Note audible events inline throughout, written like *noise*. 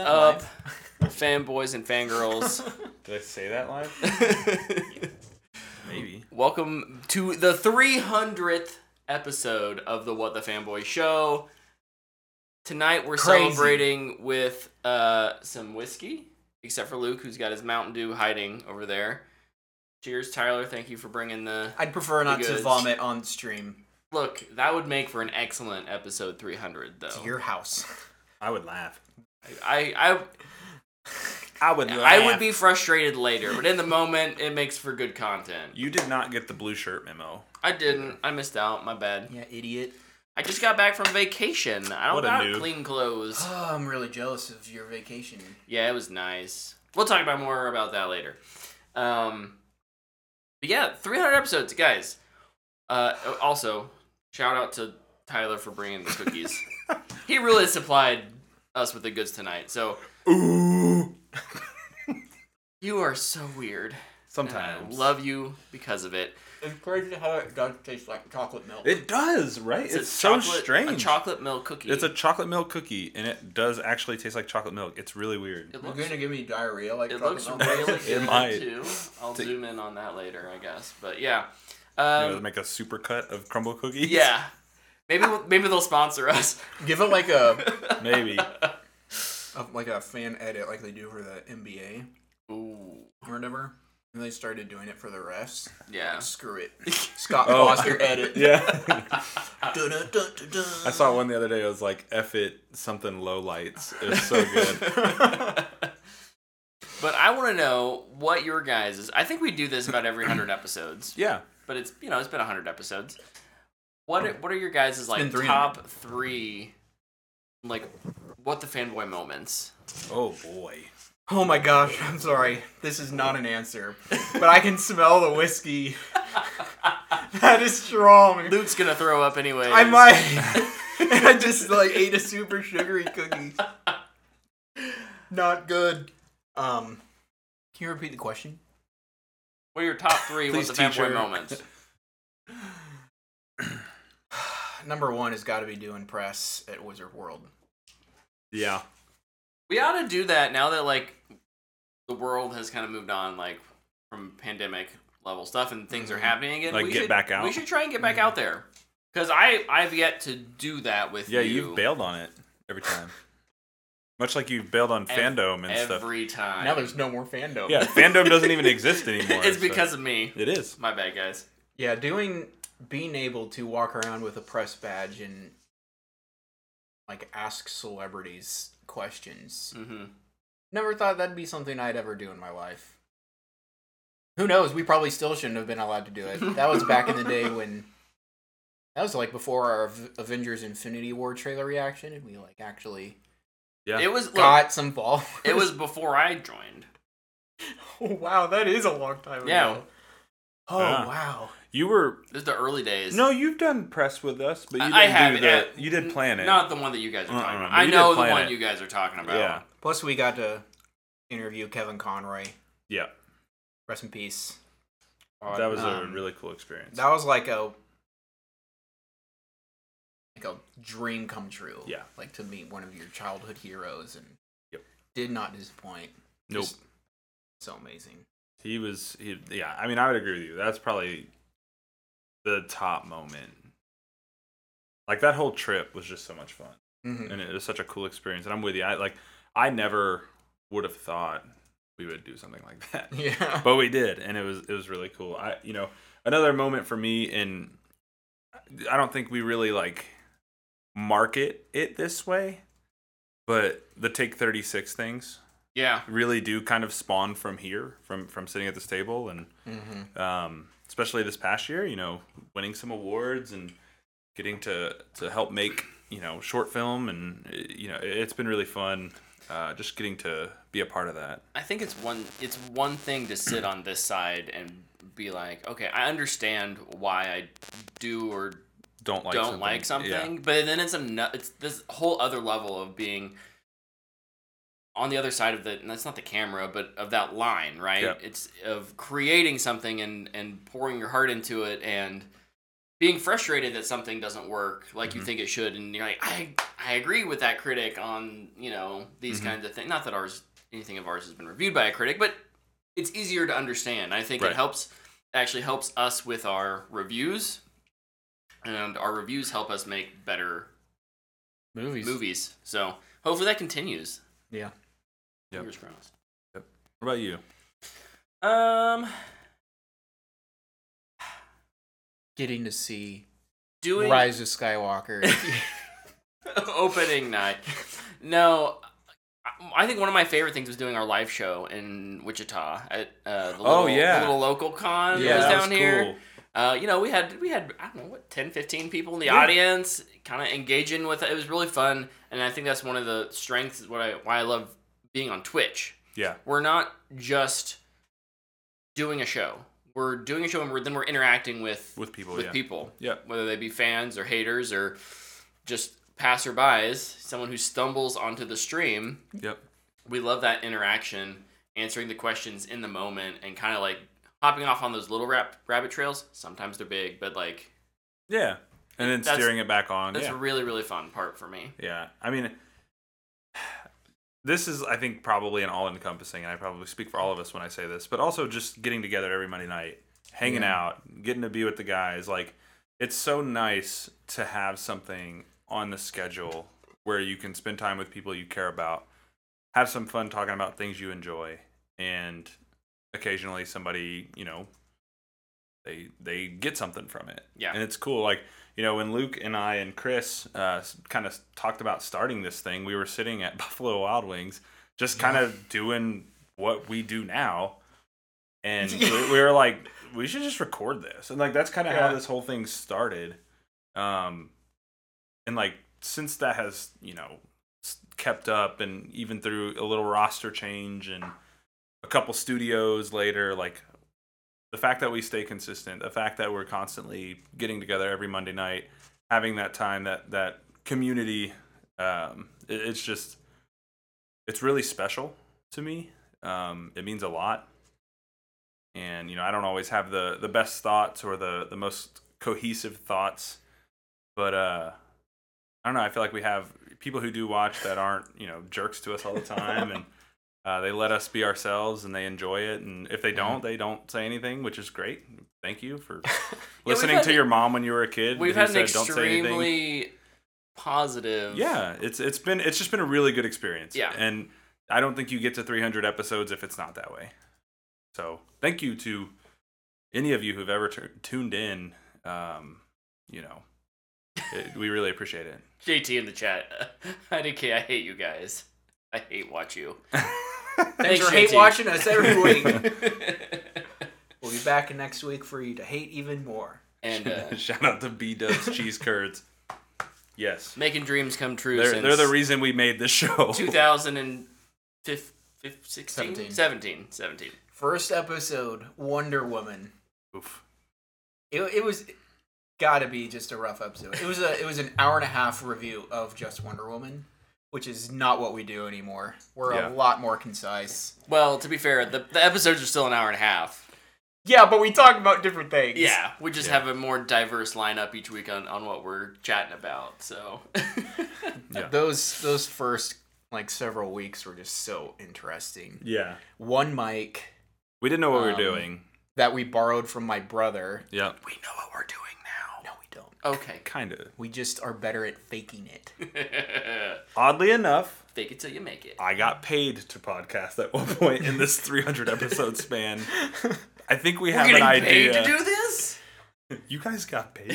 up, fanboys and fangirls. *laughs* *laughs* Did I say that live? Maybe. Welcome to the 300th episode of the What the Fanboy Show. Tonight we're Crazy. celebrating with uh, some whiskey, except for Luke, who's got his Mountain Dew hiding over there. Cheers, Tyler. Thank you for bringing the. I'd prefer not to Because- vomit on stream Look, that would make for an excellent episode 300, though. to your house. *laughs* I would laugh. I, I, I would I, laugh. I would be frustrated later, but in the moment, it makes for good content. You did not get the blue shirt memo. I didn't. I missed out. My bad. Yeah, idiot. *sighs* I just got back from vacation. I don't What a got noob. clean clothes. Oh, I'm really jealous of your vacation. Yeah, it was nice. We'll talk about more about that later. Um, but yeah, 300 episodes, guys. Uh, also, shout out to Tyler for bringing the *laughs* cookies. he really supplied us with the goods tonight. So Ooh. you are so weird. And I Sometimes. love you because of it. It's crazy how it does taste like chocolate milk. It does, right? It's, a so chocolate- A strange. chocolate milk cookie. it's a chocolate milk cookie, and it does actually taste like chocolate milk. It's really weird. It You're looks, gonna give me diarrhea like it chocolate looks milk? *laughs* really *laughs* good might. too. I'll Take- zoom in on that later, I guess. But yeah. You know, Um, make a super cut of crumble cookies. Yeah. Maybe we'll- maybe they'll sponsor us. Give it like *laughs* a, *laughs* *laughs* Maybe. a- like a fan edit like they do for the NBA Ooh. or whatever. And they started doing it for the refs. Yeah. Screw it. *laughs* Scott *laughs* Oh. Foster edit. yeah. *laughs* Dun, dun, dun, dun, dun. I saw one the other day. It was like "F it, something low lights." It was so *laughs* good. But I want to know what your guys is. I think we do this about every 100 episodes, yeah, but it's, you know, it's been 100 episodes. What are, what are your guys' is like been 300. top 3 like what the fanboy moments? Oh boy. Oh my gosh, I'm sorry. This is not an answer. But I can smell the *laughs* whiskey. that is strong. Luke's going to throw up anyway. I might. *laughs* And I just like ate a super sugary cookie. *laughs* Not good. Um, can you repeat the question? What are your top 3 what Please, the fanboy teacher. moments? Number one has got to be doing press at Wizard World. Yeah. We ought to do that now that like the world has kind of moved on like from pandemic level stuff and things are Mhm. happening again. Mm-hmm. Like, we get should, back out? Mm-hmm. We should try and get back out there because I I've yet to do that with Yeah, you. you've bailed on it *laughs* every time. Much like you've bailed on Ev- fandom and stuff. every time. Now there's no more *laughs* *laughs* fandom. Yeah, fandom doesn't even exist anymore. it's so- because of me. it is. My bad, guys. Yeah, doing being able to walk around with a press badge and like ask celebrities questions. hmm Never thought that'd be something I'd ever do in my life. Who knows? We probably still shouldn't have been allowed to do it. That was back in the day *laughs* when that was like before our Av- Avengers Infinity War trailer reaction, and we like actually Yeah. It was look, got some followers. it was before I joined. *laughs* oh, wow, that is a long time Yeah. ago. Oh Ah. wow, You were This is the early days. no, you've done press with us, but you I, didn't I have do it. the. You did plan it. Not the one that you guys are talking Uh-uh, about. but I you did know the plan one it. you guys are talking about. yeah, Plus, we got to interview Kevin Conroy. yeah. Rest in peace. On, That was a um, really cool experience. That was like a like a dream come true. Yeah. like to meet one of your childhood heroes, and Yep. did not disappoint. nope. Just so amazing. He was. He, yeah. I mean, I would agree with you. That's probably the top moment. Like that whole trip was just so much fun. Mm-hmm. and it was such a cool experience. And I'm with you. I like I never would have thought we would do something like that, *laughs* *laughs* Yeah, but we did, and it was it was really cool. I you know another moment for me, and I don't think we really like market it this way, but the take 36 things yeah. really do kind of spawn from here, from from sitting at this table and mm-hmm. um, especially this past year. You know, winning some awards and getting to to help make you know short film, and uh, you know, it- it's been really fun. Uh, just getting to be a part of that. I think it's one it's one thing to sit on this side and be like, okay, I understand why I do or Don't like don't something. like something, but then it's a it's this whole other level of being on the other side of the and that's not the camera, but of that line, right? Yeah. It's of creating something and and pouring your heart into it and being frustrated that something doesn't work like Mm-hmm. you think it should, and you're like, I I agree with that critic on you know these Mhm. kinds of things. Not that ours anything of ours has been reviewed by a critic, but it's easier to understand. I think Right. it helps actually helps us with our reviews, and our reviews help us make better Movies. movies. So hopefully that continues. Yeah. Yep. Fingers crossed. What about you? Um, Getting to see doing Rise of Skywalker. *laughs* opening night. No, I- I think one of my favorite things was doing our live show in Wichita at uh, the little, Oh, yeah. the little local con Yeah, that was that down was here. cool. Uh, you know, we had we had I don't know what 10, 15 people in the Yeah. audience, kind of engaging with it. It was really fun, and I think that's one of the strengths. What I why I love being on Twitch. Yeah, We're not just doing a show. We're doing a show, and we're, then we're interacting with with people. with yeah. people. Yeah. Whether they be fans or haters or just passerbys, someone who stumbles onto the stream. Yep. We love that interaction, answering the questions in the moment and kind of like hopping off on those little rap- rabbit trails. Sometimes they're big, but like Yeah. And then That's- steering it back on. that's Yeah. a really, really fun part for me. Yeah. I mean, this is, I think, probably an all encompassing, and I probably speak for all of us when I say this, but also just getting together every Monday night, hanging Yeah. out, getting to be with the guys. Like, it's so nice to have something on the schedule where you can spend time with people you care about, have some fun talking about things you enjoy, and occasionally somebody, you know, they they get something from it. Yeah. And it's cool. Like, you know, when Luke and I and Chris uh, kind of talked about starting this thing, we were sitting at *laughs* Buffalo Wild Wings, just kind of doing what we do now. *laughs* And we, we were like, we should just record this. And like, that's kind of Yeah. how this whole thing started. Um, and like, since that has, you know, s- kept up and even through a little roster change and a couple studios later, like, the fact that we stay consistent, the fact that we're constantly getting together every Monday night, having that time, that that community, um, it, it's just, it's really special to me. Um, it means a lot, and you know, I don't always have the the best thoughts or the the most cohesive thoughts, but uh, I don't know. I feel like we have people who do watch that aren't you know jerks to us all the *laughs* time and. Uh, they let us be ourselves and they enjoy it. And if they Mm-hmm. don't, they don't say anything, which is great. Thank *laughs* you for we've listening had- to your mom when you were a kid. We've who had an said, "Don't say anything." extremely positive. Yeah, it's it's been it's just been a really good experience. Yeah. and I don't think you get to 300 episodes if it's not that way. So thank you to any of you who've ever tu- tuned in. Um, *laughs* you know, it, we really appreciate it. JT in the chat. *laughs* IDK, I hate you guys. I hate watch *laughs* you. Thanks Thanks, for hate JT. watching us *laughs* every week. we'll be back next week for you to hate even more. and uh, *laughs* Shout out to *laughs* B Dubs Cheese Curds. Yes, making dreams come true. they're since they're the reason we made *laughs* this show. 2016 Seventeen. 17 17 First episode, Wonder Woman. *laughs* Oof. It, it was gotta be just a rough episode. It was a it was an hour and a half review of just Wonder Woman, which is not what we do anymore. We're Yeah. a lot more concise. well to be fair the, the episodes are still an hour and a half Yeah, but we talk about different things. yeah we just Yeah. have a more diverse lineup each week on, on what we're chatting about so *laughs* Yeah. Those those first like several weeks were just so interesting. Yeah. One mic We didn't know what we were Um, doing. that we borrowed from my brother. Yeah. we know what we're doing No, we don't. now okay Kind of. We just are better at faking it. *laughs* Oddly enough, *laughs* fake it till you make it I got paid to podcast at one point in this 300 episode span. I think we have we're an getting paid idea. to do this you guys *laughs* got paid?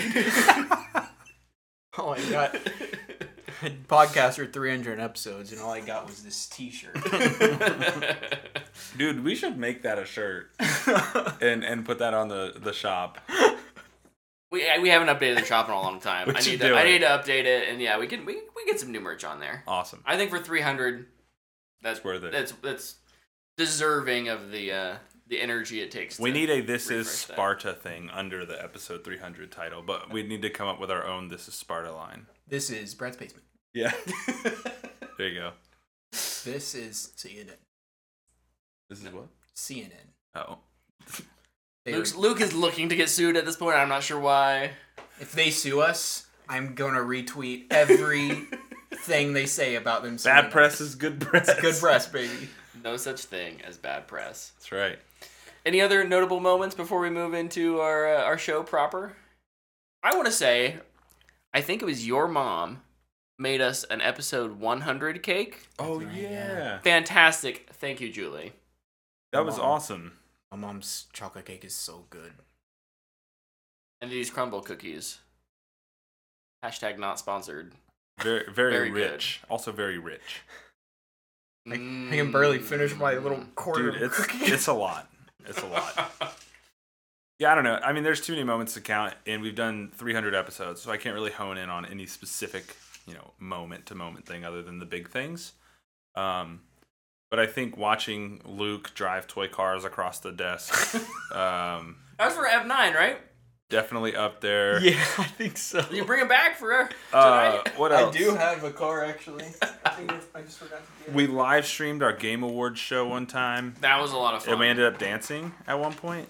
All I got podcast for 300 episodes, and all I got was this *laughs* T-shirt. Dude, we should make that a *laughs* shirt and and put that on the the shop. *laughs* we, I- we haven't updated the shop in a long time We i should need do to, i it. need to update it and yeah we can we, we get some new merch on there Awesome. I think for three hundred, that's It's worth it. That's that's deserving of the uh, the energy it takes. We to- need a this is refresh that. Sparta thing under the episode 300 title, but we need to come up with our own this is Sparta line. this is Brad's basement. Yeah. *laughs* there you go. This is CNN. This is what? CNN. Oh. They Luke's, were- Luke is looking to get sued at this point. I'm not sure why. If they sue us, I'm gonna retweet every thing they say about them. suing Bad us. press is good press. Good press, baby. No such thing as bad press. That's right. Any other notable moments before we move into our uh, our show proper? I want to say, I think it was your mom made us an episode 100 cake. Oh right, yeah. yeah. Fantastic. Thank you, Julie. that was Mom. awesome. My mom's chocolate cake is so good. And these crumble cookies. Hashtag not sponsored. Very very, Very good. rich. Also very rich. I, I can barely finish my little quarter Dude, of it's cookie. *laughs* it's a lot. It's a *laughs* lot. Mm. Yeah, I don't know. I mean, there's too many moments to count, and we've done 300 episodes, so I can't really hone in on any specific, you know, moment to moment thing other than the big things. Um, but I think watching Luke drive toy cars across the desk, um, That was for F9, right? definitely up there. I think so. You bring it back for Uh, tonight? *laughs* what else? have a car actually. I, think I just forgot to get We live streamed our game awards show one time, That was a lot of fun. and we ended up dancing at one point.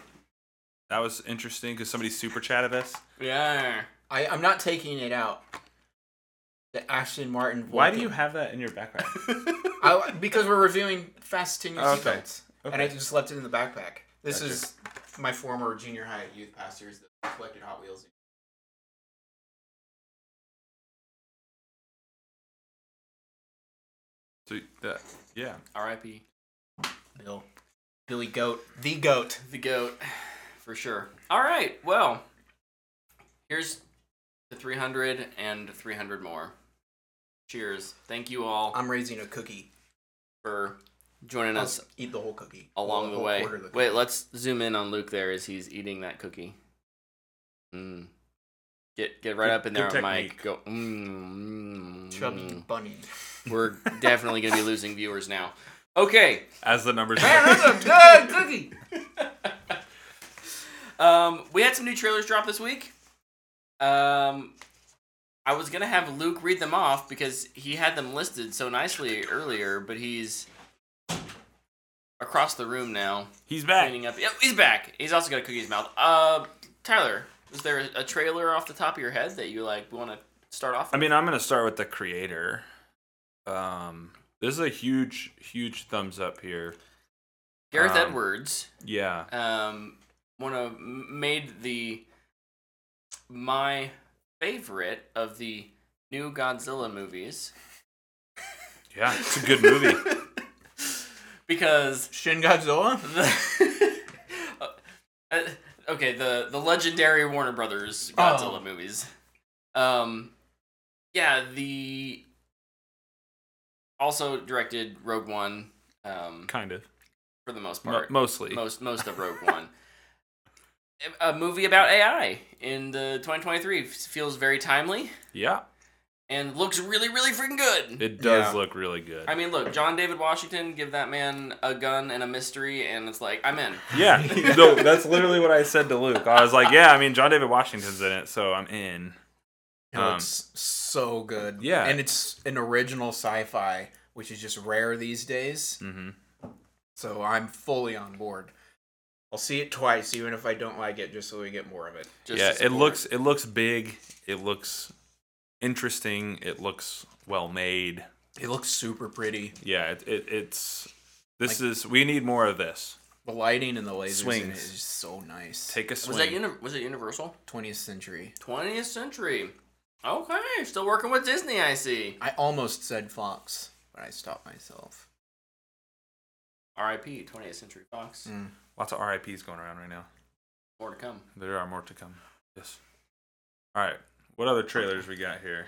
That was interesting because somebody super chatted us. yeah. *laughs* *laughs* I, I'm not taking it out. The Ashton Martin. Why do Vulcan. you have that in your background? I, because we're reviewing Fast Ten Year Okay. Seatbelts, *laughs* and I Okay. just left it in the backpack. This Gotcha. is my former junior high youth pastors that collected Hot Wheels. So, that, yeah. R.I.P. Bill, Billy Goat, the Goat. The goat, *sighs* for sure. All right. Well, here's the 300 and 300 more. Cheers. Thank you all I'm raising a cookie. for joining I'll us eat the whole cookie along Whole- the whole way. quarter of the Wait, let's zoom in on Luke there as he's eating that cookie. Mm. Get get right Good- up in there good on mic. technique. Go. Mm, mm, cookie. chubby mm. bunny. We're definitely gonna be losing viewers now. Okay. As the numbers. that's a good cookie. Um, we had some new trailers drop this week. Um, I was gonna have Luke read them off because he had them listed so nicely earlier, but he's across the room now *laughs* He's back. cleaning up. Yep, he's back. He's also got a cookie in his mouth. Uh, Tyler, was there a trailer off the top of your head that you like want to start off? I mean, I'm gonna start with the creator. Um, this is a huge, huge thumbs up here. Gareth um, Edwards, Yeah, um, one of made the my favorite of the new Godzilla movies. yeah, it's a good movie. *laughs* *laughs* because Shin Godzilla. the *laughs* Uh, okay the the legendary Warner Brothers Godzilla Oh. movies. Um, yeah, the also directed Rogue One. Um, kind of, for the most Mo part, mostly. most most of *laughs* Rogue One. A a movie about AI in the 2023 f- feels very timely Yeah, and looks really really freaking good. it does Yeah. look really good. I mean, look, John David Washington, give that man a gun and a mystery, and it's like, I'm in. *laughs* yeah, no, that's literally what I said to Luke. I was like, yeah, I mean, John David Washington's in it, so I'm in. It Um, looks so good. yeah. and it's an original sci-fi, which is just rare these days. hmm So I'm fully on board. I'll see it twice, even if I don't like it, just so we get more of it. Just yeah, to it support. looks, it looks big. It looks interesting. It looks well made. It looks super pretty. Yeah, it, it it's. This is we need more of this. The lighting and the lasers Swings. in it Swings. is so nice. Take a swing. Was that uni- was it Universal? 20th century. 20th century. Okay, still working with Disney, I see. I almost said Fox, but I stopped myself. R.I.P. 20th Century Fox. Mm. Lots of RIPS going around right now. More to come. *coughs* There are more to come. Yes. All right. What other trailers we got here?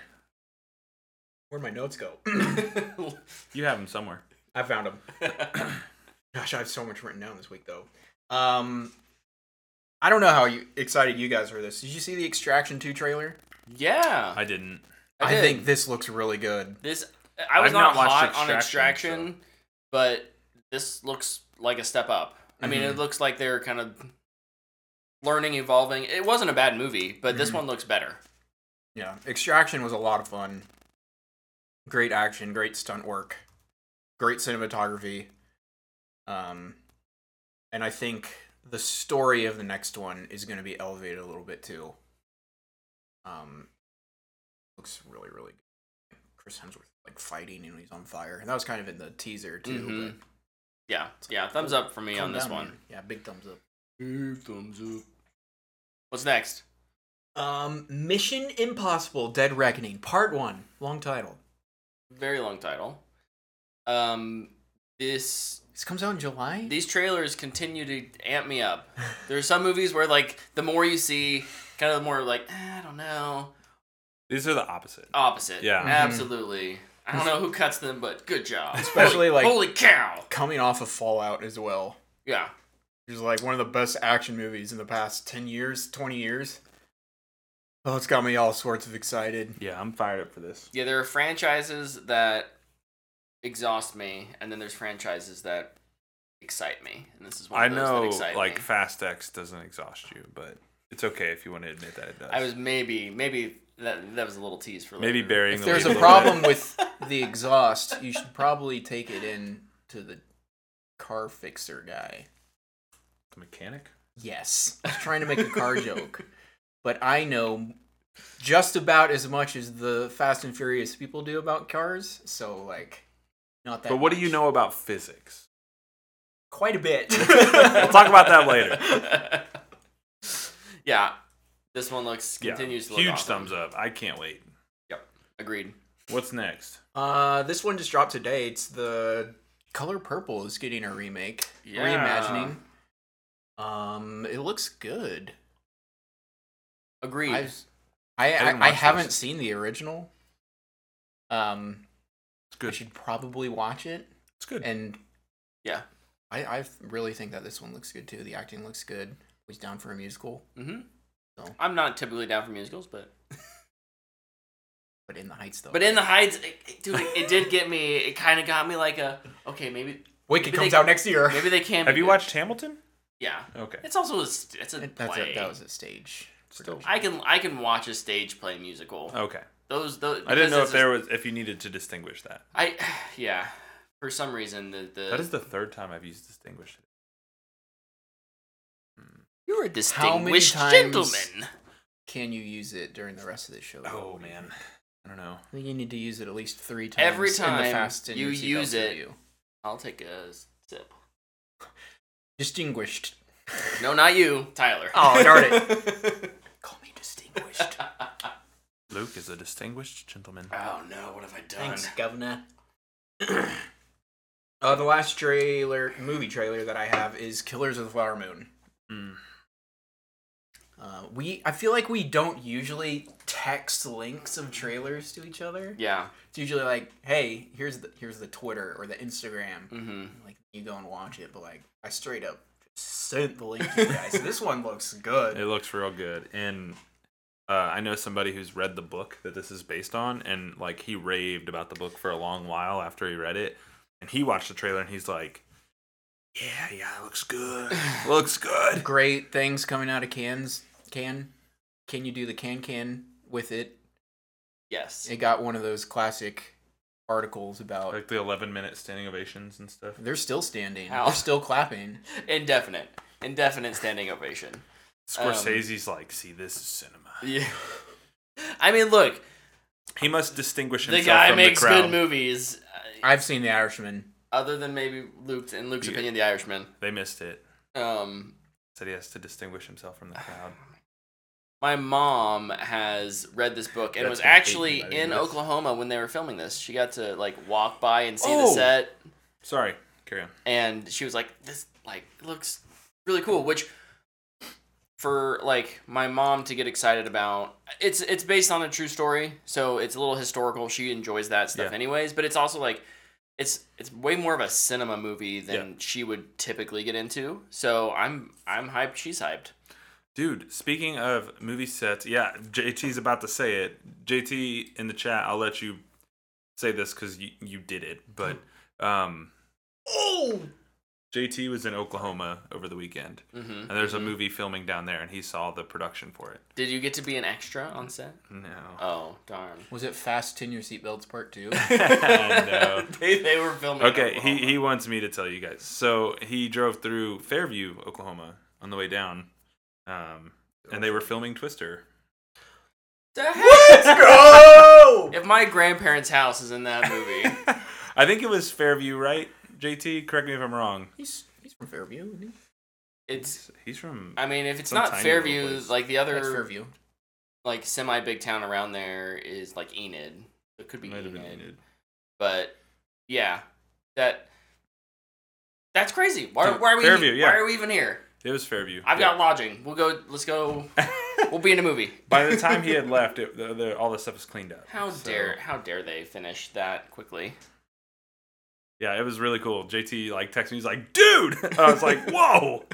Where'd my notes go? *coughs* You have them somewhere. I found them. Gosh, I have so much written down this week, though. Um, I don't know how you, excited you guys were this. Did you see the Extraction 2 trailer? yeah, I didn't. I, did. think this looks really good. this. I was I've not, not watched hot on Extraction, Extraction, but this looks like a step up. I mean, Mm-hmm. it looks like they're kind of learning, evolving. It wasn't a bad movie, but this Mm-hmm. Mhm. one looks better. Yeah, Extraction was a lot of fun. Great action, great stunt work, great cinematography. Um, and I think the story of the next one is going to be elevated a little bit too. Um, looks really really good. Chris Hemsworth like fighting and he's on fire, and that was kind of in the teaser too. Mhm. But Yeah, yeah. Thumbs up for me calm on this down, one. man. yeah, big thumbs up. thumbs up. What's next? Um, Mission Impossible: Dead Reckoning, Part One. Long title. Very long title. Um, this This comes out in July. these trailers continue to amp me up. There are some movies where like the more you see, kind of the more like "Eh, I don't know. These are the opposite. Opposite. Yeah. Mhm. Absolutely. I don't know who cuts them, but good job. Especially, Holy- like- holy cow. Coming off of Fallout as well, Yeah. which is like one of the best action movies in the past ten years, twenty years. Oh, it's got me all sorts of excited. Yeah, I'm fired up for this. Yeah, there are franchises that exhaust me, and then there's franchises that excite me, and this is one I of those that know, excite like me. Fast X doesn't exhaust you, but it's okay if you want to admit that it does. I was maybe maybe that that was a little tease for maybe later. *laughs* burying. If the there's lead a little problem bit. with the exhaust, you should probably take it in to the car fixer guy. *laughs* The mechanic. Yes. I was trying to make a car joke. But I know just about as much as the Fast and Furious people do about cars. So, like, not that. But what do much. you know about physics? Quite a bit. *laughs* We'll talk about that later. *laughs* yeah, this one looks Yeah, continues to look huge awesome. thumbs up. I can't wait. Agreed. What's next? Uh, this one just dropped today. It's the Color Purple is getting a remake, Yeah. reimagining. Um, it looks good. Agreed. I've, I I I, didn't I watch haven't this. seen the original. Um, It's I good. should probably watch it, It's good. and Yeah. I I really think that this one looks good too. The acting looks good. He's down for a musical, hmm So. I'm not typically down for musicals, but but in the Heights though. but in the Heights, it, it- dude, it, it did get me. It kind of got me like a okay, maybe Wicked maybe comes they- out *laughs* next year. maybe they can. Have be you good. watched Hamilton? Yeah, Okay. it's also a, st- it's a That- That's play. a, that was a stage. Still. I can I can watch a stage play musical. Okay. Those those Oh. I because didn't know it's if there was if you needed to distinguish that. a- I *sighs* yeah. For some reason, the the That is the third time I've used distinguished. you're a How many distinguished times- gentleman. Can you use it during the rest of the show? Oh man, I don't know. I think you need to use it at least three times. Every in the time Fast and you Seatbelt use it- review. I'll take a sip. distinguished. No, not you, Tyler. Oh darn it! Call me distinguished. Luke is a distinguished gentleman. *laughs* Oh no, what have I done? Thanks, Governor. *clears throat* uh, the last trailer, movie trailer that I have is Killers of the Flower Moon. Mm. Uh, we, I feel like we don't usually text links of trailers to each other. Yeah. It's usually like, hey, here's the here's the Twitter or the Instagram. Mm-hmm. Like you go and watch it, but like I straight up sent the link to you *laughs* guys. this one looks good. It looks real good, and uh, I know somebody who's read the book that this is based on, and like he raved about the book for a long while after he read it, and he watched the trailer and he's like, "Yeah, yeah, it looks good, looks good." Great things coming out of cans. Can can you do the can can with it? Yes. It got one of those classic articles about Like the eleven minute standing ovations and stuff. Um, They're still standing. Ow. They're still clapping. Indefinite. Indefinite standing ovation. Scorsese's like, "See, this is cinema." Yeah. I mean, look, He must distinguish the himself guy from makes the crowd. good movies. uh, I've seen The Irishman. Other than maybe Luke, in Luke's Yeah. opinion, The Irishman. They missed it. Um, Said he has to distinguish himself from the crowd. my mom has read this book and That's was gonna hate actually me, I didn't in know this. Oklahoma when they were filming this. She got to like walk by and see the Oh. set, Sorry, carry on. and she was like, "This like looks really cool." Which for like my mom to get excited about, it's it's based on a true story, so it's a little historical. She enjoys that stuff Yeah. anyways, but it's also like it's it's way more of a cinema movie than she would typically get into. So I'm I'm hyped. She's hyped. Dude, speaking of movie sets, yeah, JT's about to say it. JT in the chat, I'll let you say this because you, you did it. But um, Oh! JT was in Oklahoma over the weekend, hmm and there's a movie filming down there, and he saw the production for it. Did you get to be an extra on set? No. Oh *laughs* darn. *laughs* Was it Fast Ten Your Seatbelts Part 2? Oh, no. they, they were filming. Okay, Oklahoma. he, he wants me to tell you guys. So he drove through Fairview, Oklahoma on the way down, um, and they were filming Twister. The heck? go! If my grandparents' house is in that movie, *laughs* I think it was Fairview, right? JT, correct me if I'm wrong. He's he's from Fairview, isn't he? it's. He's from. I mean, if it's Some not tiny little Fairview, place. like the other That's Fairview. like semi big town around there is like Enid. It could be might have Enid, been Enid. but yeah, that that's crazy. Why, Dude, why are we? Fairview, yeah. Why are we even here? It was Fairview. I've Yeah. got lodging. We'll go. Let's go. We'll be in a movie. *laughs* By the time he had left, it, the, the, all the stuff was cleaned up. How So, dare how dare they finish that quickly? Yeah, it was really cool. JT like texted me. He's like, "Dude," *laughs* And I was like, "Whoa!"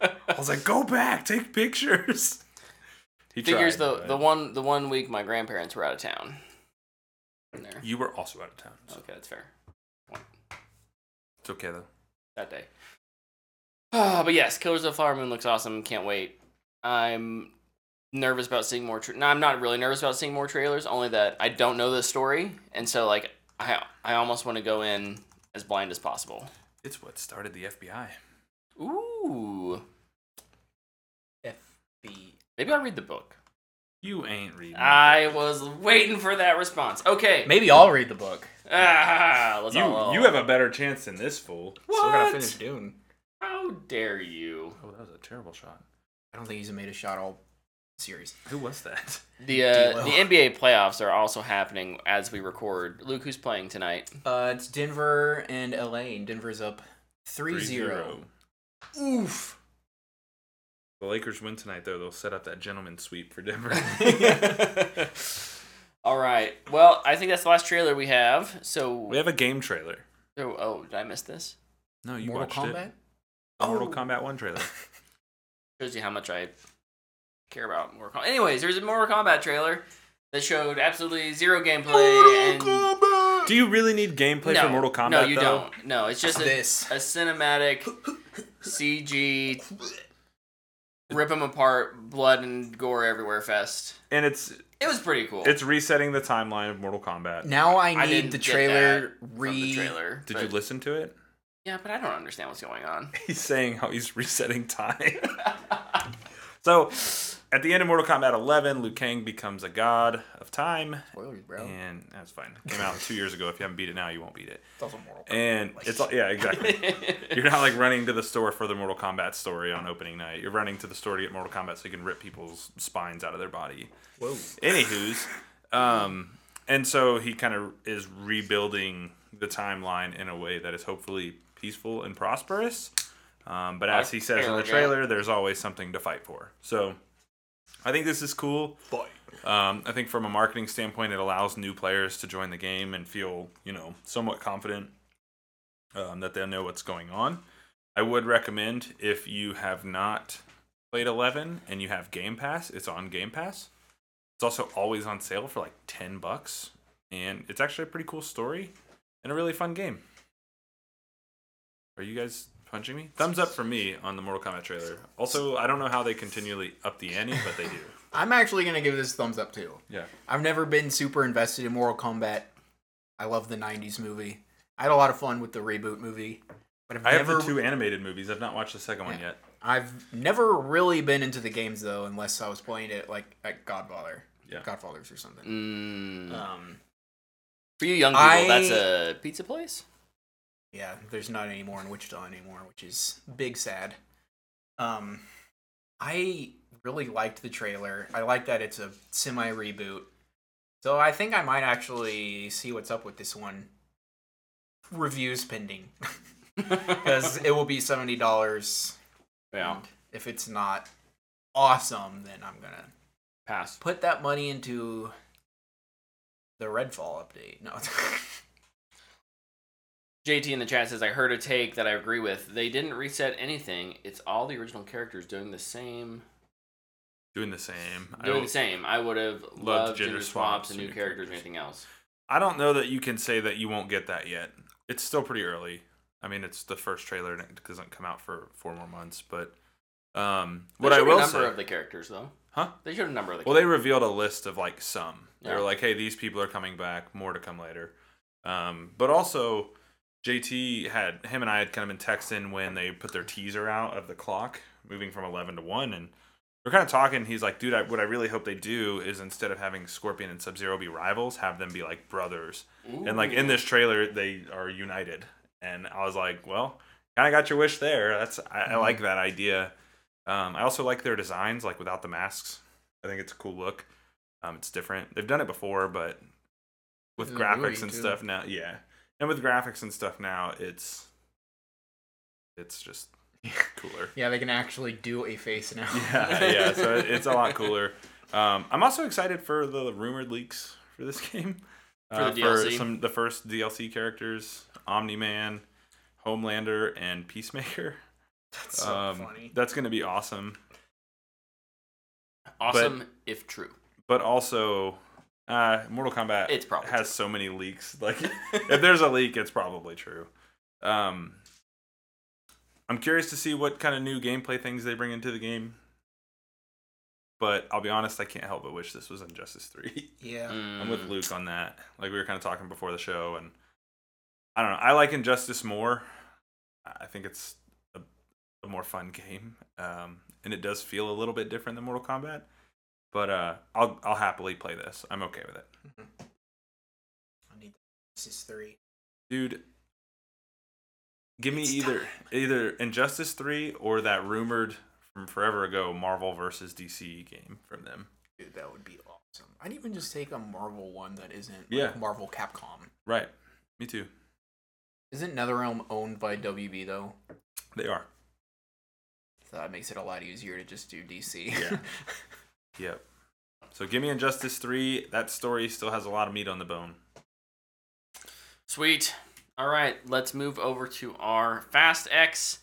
I was like, "Go back, take pictures." *laughs* He Figures tried, the but the one the one week my grandparents were out of town. In there. You were also out of town. So Okay, that's fair. it's okay though. That day. *sighs* Ah, but yes, Killers of the Flower Moon looks awesome. Can't wait. I'm nervous about seeing more. Tra- no, I'm not really nervous about seeing more trailers. Only that I don't know the story, and so like I I almost want to go in as blind as possible. It's what started the FBI. Ooh, FB. maybe I'll read the book. You ain't reading. I was waiting for that response. Okay. Maybe I'll read the book. *laughs* Ah, let's you all- you have a better chance than this fool. Still gotta What? finish Dune. How dare you? Oh, that was a terrible shot. I don't think he's made a shot all series. Who was *laughs* that? The uh, D-Lo. the NBA playoffs are also happening as we record. Luke, who's playing tonight? Uh, it's Denver and LA, and Denver's up 3-0. Oof. The Lakers win tonight, though. They'll set up that gentleman sweep *laughs* for Denver. All right. Well, I think that's the last trailer we have. So, we have a game trailer. oh, oh, did I miss this? No, you Mortal watched Kombat? it. The Mortal Oh. Kombat *laughs* One trailer. Shows you how much I care about Mortal Kombat. Anyways, there's a Mortal Kombat trailer that showed absolutely zero gameplay. and Do you really need gameplay no, for Mortal Kombat? No, you though? don't. No, it's just a, this. a cinematic CG rip them apart, blood and gore everywhere fest. And it's It was pretty cool. it's resetting the timeline of Mortal Kombat. Now I need I didn't the get trailer that from re. the trailer. Did but- you listen to it? Yeah, but I don't understand what's going on. He's saying how he's resetting time. so, at the end of Mortal Kombat 11, Liu Kang becomes a god of time, Spoilers, bro. and that's fine. Came out two years ago. If you haven't beat it now, you won't beat it. It's also Mortal Kombat. And it's all, yeah, exactly. *laughs* You're not like running to the store for the Mortal Kombat story on opening night. You're running to the store to get Mortal Kombat so you can rip people's spines out of their body. Whoa. Anywho's, um, and so he kind of is rebuilding the timeline in a way that is hopefully peaceful and prosperous. Um, but as he says in the trailer, there's always something to fight for. So I think this is cool. Um, I think from a marketing standpoint, it allows new players to join the game and feel, you know, somewhat confident um, that they'll know what's going on. I would recommend if you have not played 11 and you have Game Pass, it's on Game Pass. It's also always on sale for like 10 bucks. And it's actually a pretty cool story and a really fun game. Are you guys punching me? Thumbs up for me on the Mortal Kombat trailer. Also, I don't know how they continually up the ante, but *laughs* they do. I'm actually gonna give this thumbs up too. Yeah. I've never been super invested in Mortal Kombat. I love the '90s movie. I had a lot of fun with the reboot movie, but I've I have never, the two animated movies. I've not watched the second one Yeah. yet. I've never really been into the games though, unless I was playing it like at Godfather, Yeah. Godfathers or something. Mm. Uh, Um, For you young people, I- that's a pizza *laughs* place. *laughs* yeah, there's not any more in Wichita anymore, which is big sad. Um, I really liked the trailer. I like that it's a semi reboot. So I think I might actually see what's up with this one. Reviews pending *laughs* because it will be seventy dollars. yeah, If it's not awesome, then I'm gonna pass. put that money into the Redfall update. No. *laughs* JT in the chat says, "I heard a take that I agree with. They didn't reset anything. It's all the original characters doing the same, Doing the same. I doing the don't- same. I would have loved, gender gender, swaps swaps and and new new characters, characters. or anything else. I don't know that you can say that you won't get that yet. It's still pretty early. I mean, it's the first trailer and it doesn't come out for four more months. But um, what They I showed will a number say, of the characters though. Huh? They showed a number of the. well, they revealed a list of like some. They Yeah. were like, "Hey, these people are coming back. More to come later." Um, but also, JT had him and I had kind of been texting when they put their teaser out of the clock moving from eleven to one, and we're kind of talking. He's like, dude, I, what I really hope they do is instead of having Scorpion and Sub Zero be rivals, have them be like brothers. And like in this trailer, they are united. And I was like, well, kind of got your wish there. That's I, I like that idea. Um, I also like their designs, like without the masks. I think it's a cool look. Um, it's different. They've done it before, but with Ooh, graphics Rui, and too. stuff now, yeah. And with graphics and stuff now, it's it's just cooler. Yeah, they can actually do a face now. yeah, yeah. So it- it's a lot cooler. Um, I'm also excited for the rumored leaks for this *laughs* game. Uh, For the DLC. some the first DLC characters, Omni Man, Homelander, and Peacemaker. *laughs* That's so Um, funny. That's gonna be awesome. awesome if true. But also, uh, Mortal Kombat It's probably has so many leaks. *laughs* *laughs* Like, if there's a leak, it's probably true. Um, I'm curious to see what kind of new gameplay things they bring into the game. But I'll be honest, I can't help but wish this was Injustice Three. Yeah. Mm. I'm with Luke on that. Like we were kind of talking before the show, and I don't know. I like Injustice more. I think it's a, a more fun *laughs* game, um, and it does feel a little bit different than Mortal Kombat. But uh, I'll I'll happily play this. I'm okay with it, I need this is three. dude. Give me It's either either Injustice three or that rumored from forever ago Marvel versus DC game from them. Dude, that would be awesome. I'd even just take a Marvel one that isn't like, Yeah. Marvel Capcom. Right. Me too. Isn't NetherRealm owned by WB though? They are. So that makes it a lot easier to just do DC. Yeah. Yep. So give me Injustice 3. That story still has a lot of meat on the bone. Sweet. All right, let's move over to our Fast X,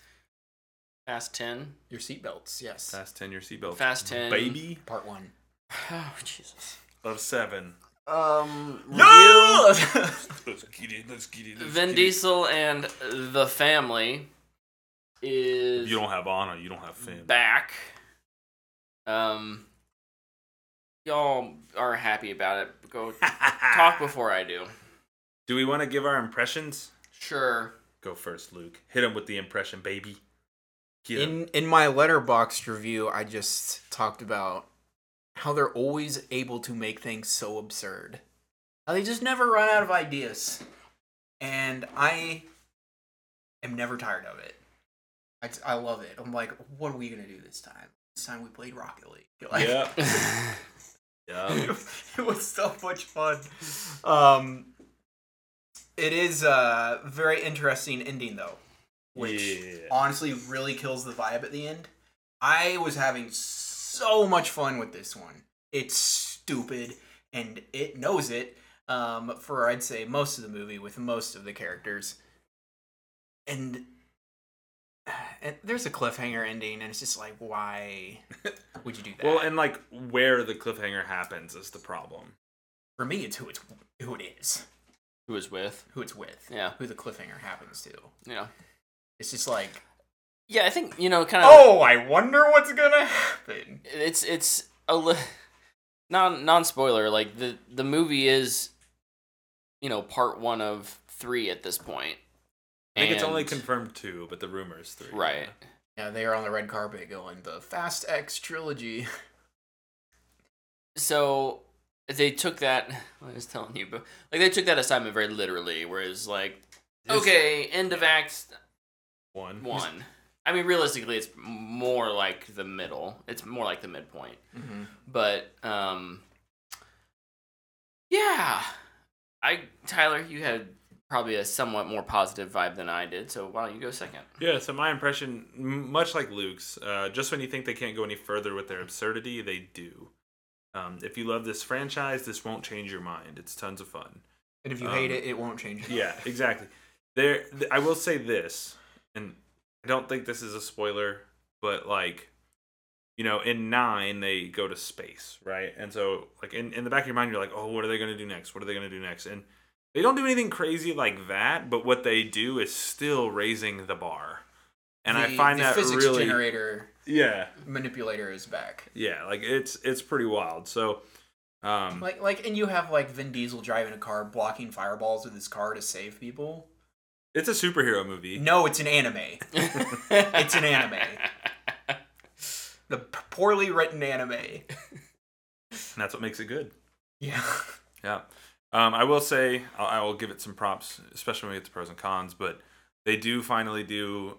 Fast 10, *laughs* Your seatbelts, yes. Fast 10 your seatbelt. Fast 10. Baby Part one. *sighs* Oh, Jesus. of 7. Um, Let's get it. Let's get it. *laughs* let's Vin get it. Diesel and the family is You don't have honor. You don't have fame. *laughs* back. Um, y'all are happy about it. Go Ah. talk before I do. Do we want to give our impressions? Sure. Go first, Luke. Hit him with the impression, baby. Get him. In in my letterbox review, I just talked about how they're always able to make things so absurd. How they just never run out of ideas. And I am never tired of it. I, I love it. I'm like, what are we gonna do this time? This time we played Rocket League. *laughs* Like, Yep. yep. *laughs* *laughs* it was so much fun. Um, it is a very interesting ending though, which Yeah. honestly really kills the vibe at the end. I was having so much fun with this one. It's stupid and it knows it. Um, for I'd say most of the movie with most of the characters, and, *sighs* and there's a cliffhanger ending, and it's just like, why would you do that? Well, and like where the cliffhanger happens is the problem. for me, it's who it's who it is, Who is with? who it's with, Yeah. who the cliffhanger happens to. Yeah. It's just like, Yeah, I think you know, kind of. oh, I wonder what's gonna happen. it's it's a li- non non spoiler. Like the the movie is, you know, part one of three at this point. I think it's only And- confirmed two, but the rumor is three. right. Yeah, they are on the red carpet going the Fast X trilogy. So they took that. *laughs* I was telling you, but like they took that assignment very literally. Whereas like, This- okay, end of act One. one. I mean, realistically, it's more like the middle. It's more like the midpoint. Mm-hmm. But um, yeah, I Tyler, you had probably a somewhat more positive vibe than I did. So why don't you go second? Yeah, so my impression, m- much like Luke's, uh, just when you think they can't go any further with their absurdity, they do. Um, if you love this franchise, this won't change your mind. It's tons of fun. And if you Um, hate it, it won't change. Yeah, *laughs* exactly. There, th- I will say this, and I don't think this is a spoiler, but like, you know, in nine they go to space, right? And so, like, in in the back of your mind, you're like, oh, what are they gonna do next? What are they gonna do next? And they don't do anything crazy like that, but what they do is still raising the bar, and I The- find the that physics really, generator yeah, manipulator is back. yeah, like it's it's pretty wild. So, um, Like like, and you have like Vin Diesel driving a car, blocking fireballs with his car to save people. it's a superhero movie. No, *laughs* it's an anime. it's an anime. the p- poorly written anime. and that's what makes it good. Yeah. Yeah. Um, I will say I'll, I will give it some props, especially when we get to pros and cons. But they do finally do.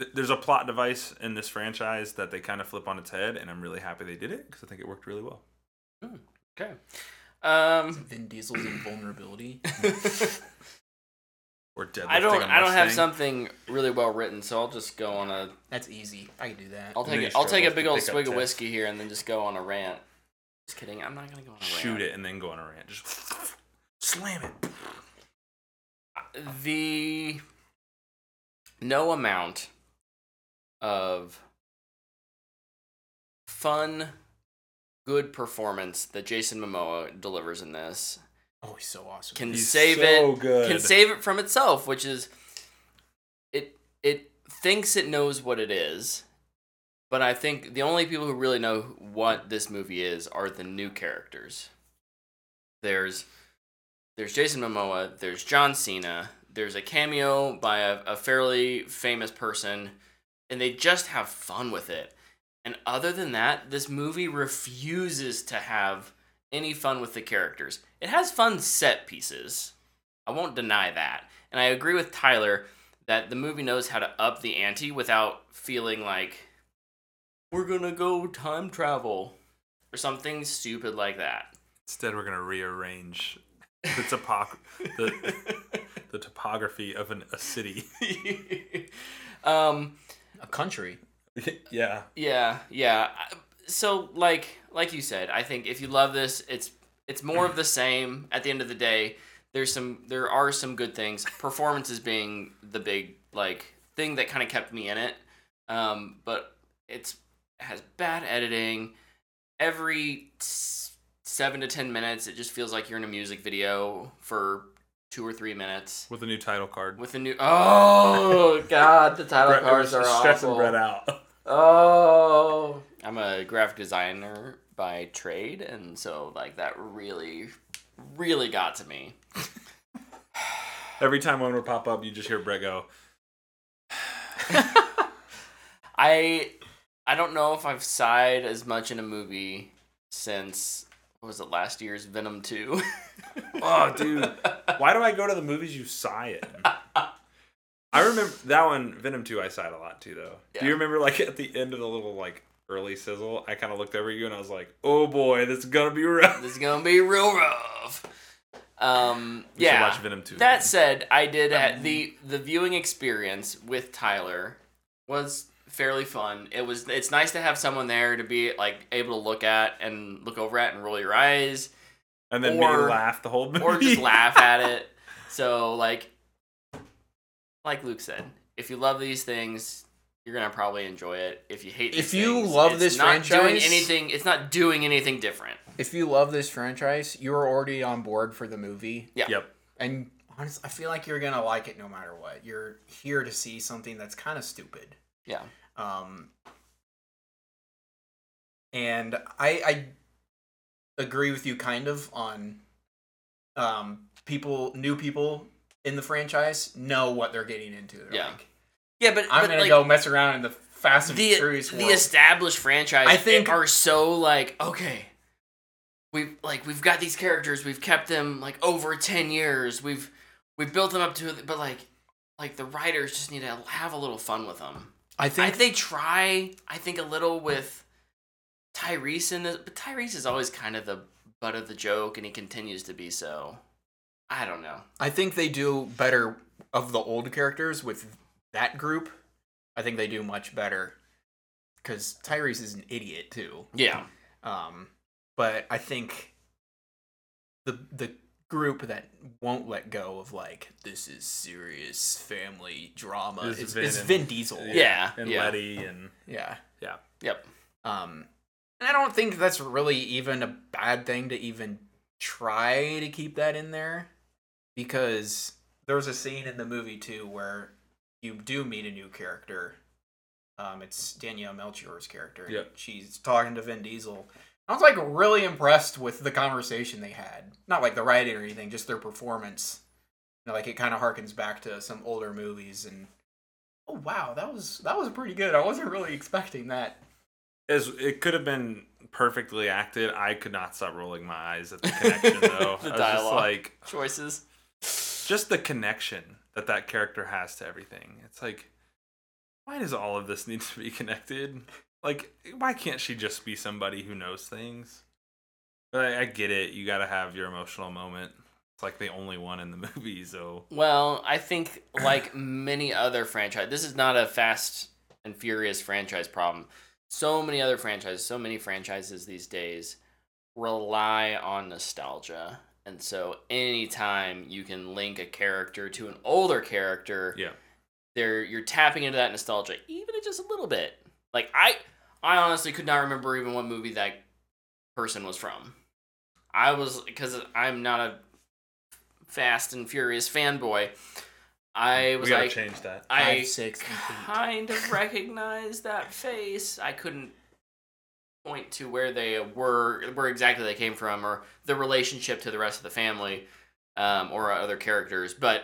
th- There's a plot device in this franchise that they kind of flip on its head, and I'm really happy they did it because I think it worked really well. *laughs* Okay. Um, Vin Diesel's invulnerability. Or deadlifting. I don't. a I don't have Mustang. something really well written, so I'll just go on a. That's easy. I can do that. I'll take. Mini A, I'll take a struggles big to old pick up swig of tips. whiskey here, and then just go on a rant. Just kidding. I'm not gonna go on a rant. Shoot it and then go on a rant. Just slam it. the no amount of fun good performance that Jason Momoa delivers in this Oh, he's so awesome. can He's save so it good. can save it from itself which is it it thinks it knows what it is but I think the only people who really know what this movie is are the new characters there's there's Jason Momoa, there's John Cena, there's a cameo by a, a fairly famous person, and they just have fun with it. And other than that, this movie refuses to have any fun with the characters. It has fun set pieces. I won't deny that. And I agree with Tyler that the movie knows how to up the ante without feeling like we're going to go time travel or something stupid like that. Instead, we're gonna rearrange the topoc the, the topography of an, a city. *laughs* *laughs* um a country. yeah. yeah yeah I- so like like you said i think if you love this it's it's more of the same at the end of the day there's some there are some good things performances being the big like thing that kind of kept me in it um but it's has bad editing every s- seven to ten minutes it just feels like you're in a music video for two or three minutes With a new title card. with a new oh god the title Brett- cards are stressing awful. Brett out. Oh, I'm a graphic designer by trade, and so like that really, really got to me. Every time one would pop up, you just hear Brett go. I I don't know if I've sighed as much in a movie since what was it last year's Venom Two. *laughs* Oh, dude. Why do I go to the movies you sigh in? I remember that one, Venom 2, I sighed a lot too, though. Do Yeah. you remember, like, at the end of the little, like, early sizzle, I kind of looked over at you and I was like, oh boy, this is gonna be rough. this is gonna be real rough. Um, We should yeah. watch Venom 2. That again. said, I did Um, ha- the the viewing experience with Tyler was fairly fun. It was it's nice to have someone there to be like able to look at and look over at and roll your eyes And then me or- laugh the whole movie. *laughs* or just *laughs* laugh at it. So like like Luke said, if you love these things, you're gonna probably enjoy it. If you hate, If these you things, love it's this not doing franchise- anything, it's not doing anything different. If you love this franchise, you are already on board for the movie. Yep. And honestly, I feel like you're gonna like it no matter what. You're here to see something that's kind of stupid. Yeah. Um, and I I agree with you kind of on um people new people in the franchise know what they're getting into. They're Yeah. like, Yeah, but I'm but, gonna like, go mess around in the Fast and the Furious the world. established franchise I I think- think are so like okay we've like we've got these characters we've kept them like over 10 years we've we've built them up to but like like the writers just need to have a little fun with them I I think think they try I think a little with Tyrese in this but Tyrese is always kind of the butt of the joke and he continues to be so I don't know I think they do better of the old characters with that group. I think they do much better because Tyrese is an idiot too. yeah Um, but I think the the group that won't let go of like this is serious family drama Is is is Vin, Vin and- Diesel. Yeah, And yeah. Letty and. yeah. yep Um, and I don't think that's really even a bad thing to even try to keep that in there because there's a scene in the movie too where you do meet a new character. Um, it's Danielle Melchior's character. Yeah. She's talking to Vin Diesel. I was like really impressed with the conversation they had. Not like the writing or anything, just their performance. You know, like it kind of harkens back to some older movies and oh wow, that was that was pretty good. I wasn't really expecting that. as it could have been perfectly acted. I could not stop rolling my eyes at the *laughs* connection though. The I was just dialogue. like Choices. just the connection that that character has to everything. It's like, why does all of this *laughs* need to be connected? Like, why can't she just be somebody who knows things? But I, I get it. You gotta have your emotional moment. It's like the only one in the *laughs* movie, so Well, I think like many other franchise, this is not a Fast and Furious franchise problem. So many other franchises, so many franchises these days rely on nostalgia. And so anytime you can link a character to an older character, yeah. there you're tapping into that nostalgia even if just a little bit like i i honestly could not remember even what movie that person was from i was because i'm not a fast and furious fanboy i was we gotta like change that. i Five, six, and eight. kind of recognized that face i couldn't point to where they were where exactly they came from or the relationship to the rest of the family um, or other characters but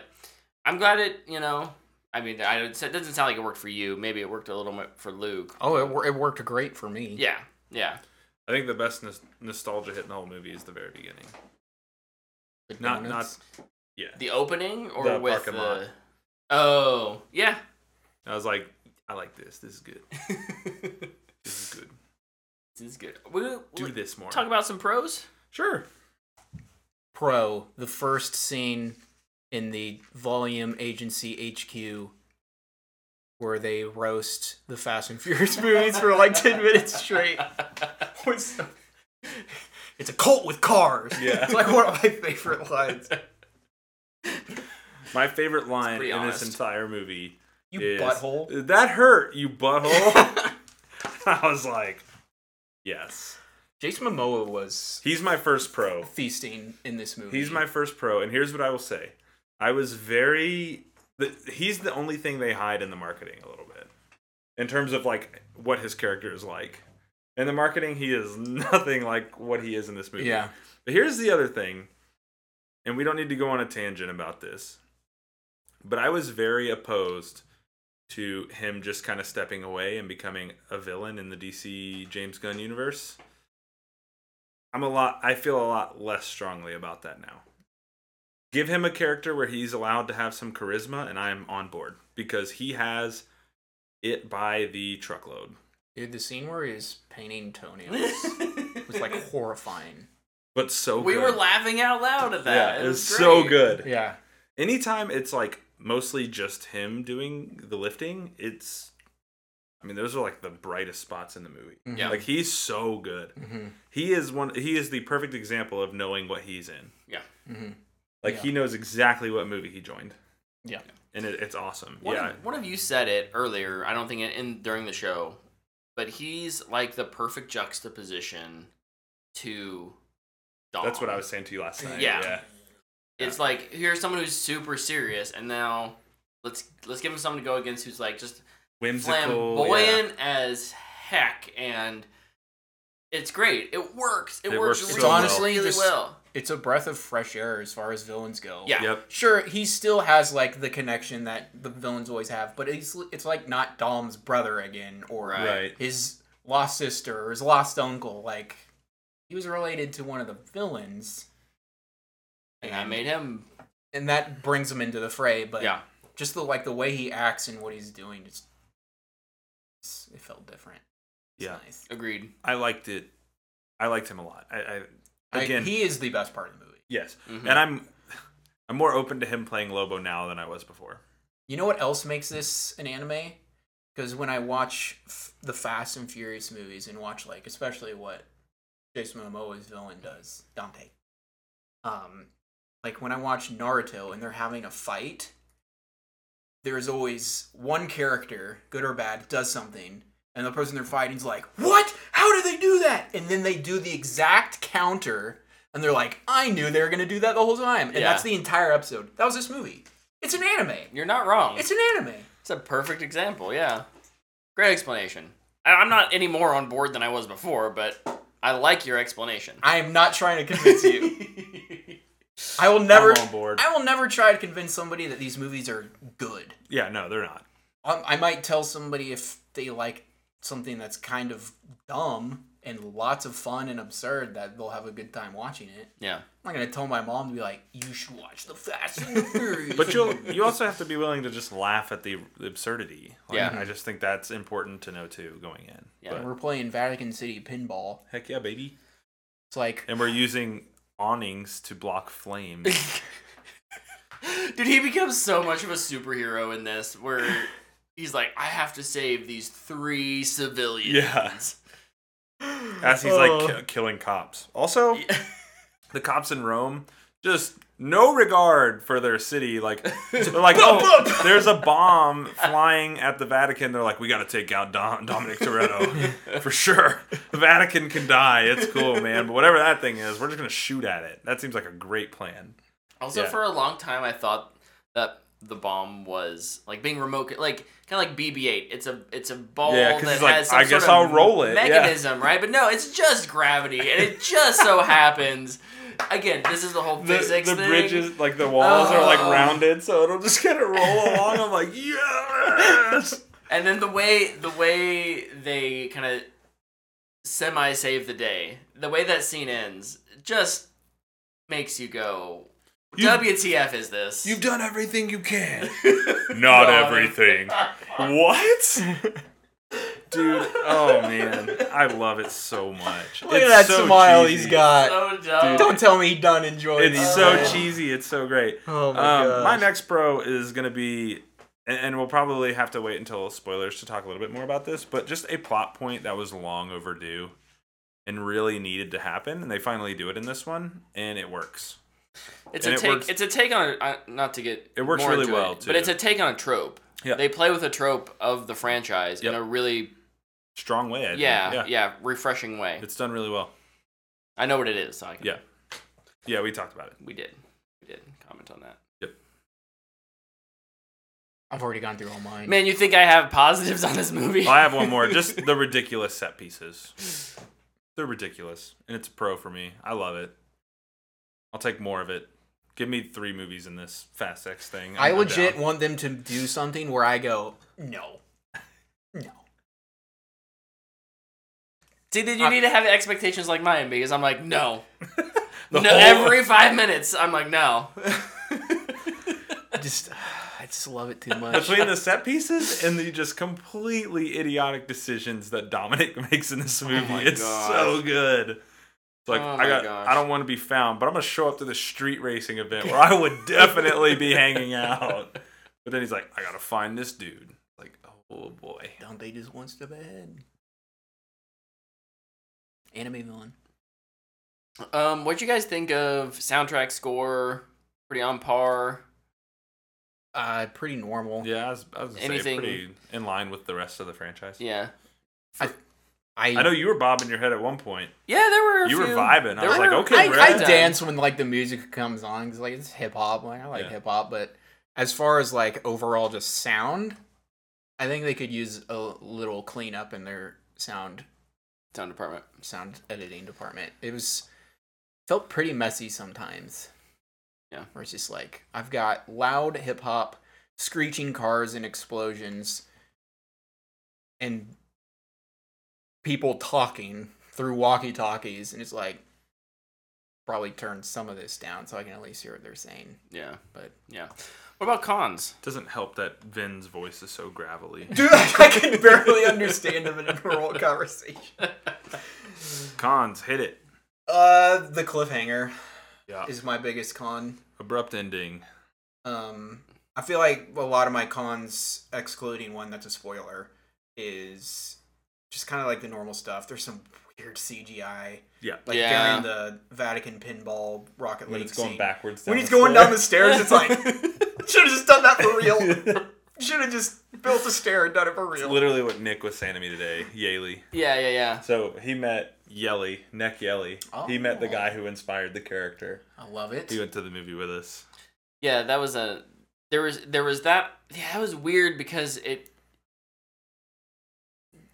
i'm glad it you know I mean, I, it doesn't sound like it worked for you. Maybe it worked a little bit for Luke. Oh, it, wor- it worked great for me. Yeah, yeah. I think the best nos- nostalgia hit in the whole movie is the very beginning. Good Not donuts. not yeah. The opening or The with parking the. lot. Oh yeah. I was like, I like this. This is good. This is good. this is good. We, Do we- this more. talk about some pros. *laughs* sure. Pro, the first scene in the Volume Agency HQ where they roast the Fast and Furious *laughs* movies for like 10 minutes *laughs* straight. was- It's a cult with cars. Yeah. *laughs* It's like one of my favorite lines. My favorite line pretty in honest. this entire movie You is, butthole. That hurt, you butthole. *laughs* *laughs* I was like, yes. Jason Momoa was He's my first pro. feasting in this movie. He's my first pro, and here's what I will say. I was very. The, he's the only thing they hide in the marketing a little bit, in terms of like what his character is like. In the marketing, he is *laughs* nothing like what he is in this movie. Yeah. But here's the other thing, and we don't need to go on a tangent about this, but I was very opposed to him just kind of stepping away and becoming a villain in the DC James Gunn universe. I'm a lot I feel a lot less strongly about that now. Give him a character where he's allowed to have some charisma and I'm on board because he has it by the truckload. Dude, the scene where he's painting toenails *laughs* was like horrifying. But so we good. were laughing out loud at that. Yeah, it was so great. good. Yeah. anytime it's like mostly just him doing the lifting, it's I mean, those are like the brightest spots in the movie. Yeah. Like he's so good. Mm-hmm. He is one he is the perfect example of knowing what he's in. Mm-hmm. Like he knows exactly what movie he joined. Yeah. And it, it's awesome. One, yeah. of, one of you said it earlier. I don't think in, in during the show, but he's like the perfect juxtaposition to Dom. That's what I was saying to you last night. Yeah. yeah. It's like here's someone who's super serious, and now let's let's give him someone to go against who's like just Whimsical. yeah. flamboyant as heck, and it's great. It works. It, It works, works really, so well. Honestly, really this- well. It's a breath of fresh air as far as villains go. Yeah. Yep. Sure, he still has like the connection that the villains always have, but it's it's like not Dom's brother again or uh, Right. Right. his lost sister or his lost uncle. Like he was related to one of the villains, And I made him. and that brings him into the fray. But Yeah. just the like the way he acts and what he's doing, just it's, it felt different. It's Yeah. nice. Agreed. I liked it. I liked him a lot. I, I Like, again he is the best part of the movie. yes. Mhm. And I'm I'm more open to him playing Lobo now than I was before. You know what else makes this an anime? Because when I watch f- the Fast and Furious movies and watch like, especially what Jason Momoa's villain does, Dante. Um, like when I watch Naruto and they're having a fight, there's always one character, good or bad, does something, and the person they're fighting's like, "What? How did they do that?" And then they do the exact counter, and they're like, "I knew they were gonna do that the whole time." And Yeah. that's the entire episode. That was this movie. It's an anime. You're not wrong. It's an anime. It's a perfect example, yeah. Great explanation. I, I'm not any more on board than I was before, but I like your explanation. I am not trying to convince you. *laughs* I will never. I'm on board. I will never try to convince somebody that these movies are good. Um, Yeah, no, they're not. I, I might tell somebody if they like something that's kind of dumb and lots of fun and absurd that they'll have a good time watching it. Yeah. I'm not gonna tell my mom to be like, "You should watch the Fast *laughs* and the Furious." But you will you also have to be willing to just laugh at the absurdity. Like, Yeah. I just think that's important to know too going in. Yeah. And we're playing Vatican City pinball. Heck yeah, baby. It's like, And we're using awnings to *laughs* block flames. Dude, he becomes so much of a superhero in this where he's like, I have to save these three civilians. Yeah. as he's like Oh. ki- killing cops. Also, Yeah. *laughs* the cops in Rome just no regard for their *laughs* city. Like they're like, Bump, oh, bump." there's a bomb flying at the Vatican. They're like, we got to take out Dom- Dominic *laughs* Toretto for sure. The Vatican can die. It's cool, man. But whatever that thing is, we're just gonna shoot at it. That seems like a great plan. Also, Yeah. for a long time, I thought that the bomb was like being remote, like kind of like BB-8. It's a it's a ball Yeah, 'cause that he's like, has some "I sort guess of I'll roll it," yeah. mechanism, right? But no, it's just gravity, and it just *laughs* so happens. Again, this is the whole physics thing. like the walls are, like, Oh. rounded, so it'll just kind of roll along. I'm like, yes. And then the way the way they kind of semi save the day, the way that scene ends, just makes you go, You- "WTF is this?" *laughs* You've *laughs* done everything you can. Not everything. what? Dude, oh man, I love it so much. look at that so smile cheesy. he's got. so dumb. Dude. Don't tell me he done enjoying. It's this, so man. cheesy. It's so great. Oh my um, gosh. my next pro is gonna be, and, and we'll probably have to wait until spoilers to talk a little bit more about this, but just a plot point that was long overdue and really needed to happen, and they finally do it in this one, and it works. It's And a it take. works- it's a take on uh, not to get. It works more really into well, but it's too. a take on a trope. Yeah. They play with a trope of the franchise Yep. in a really Strong way. I think. yeah, yeah yeah. refreshing way. It's done really well. I know what it is. So I can, Yeah. Yeah, we talked about it. we did we did comment on that. I've already gone through all mine. Man, you think I have positives on this movie? Well, I *laughs* have one more. Just the ridiculous set pieces. They're ridiculous, and it's a pro for me. I love it. I'll take more of it. Give me three movies in this Fast X thing. I I'm- I'm legit down. want them to do something where I go, no, no. See, then you I- need to have expectations like mine because I'm like, no, The no. whole- Every five minutes, I'm like, no. I just, I just love it too *laughs* *laughs* much. between the set pieces and the just completely idiotic decisions that Dominic *laughs* makes in this movie. Oh my it's gosh. so good. It's like Oh I my got gosh. I don't want to be found, but I'm gonna show up to the street racing event where I would definitely be hanging *laughs* out. But then he's like, I gotta find this dude. Like, oh boy. Don't they just one step ahead? Anime villain. Um, what'd you guys think of soundtrack score? Pretty on par. Uh, pretty normal. Yeah, I was, I was gonna Anything- say pretty in line with the rest of the franchise. Yeah. I, I know you were bobbing your head at one point. Yeah, there were. A You were few- vibing. I there was like, were- okay, I, bro. I Right. dance when like the music comes on because like it's hip hop. Like I like Yeah. hip hop, but as far as like overall just sound, I think they could use a little cleanup in their sound Sound department. sound editing department. It was felt pretty messy sometimes. Yeah. Where it's just like I've got loud hip hop, screeching cars and explosions, and people talking through walkie talkies, and it's like probably turn some of this down so I can at least hear what they're saying. *laughs* Yeah. But Yeah. What about cons? Doesn't help that Vin's voice is so gravelly. *laughs* dude, I can barely understand them in a normal conversation. Cons, hit it. Uh, the cliffhanger Yeah. is my biggest con. Abrupt ending. Um, I feel like a lot of my cons, excluding one that's a spoiler, is just kind of like the normal stuff. There's some weird CGI, Yeah. like Yeah. during the Vatican pinball Rocket When League it's going scene. backwards. Down when he's the going floor. down the stairs, *laughs* it's like should have just done that for *laughs* real. should have just built a stair and done it for It's real. literally what Nick was saying to me today. Yaley. *laughs* Yeah, yeah, yeah. So he met Yelly, Neck Yelly. He met the Oh. guy who inspired the character. I love it. He went to the movie with us. Yeah, that was a there was there was that yeah, that was weird because it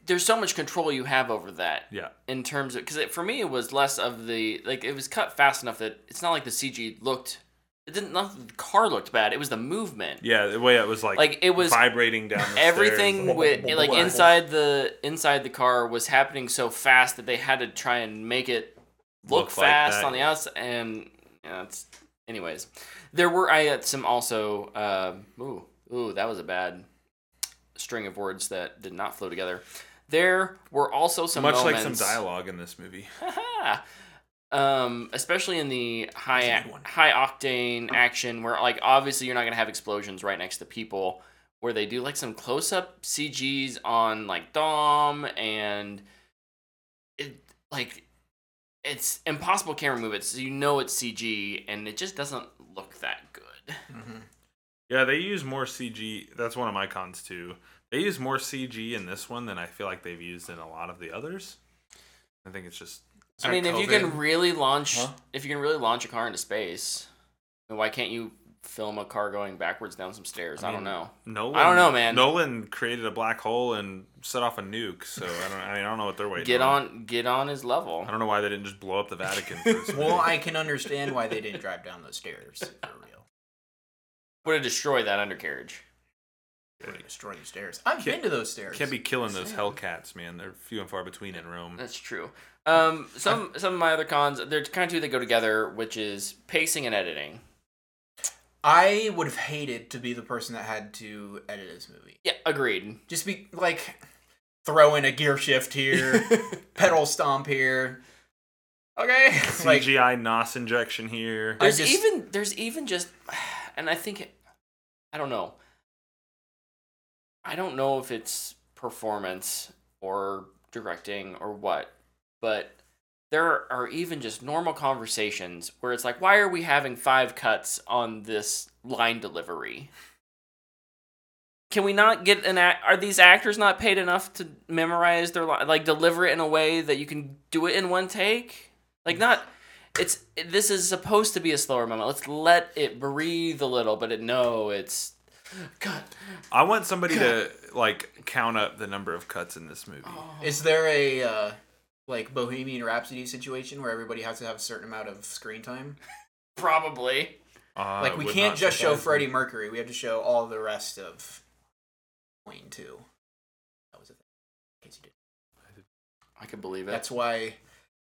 there's so much control you have over that Yeah. in terms of because for me it was less of the like it was cut fast enough that it's not like the CG looked it didn't not the car looked bad. It was the movement. Yeah, the way it was like, Like, it was vibrating down *laughs* the Everything stairs. with *laughs* like inside the inside the car was happening so fast that they had to try and make it look, Look like fast that. on the outside. And yeah, it's, anyways, there were I had some also. Uh, ooh, ooh, that was a bad string of words that did not flow together. There were also some much like moments, some dialogue in this movie. Haha. *laughs* um, especially in the high That's a good one. high octane action where like obviously you're not gonna have explosions right next to people where they do like some close up CGs on like Dom and it like it's impossible camera movements so you know it's CG and it just doesn't look that good. Mm-hmm. Yeah, they use more CG. That's one of my cons too. They use more CG in this one than I feel like they've used in a lot of the others. I think it's just I mean, if you can really launch, Huh? if you can really launch a car into space, then why can't you film a car going backwards down some stairs? I, mean, don't know. Nolan. I don't know, man. Nolan created a black hole and set off a nuke. So I don't. I, mean, I don't know what they're waiting. Get on, get on his level. I don't know why they didn't just blow up the Vatican. *laughs* First Well, I can understand why they didn't drive down those stairs for real. Would have destroyed that undercarriage. They were destroying the stairs. I've been to those stairs. can't be killing those Hellcats, man. They're few and far between in Rome. That's true. Um, some *laughs* some of my other cons, there's kind of two that go together, which is pacing and editing. I would have hated to be the person that had to edit this movie. Yeah, agreed. Just be like, throw in a gear *laughs* shift here, pedal stomp here. *laughs* Okay, like CGI nos injection here. I There's just- even there's even just, *sighs* and I think, I don't know. I don't know if it's performance or directing or what, but there are even just normal conversations where it's like, why are we having five cuts on this line delivery? Can we not get an act? Are these actors not paid enough to memorize their line, like deliver it in a way that you can do it in one take? Like not, it's this is supposed to be a slower moment. Let's let it breathe a little, but it no, it's cut. I want somebody to like count up the number of cuts in this movie. Oh. Is there a uh, like Bohemian Rhapsody situation where everybody has to have a certain amount of screen time? Probably. Uh, Like we would can't not just show surprise me. Freddie Mercury. We have to show all the rest of Queen too. That was a thing. In case you didn't. I can believe it. That's why,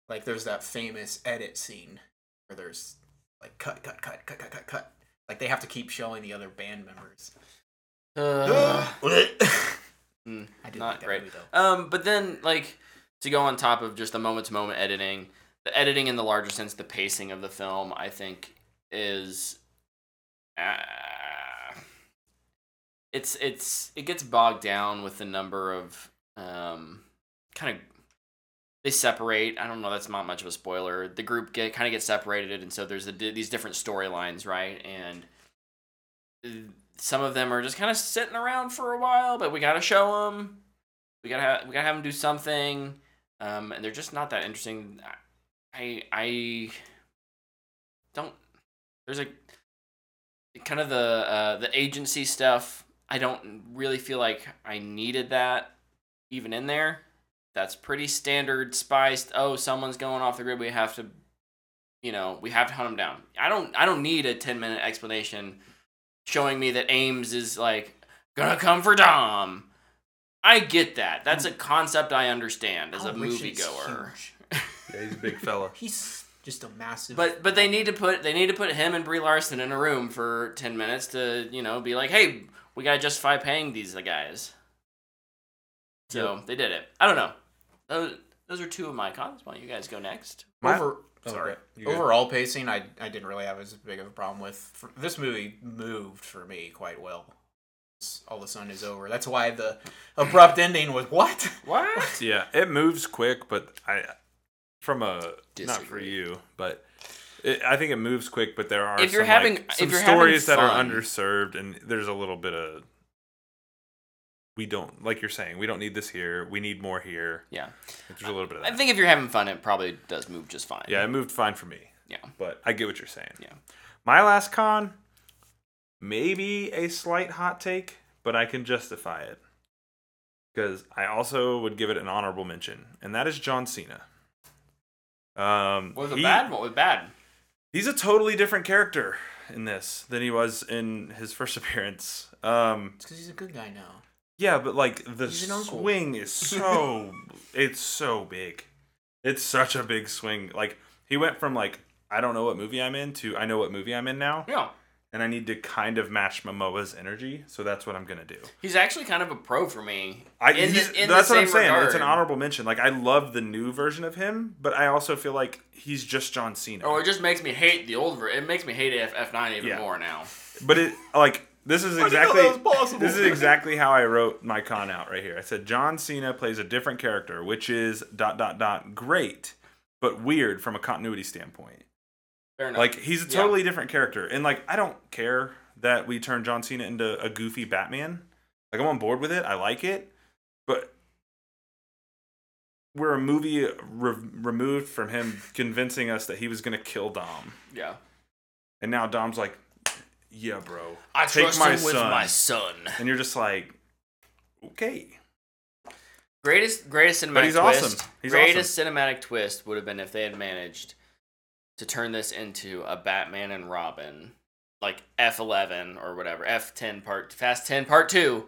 like, there's that famous edit scene where there's like cut, cut, cut, cut, cut, cut, cut. Like they have to keep showing the other band members. Uh, I Mm, did not like that great. movie, though. Um, but then like to go on top of just the moment to moment editing, the editing in the larger sense, the pacing of the film, I think is, uh, it's it's it gets bogged down with the number of um, kind of they separate. I don't know. That's not much of a spoiler. The group get kind of gets separated, and so there's the, these different storylines, right? And uh, some of them are just kind of sitting around for a while, but we gotta show them. We gotta have, we gotta have them do something, um, and they're just not that interesting. I I don't. There's a kind of the uh, the agency stuff. I don't really feel like I needed that even in there. That's pretty standard spiced. Oh, someone's going off the grid. We have to, you know, we have to hunt them down. I don't. I don't need a ten minute explanation showing me that Ames is like gonna come for Dom. I get that. That's a concept I understand as a How rich Oh, is moviegoer. huge. Yeah, he's a big fella. He's just a massive. But but they need to put they need to put him and Brie Larson in a room for ten minutes to you know be like, hey, we gotta justify paying these guys. So they did it. I don't know. Those, those are two of my cons. Why don't you guys go next? My- Over, Oh, sorry. okay. You good? Overall pacing, I I didn't really have as big of a problem with. For, this movie moved for me quite well. It's- All the sun is over. That's why the abrupt ending was what? What? Yeah, it moves quick, but I from a not for Disagree. you, but it, I think it moves quick. But there are If you're some, having- like, if some you're having stories that are fun. underserved, and there's a little bit of we don't like you're saying we don't need this here. We need more here. *laughs* Yeah. Like, There's a little bit of I that. think if you're having fun, it probably does move just fine. yeah, it moved fine for me. Yeah. but I get what you're saying. Yeah. My last con, maybe a slight hot take, but I can justify it because I also would give it an honorable mention, and that is John Cena. Um, Was it he- bad? What was bad? he's a totally different character in this than he was in his first *laughs* appearance. Um, It's because he's a good guy now. yeah, but like the He's an uncle. swing is *laughs* so it's so big. It's such a big swing. Like he went from like I don't know what movie I'm in to I know what movie I'm in now, Yeah. and I need to kind of match Momoa's energy, so that's what I'm gonna do. He's actually kind of a pro for me. I, In the- he's- in the that's what I'm same saying. It's regard. an honorable mention. Like I love the new version of him, but I also feel like he's just John Cena. Or Oh, it just makes me hate the old ver It makes me hate F F nine even Yeah. more now. But it like this is didn't know exactly that was possible. this is exactly how I wrote my con out right here. I said John Cena plays a different character, which is dot dot dot great, but weird from a continuity standpoint. Fair enough. Like he's a Yeah. totally different character, and like I don't care that we turn John Cena into a goofy Batman. Like I'm on board with it. I like it, but we're a movie re- removed from him convincing us that he was gonna kill Dom, yeah. and now Dom's like, "Yeah, bro, I take trust my him with son." my son. and you're just like, okay, Greatest greatest cinematic But he's twist. awesome. He's greatest cinematic twist would have been if they had managed to turn this into a Batman and Robin, like F eleven or whatever. F ten part Fast Ten Part Two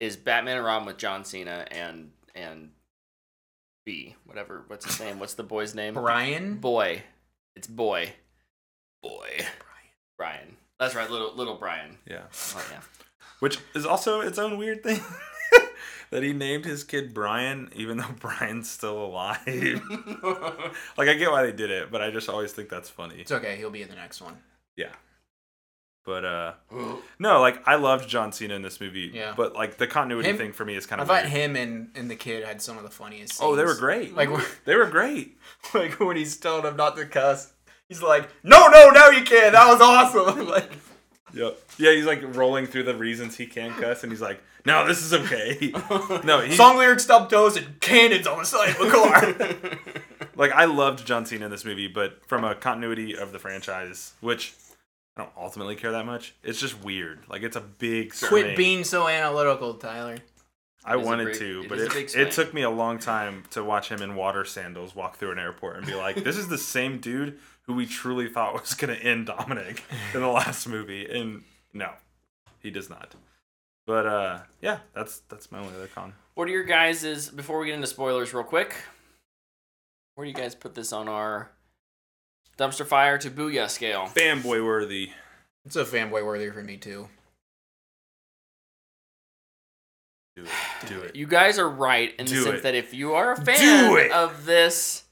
is Batman and Robin with John Cena and and B whatever. What's his name? What's the boy's name? Brian. Boy. It's boy. Boy. Brian. That's right, little little Brian. yeah, Oh yeah. which is also its own weird thing *laughs* that he named his kid Brian, even though *laughs* Brian's still alive. *laughs* *laughs* like I get why they did it, but I just always think that's funny. It's okay. He'll be in the next one. But uh no, like I loved John Cena in this movie, Yeah. but like the continuity Him- thing for me is kind I of thought weird. him and, and the kid had some of the funniest. oh, they were scenes. great. Like *laughs* when- they were great. *laughs* like when he's telling him not to cuss, he's like, "No, no, now you can. That was awesome." *laughs* like Yep. Yeah, he's like rolling through the reasons he can cuss, and he's like, "No, this is *laughs* okay." no, he, song lyrics, stub toes, and cannons on the side of a *laughs* car. like I loved John Cena in this movie, but from a continuity of the franchise, which I don't ultimately care that much. It's just weird. Like it's a big swing. Quit being so analytical, Tyler. I It is a wanted big- to, it but is a it, big it, swing. took me a long time to watch him in water sandals walk through an airport and be like, "This is the same dude who we truly thought was going to end Dominic in the last movie." And no, he does not. But uh, yeah, that's that's my only other con. What are your guys is before we get into spoilers real quick? Where do you guys put this on our dumpster fire to booyah scale? Fanboy worthy. It's a fanboy worthy for me too. Do it. Do it. *sighs* You guys are right in the Do sense it. that if you are a Do fan it. of this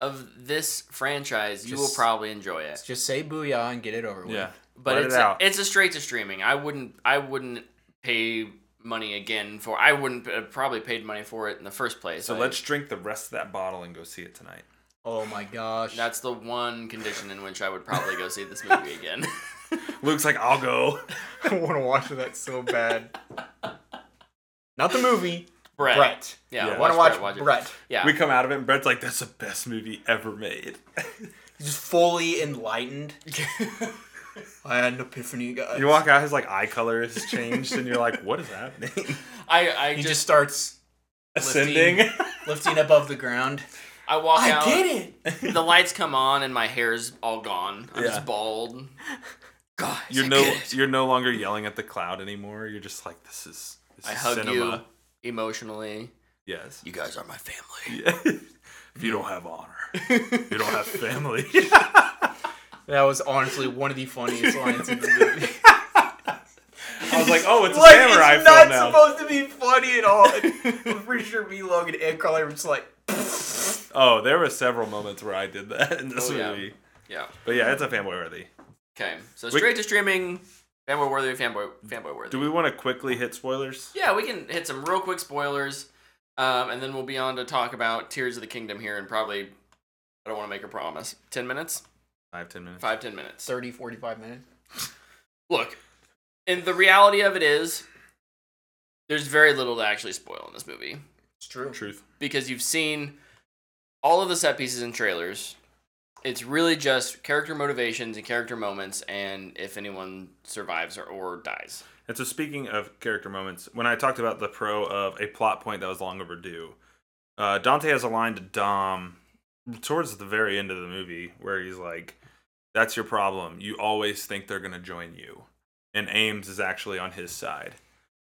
of this franchise, you will Just- probably enjoy it. Just say "booyah" and get it over with. Yeah. But Let it's it a, out. it's a straight to streaming. I wouldn't I wouldn't pay money again for I wouldn't have probably paid money for it in the first place. So I- let's drink the rest of that bottle and go see it tonight. Oh my gosh. that's the one condition in which I would probably go see this movie again. *laughs* Luke's like, I'll go. *laughs* I want to watch that so bad. Not the movie. Brett. Brett. Yeah, Yeah. I I want to watch, Brett. it. Yeah. We come out of it, and Brett's like, that's the best movie ever made. He's just fully enlightened. I had an epiphany, guys. you walk out, his like eye color has changed, and you're like, what is *laughs* happening? I, I He just, just, starts Ascending. lifting above the ground. I walk out. it. *laughs* The lights come on and my hair's all gone. I'm Yeah. just bald. Guys, *laughs* You're I no, get it. you're no longer yelling at the cloud anymore. You're just like, this is, this I is hug cinema. you emotionally. Yes. You guys are my family. Yeah. *laughs* if you don't have honor, you *laughs* don't have family. That was honestly one of the funniest lines *laughs* in the movie. I was like, oh, it's a like, samurai it's film not now. supposed to be funny at *laughs* all. I'm pretty sure me, Logan, and Carly were just like, *laughs* oh, there were several moments where I did that in this Oh, yeah. movie. Yeah. But yeah, it's a fanboy worthy. Okay. So We- straight to streaming, fanboy worthy, fanboy fanboy worthy. Do we want to quickly hit spoilers? yeah, we can hit some real quick spoilers, um, and then we'll be on to talk about Tears of the Kingdom here in probably. I don't want to make a promise. Ten minutes, Five, ten minutes. five, ten minutes. 30, 45 minutes. look, and the reality of it is, there's very little to actually spoil in this movie It's true. Truth. because you've seen all of the set pieces and trailers. It's really just character motivations and character moments, and if anyone survives or, or dies. And so, speaking of character moments, when I talked about the pro of a plot point that was long overdue, uh, Dante has a line to Dom towards the very end of the movie where he's like, That's your problem. You always think they're gonna join you, and Ames is actually on his side.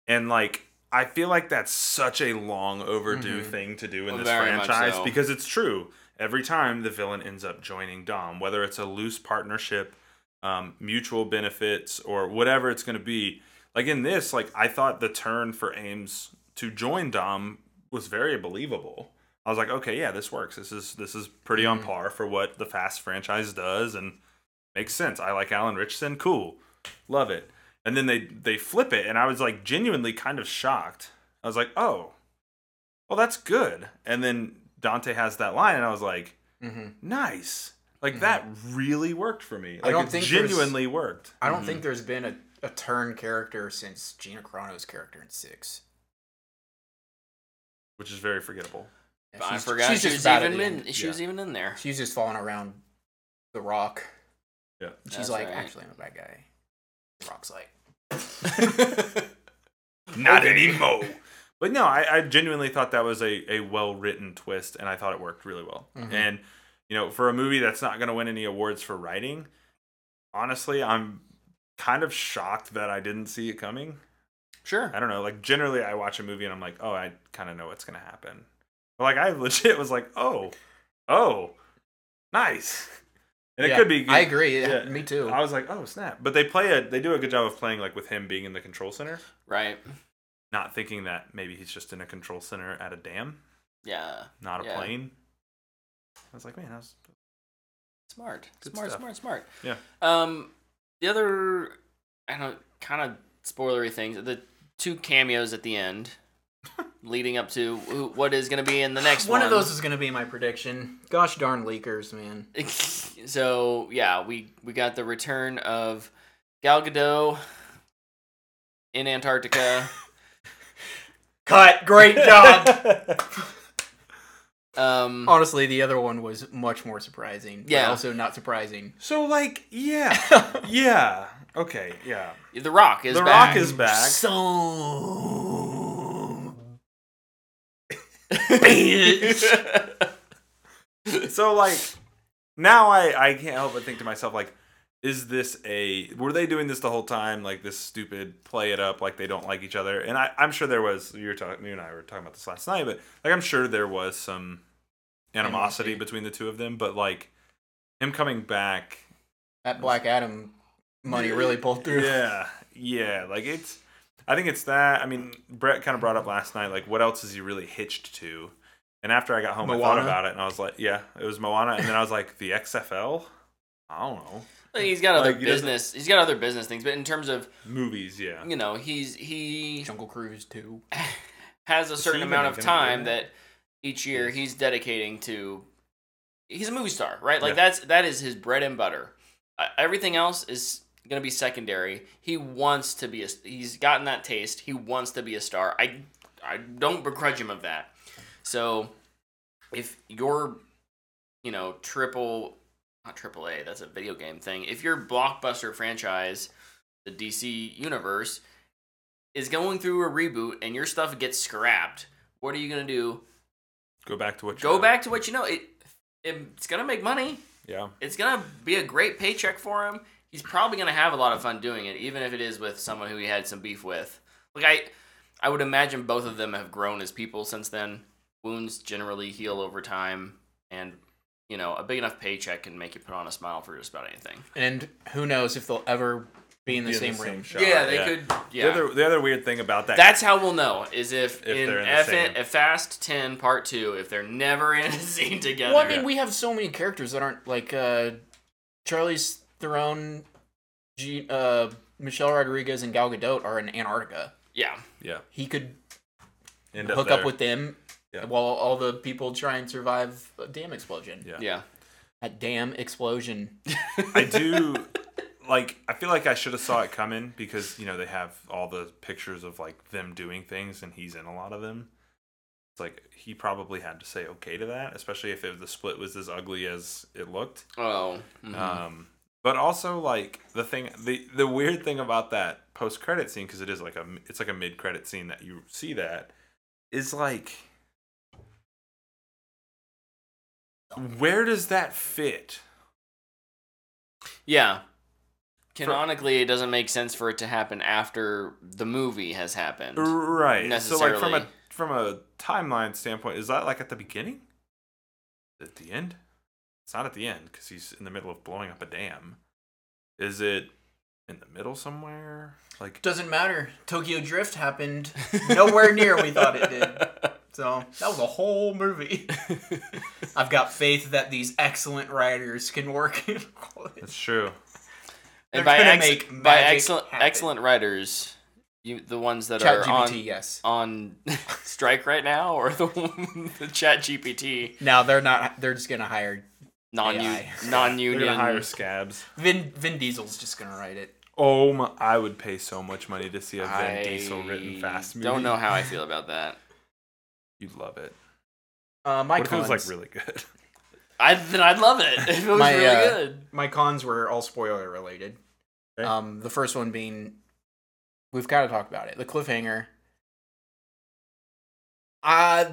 And like, I feel like that's such a long overdue Mhm. thing to do in Mm-hmm. Well, this very much franchise so. because it's true. Every time the villain ends up joining Dom, whether it's a loose partnership, um, mutual benefits, or whatever it's gonna be. Like in this, like I thought the turn for Ames to join Dom was very believable. I was like, okay, yeah, this works. This is this is pretty on Mhm. par for what the Fast franchise does, and makes sense. I like Alan Richardson, cool, love it. And then they they flip it, and I was like genuinely kind of shocked. I was like, oh, well, that's good. And then Dante has that line, and I was like, Mm-hmm. nice. Like Mhm. that really worked for me. Like I don't it think there's- genuinely worked. I don't think there's been a, a turn character since Gina Carano's character in six. which is very forgettable. Yeah, I she's- forgot she's she just was bad at even the in, end. she was even in there. She's just falling around the rock. Yeah. She's That's like, right. actually, I'm a bad guy. The rock's like, Not Okay. anymore. *laughs* But no, I, I genuinely thought that was a, a well written twist, and I thought it worked really well. Mhm. And you know, for a movie that's not going to win any awards for writing, honestly, I'm kind of shocked that I didn't see it coming. Sure. I don't know. Like generally, I watch a movie and I'm like, oh, I kind of know what's going to happen. But like, I *laughs* legit was like, oh, oh, nice. And Yeah, it could be. I agree. Yeah. Yeah, me too. I was like, oh snap! But they play a they do a good job of playing like with him being in the control center. Right. not thinking that maybe he's just in a control center at a dam, Yeah. not a Yeah. plane. I was like, man, that was Smart. Good smart, stuff. smart, smart. Yeah. Um the other I don't kind of spoilery things, the two cameos at the *laughs* end leading up to who- what is going to be in the next one. one, of those is going to be my prediction. Gosh darn leakers, man. *laughs* so, yeah, we we got the return of Gal Gadot in *laughs* Antarctica. Cut. Great job. Um Honestly, the other one was much more surprising. but Yeah. also not surprising. so like, yeah, yeah, okay, yeah. The Rock is the back. Rock *laughs* is back. So. *laughs* so like, now I I can't help but think to myself like, is this a were they doing this the whole time like this stupid play it up like they don't like each other? And I I'm sure there was you were talking you and I were talking about this last night, but like I'm sure there was some animosity Animosity. between the two of them, but like him coming back That Black Adam money really pulled through. Yeah, yeah. Like it's, I think it's that. I mean, Brett kind of brought up last night, like what else is he really hitched to? And after I got home, I thought Moana? about it, and I was like, yeah, it was Moana. And then I was like, the XFL. I don't know. Like, he's got other Like, he doesn't- business. He's got other business things, but in terms of Movies, yeah. you know, he's he *laughs* Jungle Cruise too. *sighs* has a Is certain he amount even of gonna do time that that? each year he's dedicating to. He's a movie star, right? Like Yeah. that's that is his bread and butter. Uh, everything else is gonna be secondary. He wants to be a. He's gotten that taste. He wants to be a star. I I don't begrudge him of that. So if your you know triple not triple A that's a video game thing. If your blockbuster franchise, the DC universe, is going through a reboot and your stuff gets scrapped, what are you gonna do? Go back to what. you Go know. back to what you know. It, it it's gonna make money. Yeah. It's gonna be a great paycheck for him. He's probably gonna have a lot of fun doing it, even if it is with someone who he had some beef with. Like I, I would imagine both of them have grown as people since then. Wounds generally heal over time, and you know a big enough paycheck can make you put on a smile for just about anything. And who knows if they'll ever be in the same room. shot, Yeah. The other, the other weird thing about that. That's how we'll know is if, If in, they're in the F- same- a Fast Ten Part Two, if they're never in a scene together. Well, I mean, we have so many characters that aren't like uh Charlie's Theron, G- uh, Michelle Rodriguez, and Gal Gadot are in Antarctica. yeah, yeah. He could End hook there. up with them Yeah. while all the people try and survive a dam explosion. Yeah. yeah, That damn explosion. I do like I feel like I should have saw it coming because you know they have all the pictures of like them doing things and he's in a lot of them. It's like he probably had to say okay to that, especially if it, the split was as ugly as it looked. Oh, mhm. Um, but also like the thing, the the weird thing about that post credit scene because it is like a it's like a mid credit scene that you see that is like where does that fit? Yeah. Canonically, it doesn't make sense for it to happen after the movie has happened. Right. So like Necessarily. from a from a timeline standpoint, is that like at the beginning? At the end? It's not at the end because he's in the middle of blowing up a dam. Is it in the middle somewhere? Like Doesn't matter. Tokyo Drift happened *laughs* nowhere near we thought it did. *laughs* So that was a whole movie. I've got faith that these excellent writers can work in that's true. They're And by, gonna ex- make by magic excellent happen. excellent writers, you the ones that Chat are GPT, yes. on *laughs* on strike right now, or the one- the *laughs* Chat GPT Now they're not. They're just gonna hire non AI. non You're union. gonna hire scabs. Vin. Vin Diesel's just gonna write it. Oh my! I would pay so much money to see a Vin Diesel written fast movie. Don't know how I feel about that. You'd love it. Uh, my what if it cons. was like really good? *laughs* I then I'd love it *laughs* if it was My, really uh, good. my cons were all spoiler related. Okay. Um, the first one being, we've kind of talked about it. The cliffhanger. Uh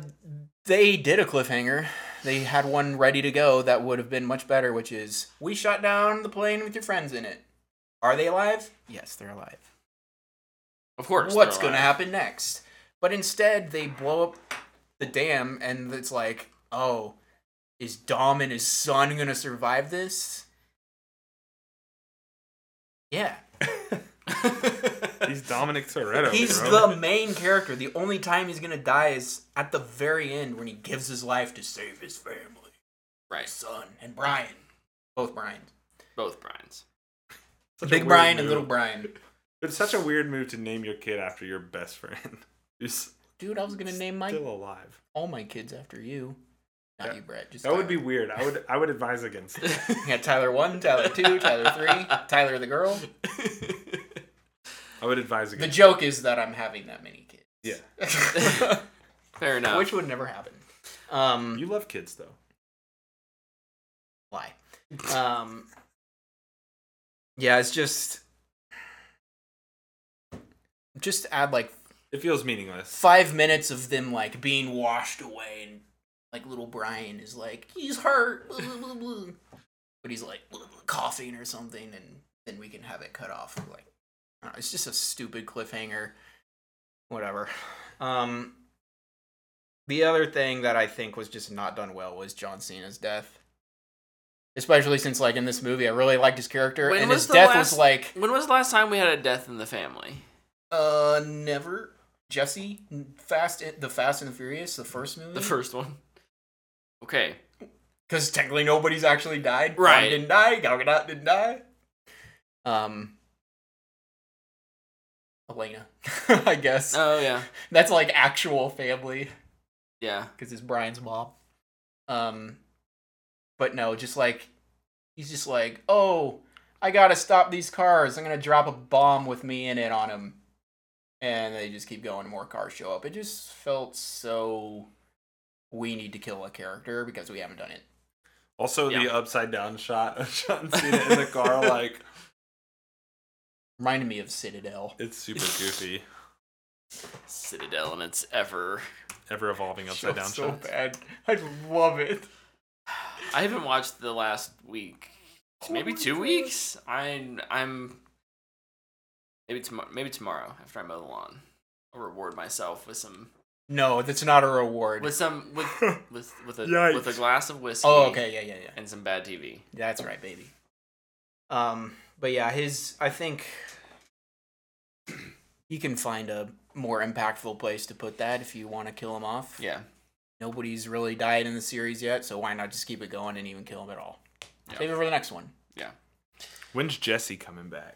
they did a cliffhanger. They had one ready to go that would have been much better, which is we shot down the plane with your friends in it. Are they alive? Yes, they're alive. Of course. they're What's alive. going to happen next? But instead, they blow up the dam, and it's like, oh, is Dom and his son going to survive this? Yeah. *laughs* He's Dominic Toretto. He's bro. the main character. The only time he's going to die is at the very end when he gives his life to save his family, Right. son, and Brian. Both Brians. Both *laughs* Brian's. Such a Big weird Brian and move. Little Brian. It's such a weird move to name your kid after your best friend *laughs* who's Dude, I was going to name my still alive. all my kids after you. Not That- you, Brett. Just That would Tyler. be weird. I would I would advise against it. Yeah, Tyler one, Tyler two, Tyler three, *laughs* Tyler the girl. I would advise The against. joke is that I'm having that many kids. *laughs* Yeah. Fair enough. Which would never happen. Um you love kids though. lie. Um Yeah, it's just just add like It feels meaningless. five minutes of them like being washed away and like little Brian is like, he's hurt. *laughs* blah, blah, blah, blah. But he's like blah, blah, coughing or something and then we can have it cut off. Like I don't know, it's just a stupid cliffhanger. Whatever. Um the other thing that I think was just not done well was John Cena's death. Especially since like in this movie I really liked his character When and was his the death last- was like when was the last time we had a death in the family? uh never Jesse Fast the Fast and the Furious the first movie The first one. Okay. because technically nobody's actually died. Ron Right. didn't die. Gal Gadot didn't die. Um, Elena, *laughs* I guess Oh yeah. that's like actual family Yeah. because it's Brian's mom. Um, but no, just like he's just like, oh, I gotta stop these cars. I'm gonna drop a bomb with me in it on them, and they just keep going. More cars show up. It just felt so. We need to kill a character because we haven't done it. Also Yeah. the upside down shot of John Cena in the car, like Reminded me of Citadel. it's super goofy. Citadel and its ever. Ever evolving upside down so shots. bad. *laughs* I love it. I haven't watched the last week, Oh maybe two weeks. I'm I'm maybe tomorrow. Maybe tomorrow after I mow the lawn, I'll reward myself with some No, that's not a reward. with some with with with a with a Yikes. glass of whiskey. oh, okay, yeah, yeah, yeah. And some bad TV. That's right, baby. Um, but yeah, his I think you can find a more impactful place to put that if you want to kill him off. Yeah. Nobody's really died in the series yet, so why not just keep it going and even kill him at all? Yeah. Save it for the next one. When's Jesse coming back?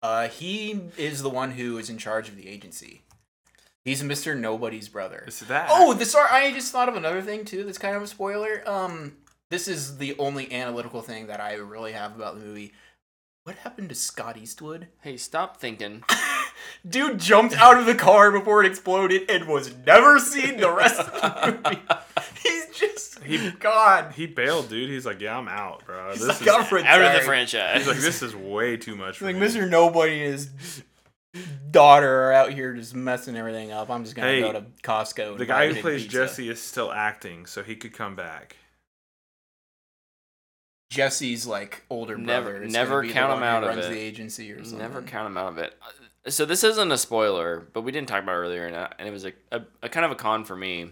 Uh, he is the one who is in charge of the agency. He's Mister Nobody's brother. Is that Oh, this are I just thought of another thing too. That's kind of a spoiler. Um, this is the only analytical thing that I really have about the movie. What happened to Scott Eastwood? Hey, stop *laughs* thinking. Dude jumped out of the car before it exploded and was never seen the rest of the *laughs* movie. He's just He- God. he bailed, dude. He's like, Yeah, I'm out, bro. He's this like, is "I'm retired." Out of the franchise. he's like, this is way too much He's for Like me. Mr. Nobody and his daughter are out here just messing everything up. I'm just gonna Hey, go to Costco. and The buy guy a who big plays pizza. Jesse is still acting, so he could come back. Jesse's like older Never- brother. is never gonna be the count one him who out of runs it. the agency or *laughs* something. Never count him out of it. Uh, So this isn't a spoiler, but we didn't talk about it earlier, and, I, and it was a, a, a kind of a con for me.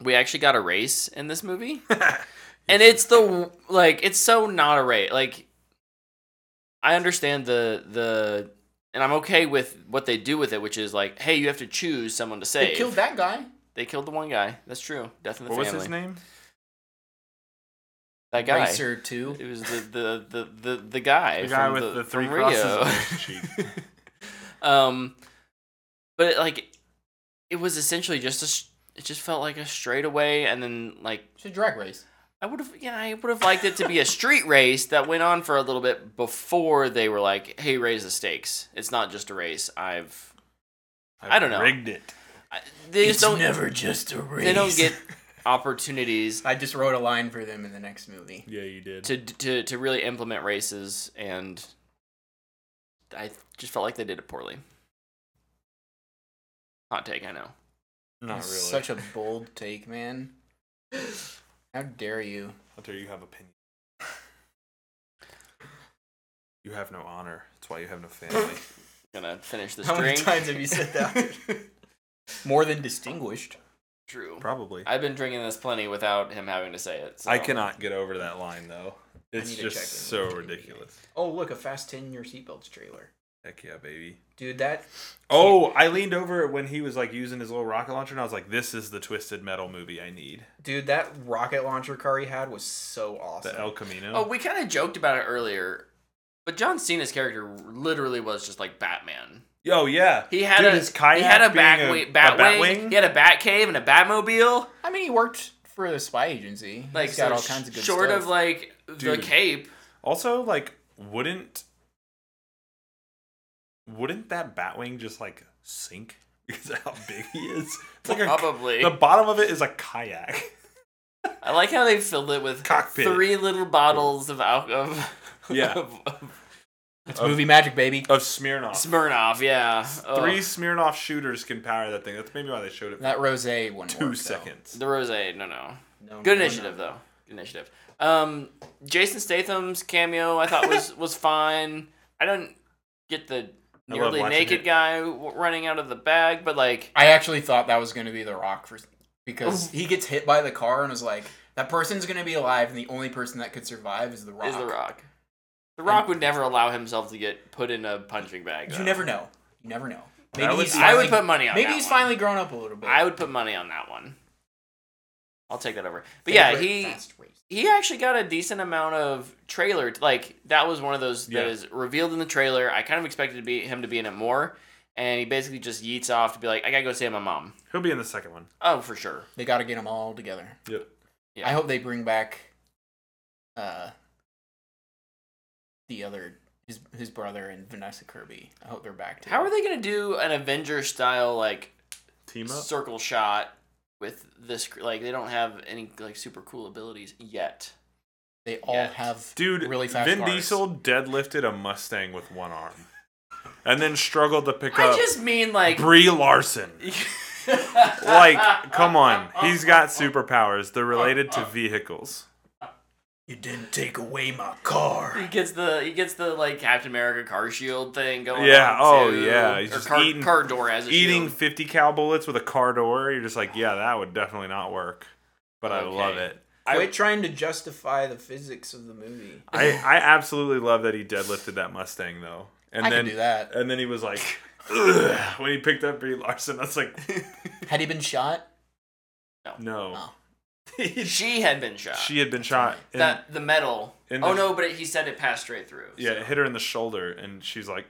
We actually got a race in this *laughs* movie, and it's the like it's so not a race. Like I understand the the, and I'm okay with what they do with it, which is like, hey, you have to choose someone to They save. killed that guy. They killed the one guy. That's true. Death in the What was family. his name? That guy. Racer two. It was the the the the, the guy. The guy from with the, three from crosses *laughs* Rio. on his cheek. *laughs* Um, but it, like, it was essentially just a. s- It just felt like a straightaway, and then like It's a drag race. I would have, yeah, I would have liked it to be a street race that went on for a little bit before they were like, "Hey, raise the stakes. It's not just a race." I've, I don't know. Rigged it. I, they just don't. just a race. they don't get opportunities *laughs* I just wrote a line for them in the next movie. Yeah, you did. to to to really implement races, and I just felt like they did it poorly. Hot take, I know. Not really. That's *laughs* Such a bold take, man. How dare you? Hunter, you have opinion. You have no honor. That's why you have *laughs* no family. Gonna finish this How many drink. times have you said that? More than distinguished. True. Probably. I've been drinking this plenty without him having to say it. So. I cannot get over that line though. It's need to just check it. so ridiculous. Oh, look, a Fast 10 Your Seatbelts trailer. Heck yeah, baby. Dude, that. Oh, I leaned over when he was like using his little rocket launcher, and I was like, "This is the twisted metal movie I need." Dude, that rocket launcher car he had was so awesome. The El Camino. Oh, we kind of joked about it earlier, but John Cena's character literally was just like Batman. Yo, yeah. He had Dude, a his kayak he had a being back a- wi- a bat, bat wing, wing? He had a bat cave and a Batmobile. I mean, he worked for the spy agency. Like He's got so all kinds of good short stuff. of like the Dude. cape. Also, like, wouldn't wouldn't that Batwing just like sink *laughs* because of how big he is? It's like a, Probably. the bottom of it is a kayak. *laughs* I like how they filled it with Cockpit. three little bottles of alcohol. *laughs* Yeah. of, of It's movie magic, baby. Of Smirnoff. Smirnoff. Yeah. Ugh. Three Smirnoff shooters can power that thing. That's maybe why they showed it for That rose one. two seconds. The rose. No, no. No, Good no, initiative no. though. Good initiative. Um, Jason Statham's cameo I thought *laughs* was was fine. I don't get the I love nearly watching naked it. guy w- running out of the bag, but like I actually thought that was going to be The Rock for because he gets hit by the car and was like, that person's going to be alive, and the only person that could survive is The Rock. is the Rock. The Rock would never allow himself to get put in a punching bag. You though. never know. You never know. Maybe would- he's I would finally- put money on. Maybe that he's one. finally grown up a little bit. I would put money on that one. I'll take that over. But yeah, Favorite he fast race. he actually got a decent amount of trailer. Like that was one of those that Yeah. is revealed in the trailer. I kind of expected to be him to be in it more, and he basically just yeets off to be like, "I gotta go save my mom." He'll be in the second one. Oh, for sure. They got to get them all together. Yep. Yeah. I hope they bring back uh the other his his brother and Vanessa Kirby. I hope they're back too. How are they gonna do an Avenger style like Team up. circle shot with this? cr- Like they don't have any like super cool abilities yet. they all Yeah. have Dude, really fast Vin cars. Diesel deadlifted a Mustang with one arm, and then struggled to pick I up just mean like Brie Larson. *laughs* Like, come on, he's got *laughs* superpowers. They're related to vehicles. You didn't take away my car. He gets the he gets the like Captain America car shield thing going. Yeah, on, oh, too. yeah, he's or just car, eating- car door as a Eating shield. 50 cal bullets with a car door, you're just like, yeah, that would definitely not work. But I Okay. love it. Quit trying to justify the physics of the movie. I, I absolutely love that he deadlifted that Mustang though, and I then can do that. and then he was *laughs* like, "Ugh," when he picked up Brie Larson, I was like, Had he *laughs* been shot? no, Oh. *laughs* She had been shot. she had been shot. In, that the metal. in oh the- no, but it, he said it passed straight through. yeah, *laughs* it hit her in the shoulder, and she's like,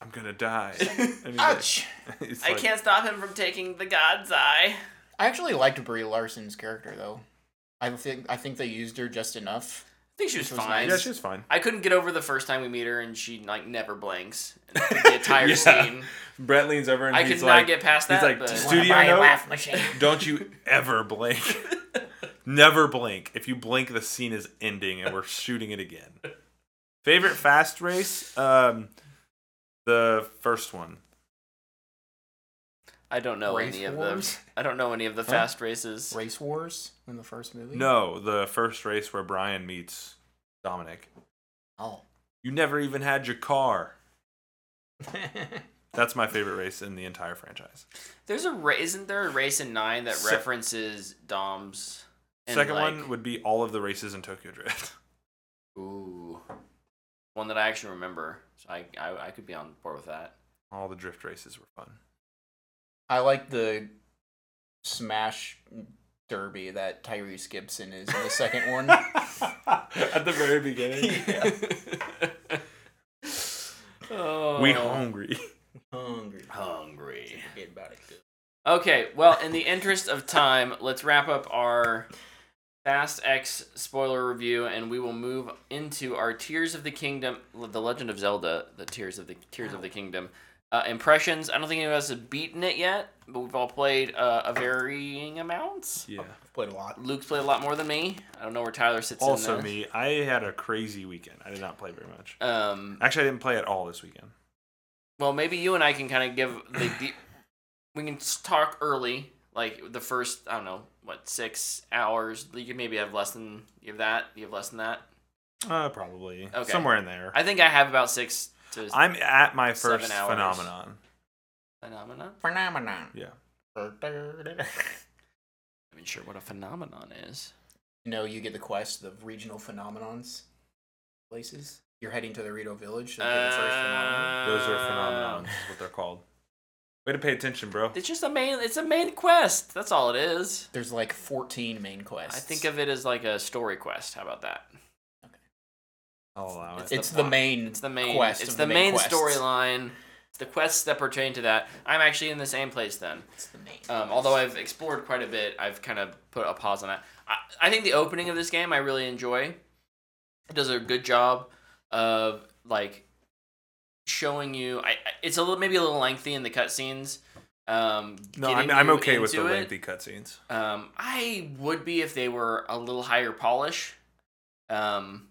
I'm gonna *laughs* die. And he's like- Ouch. *laughs* he's I like, can't stop him from taking the God's eye. I actually liked Brie Larson's character though. I think I think they used her just enough. I think she was Which was fine. Yeah, she was fine. I couldn't get over the first time we meet her, and she like never *laughs* blinks. The entire Yeah. scene, Brett leans over and I he's could like, not get *laughs* past he's that. like, but "Just do- Studio Wanna buy a note? laugh *laughs* machine. Don't you ever blink. Never blink. If you blink, the scene is ending and we're shooting it again. Favorite fast race? Um, the first one. I don't know Race any of the. wars? I don't know any of the fast races. Race Wars in the first movie. No, the first race where Brian meets Dominic. Oh. *laughs* You never even had your car. That's my favorite race in the entire franchise. There's a ra- isn't there a race in nine that Se- references Dom's and, Second like, one would be all of the races in Tokyo Drift. *laughs* ooh one that I actually remember. So I I, I could be on board with *laughs* that. all the drift races were fun. I like the Smash Derby that Tyrese Gibson is in the second one. At the very beginning. *laughs* oh, We hungry. *laughs* Hungry. hungry. Forget about it. Okay, well, in the interest of time, let's wrap up our Fast X spoiler review, and we will move into our Tears of the Kingdom, The Legend of Zelda, the Tears of the Tears of the Kingdom uh, impressions. I don't think any of us have beaten it yet, but we've all played uh, a varying amount. Yeah. Played a lot. Luke's played a lot more than me. I don't know where Tyler sits. in *laughs* Also the- me, I had a crazy weekend. I did not play very much. Um, Actually, I didn't play at all this weekend. well, maybe you and I can kind of give the, the we can s- talk early, like the first I don't know what six hours. You could maybe have less than you have that. You have less than that. Uh, probably Okay. somewhere in there. I think I have about six to I, am at my Seven first hours. phenomenon. phenomenon. Phenomenon. Yeah. I'm not sure what a phenomenon is. You know, you get the quest, the regional phenomenons places. You're heading to the Rito Village. So you get the first Uh, phenomenon. Those are Um, phenomenons. phenomenon. Is what they're called. Way to pay attention, bro. It's just a main. It's a main quest. That's all it is. There's like 14 main quests. I think of it as like a story quest. How about that? I'll allow it. the it's the, plot. main. It's the main. quest. it's of the, main, quest. storyline. It's the quests that pertain to that. I'm actually in the same place then. It's the main. Um, although I've explored quite a bit, I've kind of put a pause on that. I, I think the opening of this game I really enjoy. It does a good job of like showing you. I I- it's a little maybe a little lengthy in the cutscenes. Um, No, getting I'm, I'm you okay with the into it. lengthy cutscenes. Um, I would be if they were a little higher polish. Um,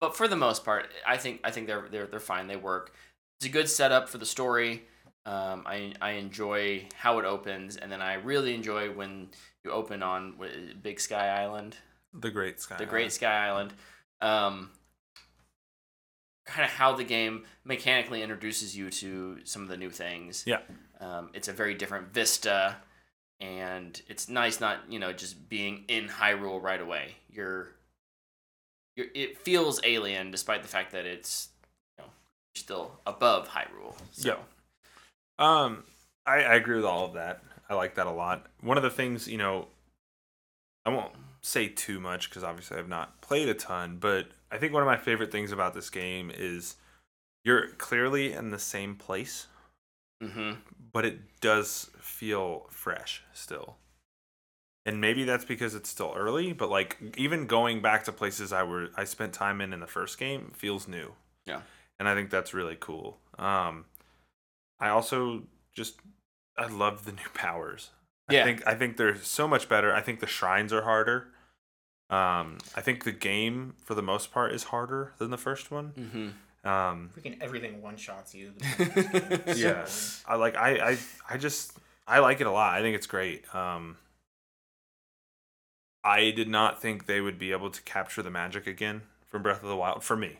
but for the most part, I think I think they're they're they're fine. They work. It's a good setup for the story. Um, I I enjoy how it opens, and then I really enjoy when you open on wi- Big Sky Island, The Great Sky. the Great Sky Island. Um, kind of how the game mechanically introduces you to some of the new things. Yeah. Um, it's a very different vista, and it's nice not you know just being in Hyrule right away. You're, you're it feels alien despite the fact that it's you know you're still above Hyrule. So. Yeah. Um, I, I agree with all of that. I like that a lot. One of the things, you know, I won't say too much because obviously I've not played a ton, but I think one of my favorite things about this game is you're clearly in the same place, Mm-hmm. but it does feel fresh still. And maybe that's because it's still early, but like even going back to places I were I spent time in in the first game feels new. Yeah. And I think that's really cool. Um I also just I love the new powers. I Yeah. think I think they're so much better. I think the shrines are harder. Um I think the game for the most part is harder than the first one. Mm-hmm. *laughs* Um Freaking everything one shots you. yeah *laughs* i like I, I i just i like it a lot i think it's great um i did not think they would be able to capture the magic again from breath of the wild for me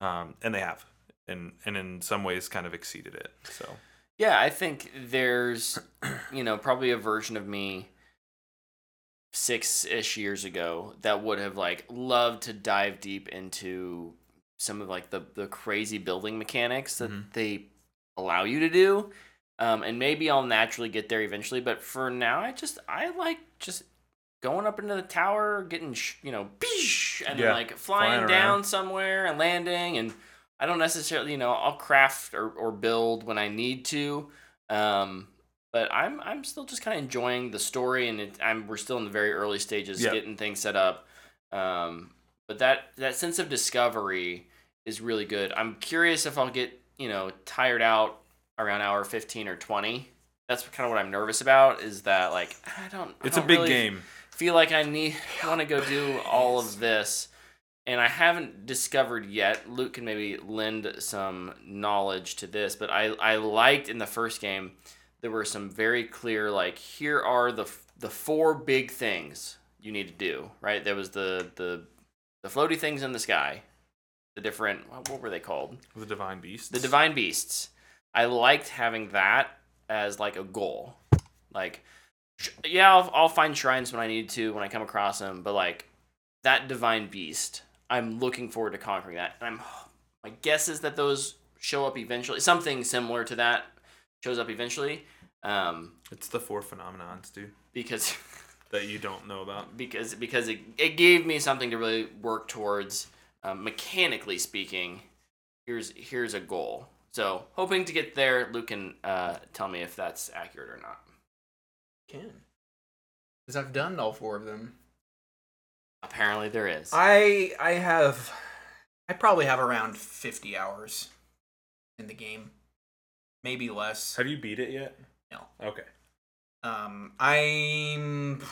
um and they have and and in some ways kind of exceeded it so Yeah, I think there's, you know, probably a version of me six ish years ago that would have like loved to dive deep into some of like the the crazy building mechanics that Mhm. they allow you to do. Um, and maybe I'll naturally get there eventually, but for now, I just I like just going up into the tower, getting sh- you know, and Yeah, then like flying, flying down around. somewhere and landing and I don't necessarily, you know, I'll craft or, or build when I need to. Um, but I'm I'm still just kind of enjoying the story, and it, I'm we're still in the very early stages, Yeah. getting things set up. Um, but that that sense of discovery is really good. I'm curious if I'll get you know tired out around hour fifteen or twenty. That's kind of what I'm nervous about. Is that like I don't. I it's a don't big really game feel like I need want to go do all of this, and I haven't discovered yet. Luke can maybe lend some knowledge to this, but I I liked in the first game there were some very clear like here are the f- the four big things you need to do. Right, there was the the the floaty things in the sky, the different what what were they called? The Divine Beast. The divine beasts. I liked having that as like a goal. Like, sh- yeah, I'll, I'll find shrines when I need to when I come across them, but like that divine beast, I'm looking forward to conquering that. And I'm my guess is that those show up eventually. Something similar to that shows up eventually. Um, It's the four phenomenons, dude, because *laughs* that you don't know about. because because it, it gave me something to really work towards um, mechanically speaking here's here's a goal so hoping to get there luke can uh, tell me if that's accurate or not Can. Because I've done all four of them. apparently there is I I have I probably have around 50 hours in the game. Maybe less. Have you beat it yet? No. Okay. Um I'm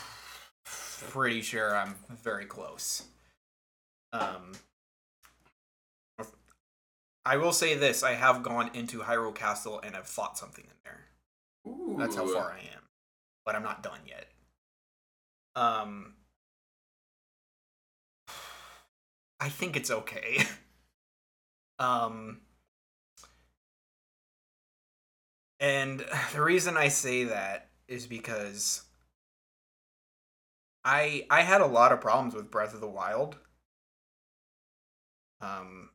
pretty sure I'm very close. Um I will say this, I have gone into Hyrule Castle and I've fought something in there. That's how far I am. But I'm not done yet. Um *sighs* I think it's okay. *laughs* um and *sighs* the reason I say that is because I I had a lot of problems with Breath of the Wild. Um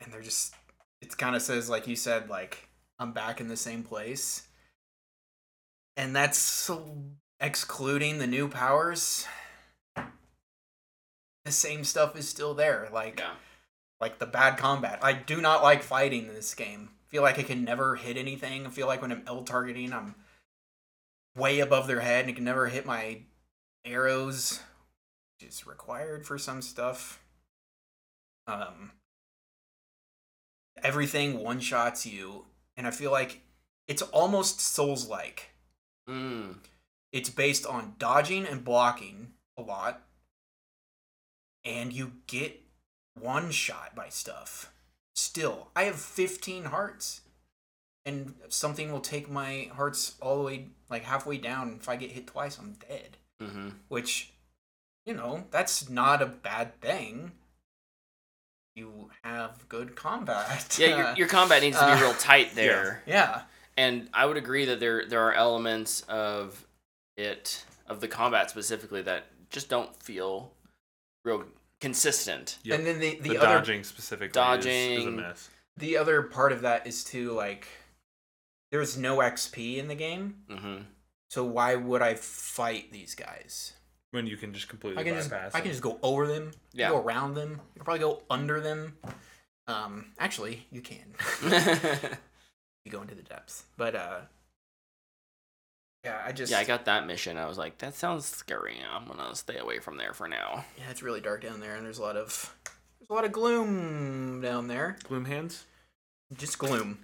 and they're just it kind of says like you said like I'm back in the same place and that's excluding the new powers the same stuff is still there like yeah like the bad combat i do not like fighting in this game feel like i can never hit anything i feel like when i'm l targeting i'm way above their head and can never hit my arrows which is required for some stuff um everything one shots you and i feel like it's almost souls like mm. it's based on dodging and blocking a lot and you get one shot by stuff still i have 15 hearts and something will take my hearts all the way like halfway down if i get hit twice i'm dead mm-hmm. which you know that's not a bad thing you have good combat yeah your, your combat needs to be Uh, real tight there *laughs* yeah and i would agree that there there are elements of it of the combat specifically that just don't feel real consistent Yep. and then the, The, the other dodging specifically is, is a Dodging. mess. the other part of that is too like there's no xp in the game mm-hmm. *laughs* so why would i fight these guys When you can just completely i can just bypass. i can it. just go over them Yeah. go around them i could probably go under them um actually *laughs* you can you go into the depths but uh yeah i just Yeah, I got that mission. I was like, that sounds scary. I'm gonna stay away from there for now. yeah it's really dark down there and there's a lot of there's a lot of gloom down there gloom hands. just gloom.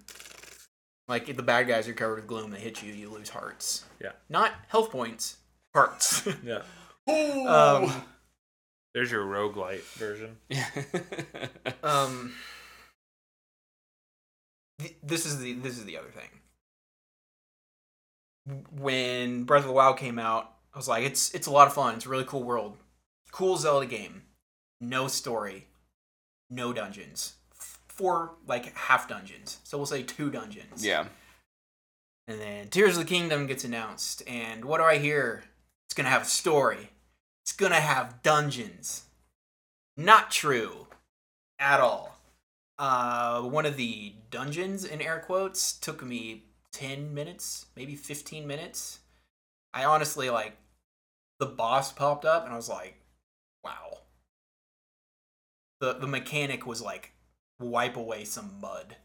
Like if the bad guys are covered with gloom, they hit you, you lose hearts. Yeah. Not health points, hearts. *laughs* Yeah. *laughs* um, There's your roguelite version. um, th- this is the this is the other thing. When Breath of the Wild came out, I was like, it's it's a lot of fun. It's a really cool world, cool Zelda game. No story, no dungeons. F- Four like half dungeons, so we'll say two dungeons. yeah. And then Tears of the Kingdom gets announced, and what do I hear? It's gonna have a story. It's gonna have dungeons. Not true at all. Uh, one of the dungeons, in air quotes, took me 10 minutes, maybe 15 minutes. I honestly, like, the boss popped up, and I was like, wow. The, the mechanic was like, wipe away some mud.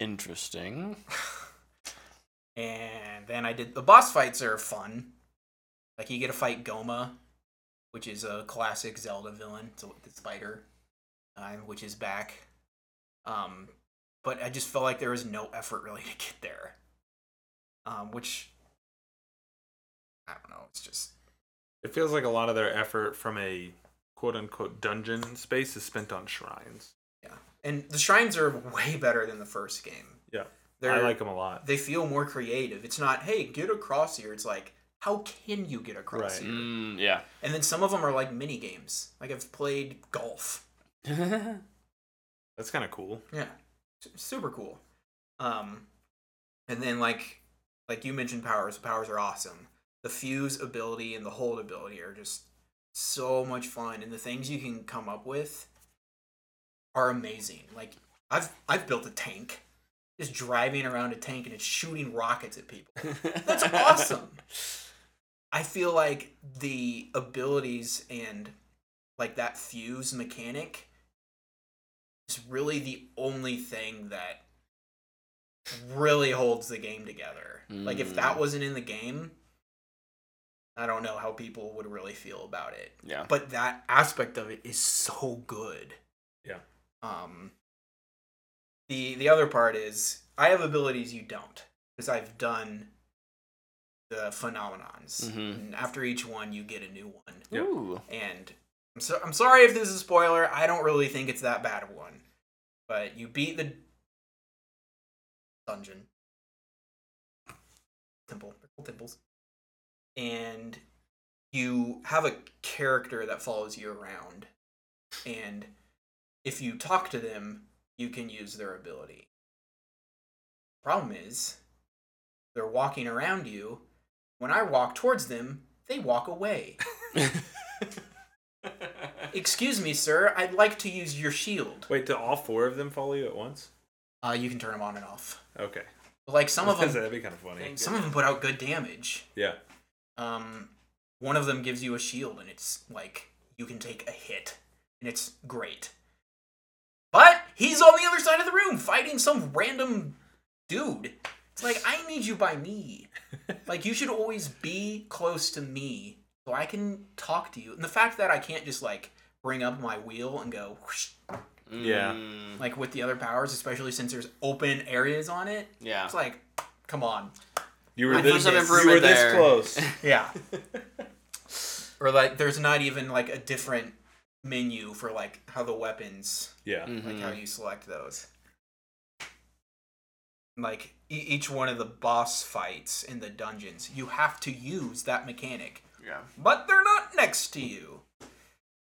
Interesting. And then I did the boss fights are fun. Like you get to fight Goma, which is a classic Zelda villain, so the spider, uh, which is back. Um, but I just felt like there was no effort really to get there. Um, which I don't know. It's just It feels like a lot of their effort from a quote unquote dungeon space is spent on shrines. and the shrines are way better than the first game. Yeah. they're I like. like them a lot. they feel more creative. It's not, hey, get across here. It's like, how can you get across Right. here? Mm, yeah. *laughs* And then some of them are like mini games. Like I've played golf. That's kind of *laughs* cool. Yeah, S- super cool. Um, and then like like you mentioned, powers. Powers are awesome. The fuse ability and the hold ability are just so much fun, and the things you can come up with are amazing. Like I've I've built a tank, just driving around a tank and it's shooting rockets at people. *laughs* That's awesome. I feel like the abilities and like that fuse mechanic is really the only thing that really holds the game together. Like if that Mm. wasn't in the game, I don't know how people would really feel about it. Yeah. But that aspect of it is so good. Yeah. Um the the other part is I have abilities you don't because I've done the phenomenons. Mhm. And after each one, you get a new one. Yep. Ooh. And I'm, so, I'm sorry if this is a spoiler. I don't really think it's that bad of one. But you beat the dungeon, temple, they're called temples, and you have a character that follows you around. And if you talk to them, you can use their ability. Problem is, they're walking around you. When I walk towards them, they walk away. Excuse me, sir. I'd like to use your shield. Wait, do all four of them follow you at once? Uh, you can turn them on and off. Okay. But, like some of them, *laughs* That'd be kind of funny. Thanks. some of them put out good damage. Yeah. Um, one of them gives you a shield, and it's like you can take a hit, and it's great. But he's on the other side of the room fighting some random dude. It's like I need you by me. like you should always be close to me so I can talk to you. And the fact that I can't just like bring up my wheel and go whoosh, Yeah. Mm, like with the other powers, especially since there's open areas on it. yeah. It's like, come on. You I were feel this, some you were improvement this there. *laughs* close. Yeah. or like, there's not even like a different menu for like how the weapons, Yeah. Mhm. like how you select those. Like e- each one of the boss fights in the dungeons, you have to use that mechanic, yeah. but they're not next to you.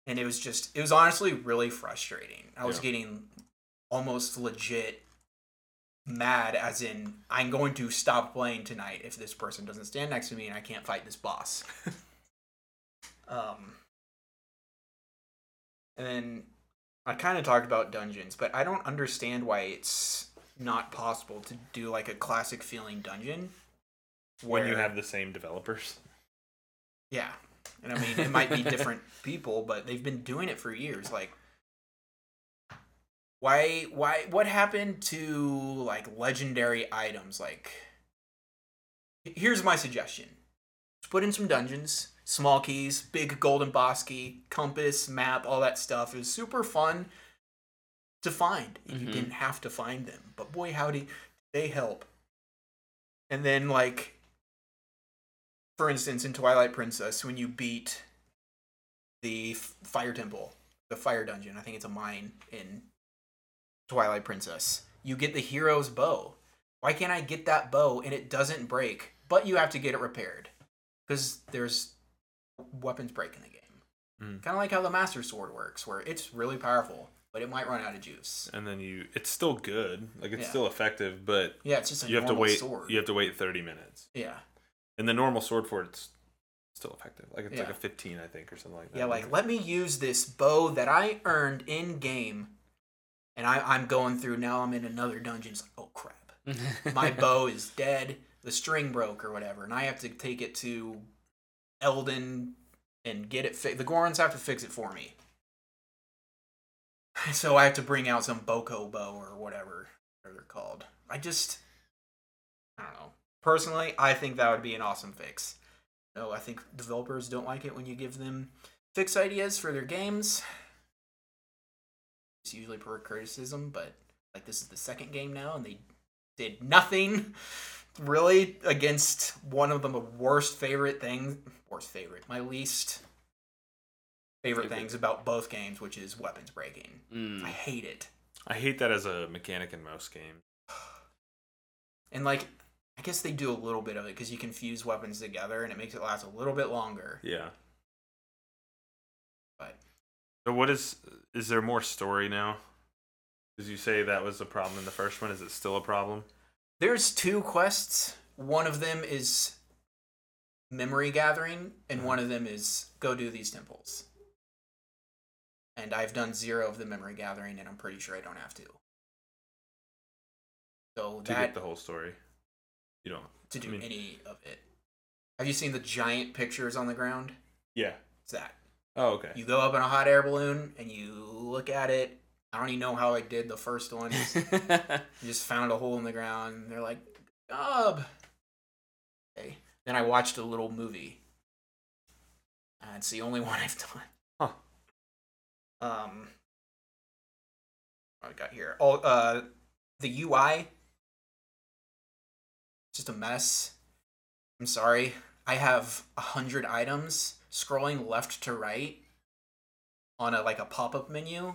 And it was just, it was honestly really frustrating. I was Yeah. getting almost legit mad as in i'm going to stop playing tonight if this person doesn't stand next to me and i can't fight this boss *laughs* um and then i kind of talked about dungeons but i don't understand why it's not possible to do like a classic feeling dungeon When you where- have the same developers. yeah. And I mean, it might be different people, but they've been doing it for years. Like, why, why, what happened to like legendary items? Like, here's my suggestion Let's put in some dungeons, small keys, big golden boss key, compass, map, all that stuff. It was super fun to find. and You Mhm. didn't have to find them, but boy, howdy, they help. And then, like, for instance, in Twilight Princess, when you beat the f- fire temple, the fire dungeon, I think it's a mine in Twilight Princess, you get the hero's bow. Why can't I get that bow and it doesn't break, but you have to get it repaired? Because there's weapons break in the game. Mm. Kind of like how the Master Sword works, where it's really powerful, but it might run out of juice. And then you it's still good. Like it's Yeah. still effective, but Yeah, it's just a you have to normal wait sword. you have to wait 30 minutes. yeah. And the normal sword for it's still effective. Like it's like Yeah. a 15 I think or something like that. Yeah, like let me use this bow that I earned in game, and I, I'm going through now. I'm in another dungeon. It's like, oh crap, my bow is dead. The string broke or whatever, and I have to take it to Elden and get it. Fi- the Gorons have to fix it for me. *laughs* So I have to bring out some Boko bow or whatever they're called. I just, I don't know. Personally, I think that would be an awesome fix. No, Oh, I think developers don't like it when you give them fix ideas for their games. It's usually per criticism, but like this is the second game now, and they did nothing *laughs* really against one of the worst favorite things. Worst favorite, my least favorite Favorite. things about both games, which is weapons breaking. *laughs* I Mm. hate it. I hate that as a mechanic in most games. And like I guess they do a little bit of it because you can fuse weapons together and it makes it last a little bit longer. Yeah. But- So what is is there more story now? Because you say that was the problem in the first one. Is it still a problem? There's two quests. One of them is memory gathering, and one of them is go do these temples. And I've done zero of the memory gathering, and I'm pretty sure I don't have to. So To that get the whole story. You don't. to do I mean- any of it. Have you seen the giant pictures on the ground? Yeah. It's that. Oh, okay. You go up in a hot air balloon and you look at it. I don't even know how I did the first one. *laughs* You just found a hole in the ground. And they're like, "Gob." Okay. Then I watched a little movie. Uh, it's the only *laughs* one I've done. Huh. Um. What I got here? Oh, uh, the UI. Just a mess. I'm sorry. I have a hundred items scrolling left to right on a like a pop-up menu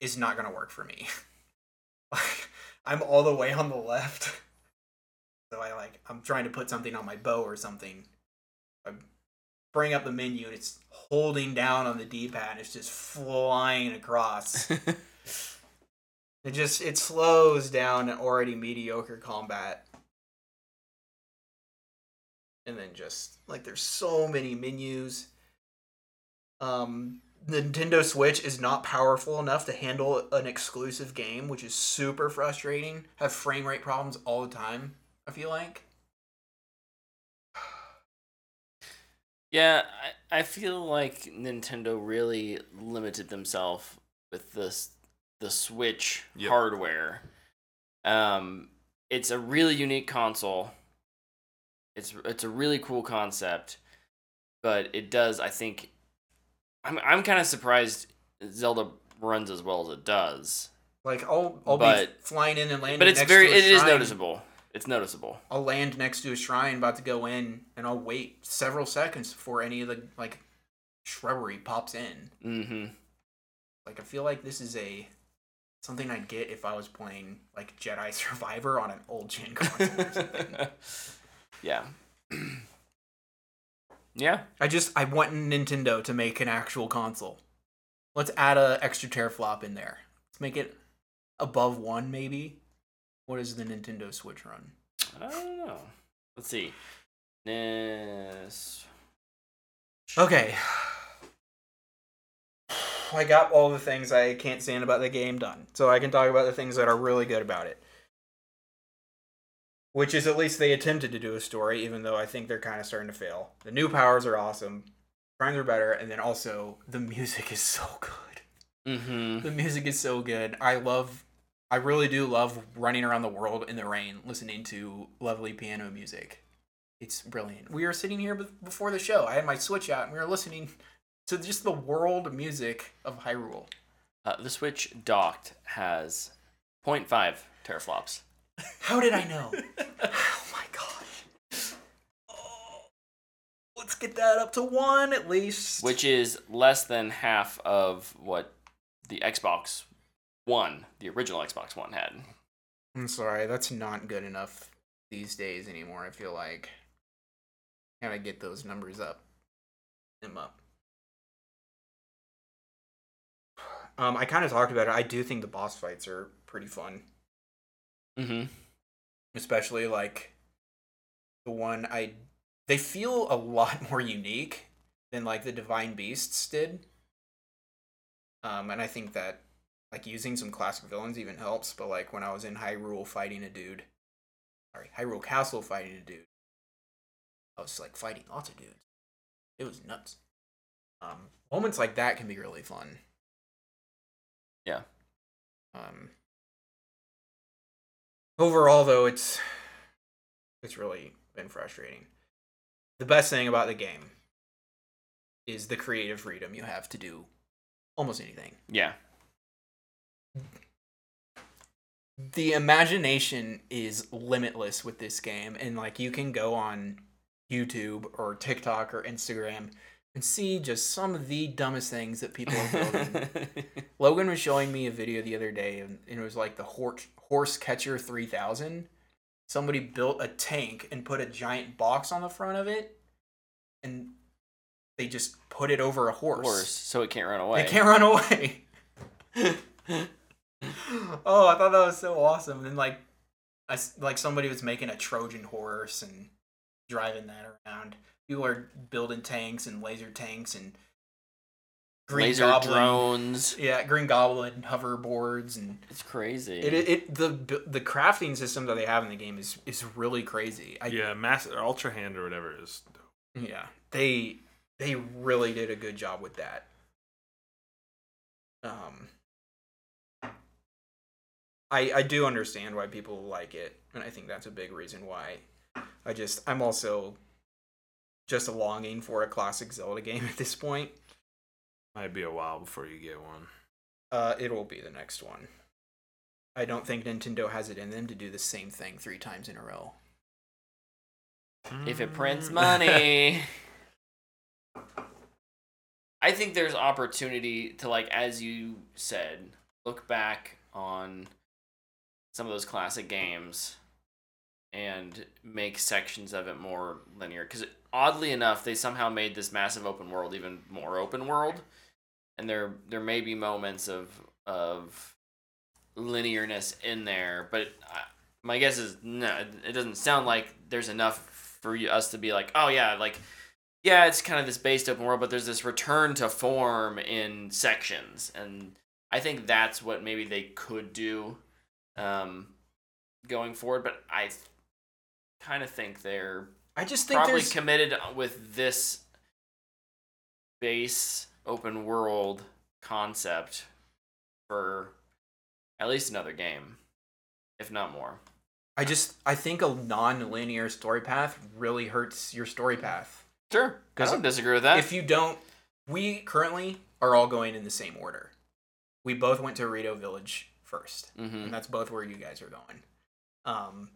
is not gonna work for me. *laughs* like I'm all the way on the left. *laughs* So I like I'm trying to put something on my bow or something. I bring up the menu and it's holding down on the D-pad and it's just flying across. *laughs* it just it slows down an already mediocre combat. And then just like there's so many menus. Um Nintendo Switch is not powerful enough to handle an exclusive game, which is super frustrating. Have frame rate problems all the time, I feel like. Yeah, I, I feel like Nintendo really limited themselves with this the Switch Yep. hardware. Um, it's a really unique console. It's it's a really cool concept, but it does. I think I'm I'm kind of surprised Zelda runs as well as it does. Like I'll I'll be But- flying in and landing. But it's next very to a it is shrine. noticeable. It's noticeable. I'll land next to a shrine about to go in and I'll wait several seconds before any of the like shrubbery pops in. Mm-hmm. *laughs* Like I feel like this is a something I'd get if I was playing like Jedi *laughs* Survivor on an old gen console or something. *laughs* yeah. *clears throat* yeah. I just I want Nintendo to make an actual console. Let's add a extra teraflop in there. Let's make it above one, maybe. What is the Nintendo Switch run? I don't know. Let's see. Nes- Okay. I got all the things I can't stand about the game done, so I can talk about the things that are really good about it. Which is at least they attempted to do a story, even though I think they're kind of starting to fail. The new powers are awesome, crimes are better, and then also the *laughs* music is so good. Mhm. The music is so good. I love, I really do love running around the world in the rain listening to lovely piano music. It's brilliant. We were sitting here bef- before the show. I had my Switch out and we were listening to just the world music of Hyrule. Uh, the Switch docked has 0.5 teraflops. How did I know? oh my gosh. Oh, let's get that up to one at least. Which is less than half of what the Xbox One, the original Xbox One had. I'm sorry, that's not good enough these days anymore. I feel like gotta get those numbers up, them up. *sighs* Um, I kind of talked about it. I do think the boss fights are pretty fun, Mm-hmm. Mhm. especially like the one I. They feel a lot *laughs* more unique than like the Divine Beasts did. Um, and I think that like using some classic villains even helps. But like when I was in Hyrule fighting a dude, sorry, Hyrule Castle fighting a dude, I was like fighting lots of dudes. It was nuts. Um, moments like that can be really fun. Yeah. Um. Overall, though, it's it's really been frustrating. The best thing about the game is the creative freedom you have to do almost anything. Yeah. the imagination is limitless with this game and like you can go on YouTube or TikTok or Instagram and see just some of the dumbest things that people are *laughs* building. Logan was showing me a video the other day and, and it was like the horse horse catcher 3000 somebody built a tank and put a giant box on the front of it, and they just put it over a horse. Horse, so it can't run away. They can't run away. *laughs* oh, I thought that was so awesome. And then like, I s- like somebody was making a Trojan horse and driving that around. People are building tanks and laser tanks and green Laser goblin. drones. Yeah, green goblin hoverboards and It's crazy. it, it, it the bu- the crafting system that they have in the game is is really crazy. I, yeah, mass or ultra hand or whatever is. dope. Yeah, they they really did a good job with that. Um, I I do understand why people like it, and I think that's a big reason why. I just I'm also just longing for a classic Zelda game *laughs* at this point. Might be a while before you get one. Uh, it will be the next one. I don't think Nintendo has it in them to do the same thing three times in a row. if it Mm. prints money. I think there's opportunity to like as you said, look back on some of those classic games and make sections of it more linear cuz oddly enough they somehow made this massive open world even more open world and there there may be moments of of linearness in there but I, my guess is no it doesn't sound like there's enough for you, us to be like oh yeah like yeah it's kind of this based open world but there's this return to form in sections and i think that's what maybe they could do um going forward but i kind of think they're I just think probably there's committed with this base open world concept for at least another game if not more I just I think a non-linear story path really hurts your story path. Sure. I 'Cause don't disagree with that. if you don't, we currently are all going in the same order. We both went to Rito Village 1st hmm and that's both where you guys are going. Um,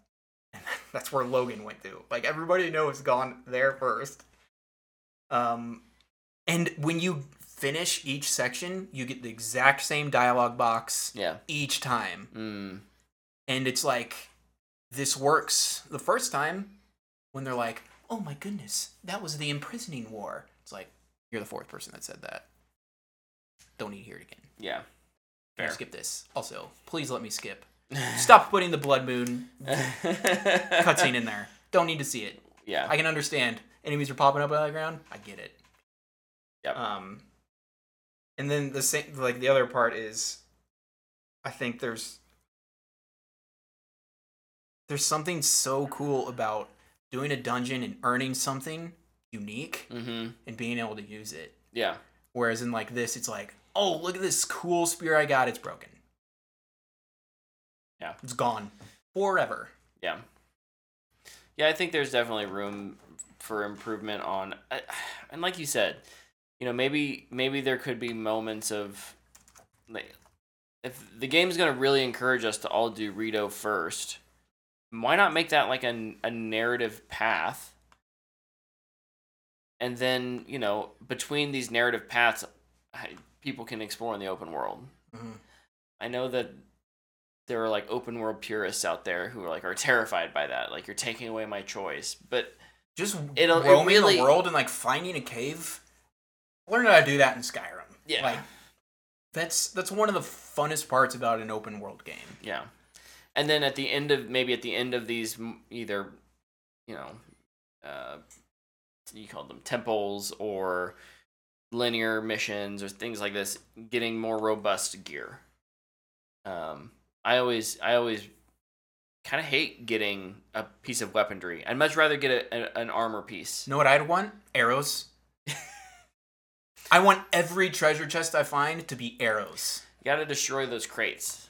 and *laughs* that's where Logan went to. Like everybody I know has gone there first. Um, and when you finish each section, you get the exact same dialogue box Yeah. each time Mm. and it's like this works the first time when they're like oh my goodness that was the imprisoning war it's like you're the fourth person that said that don't need to hear it again Yeah. Can I Fair. skip this also please let me skip *laughs* stop putting the blood moon cutscene in there *laughs* don't need to see it Yeah. i can understand enemies are popping up out of the ground i get it Yep. um and then the same like the other part is i think there's there's something so cool about doing a dungeon and earning something unique Mm-hmm. and being able to use it Yeah. whereas in like this it's like oh look at this cool spear i got it's broken Yeah. it's gone forever Yeah. Yeah, I think there's definitely room for improvement on I- *sighs* and like you said, you know, maybe maybe there could be moments of like if the game's going to really encourage us to all do Rito first, why not make that like a, a narrative path? And then, you know, between these narrative paths, I- people can explore in the open world. Mm-hmm. I know that there are like open world purists out there who are like are terrified by that. Like you're taking away my choice, but just It'll- it roaming really- the world and like finding a cave. Learn how to do that in Skyrim. Yeah. like that's that's one of the funnest parts about an open world game. yeah. And then at the end of maybe at the end of these m- either, you know, uh, you called them temples or linear missions or things like this, getting more robust gear. Um, I always I always kind of hate getting a piece of weaponry. I'd much rather get a, a, an armor piece. You know what I'd want? *laughs* Arrows. I want every treasure chest I find to be arrows. You gotta destroy those crates.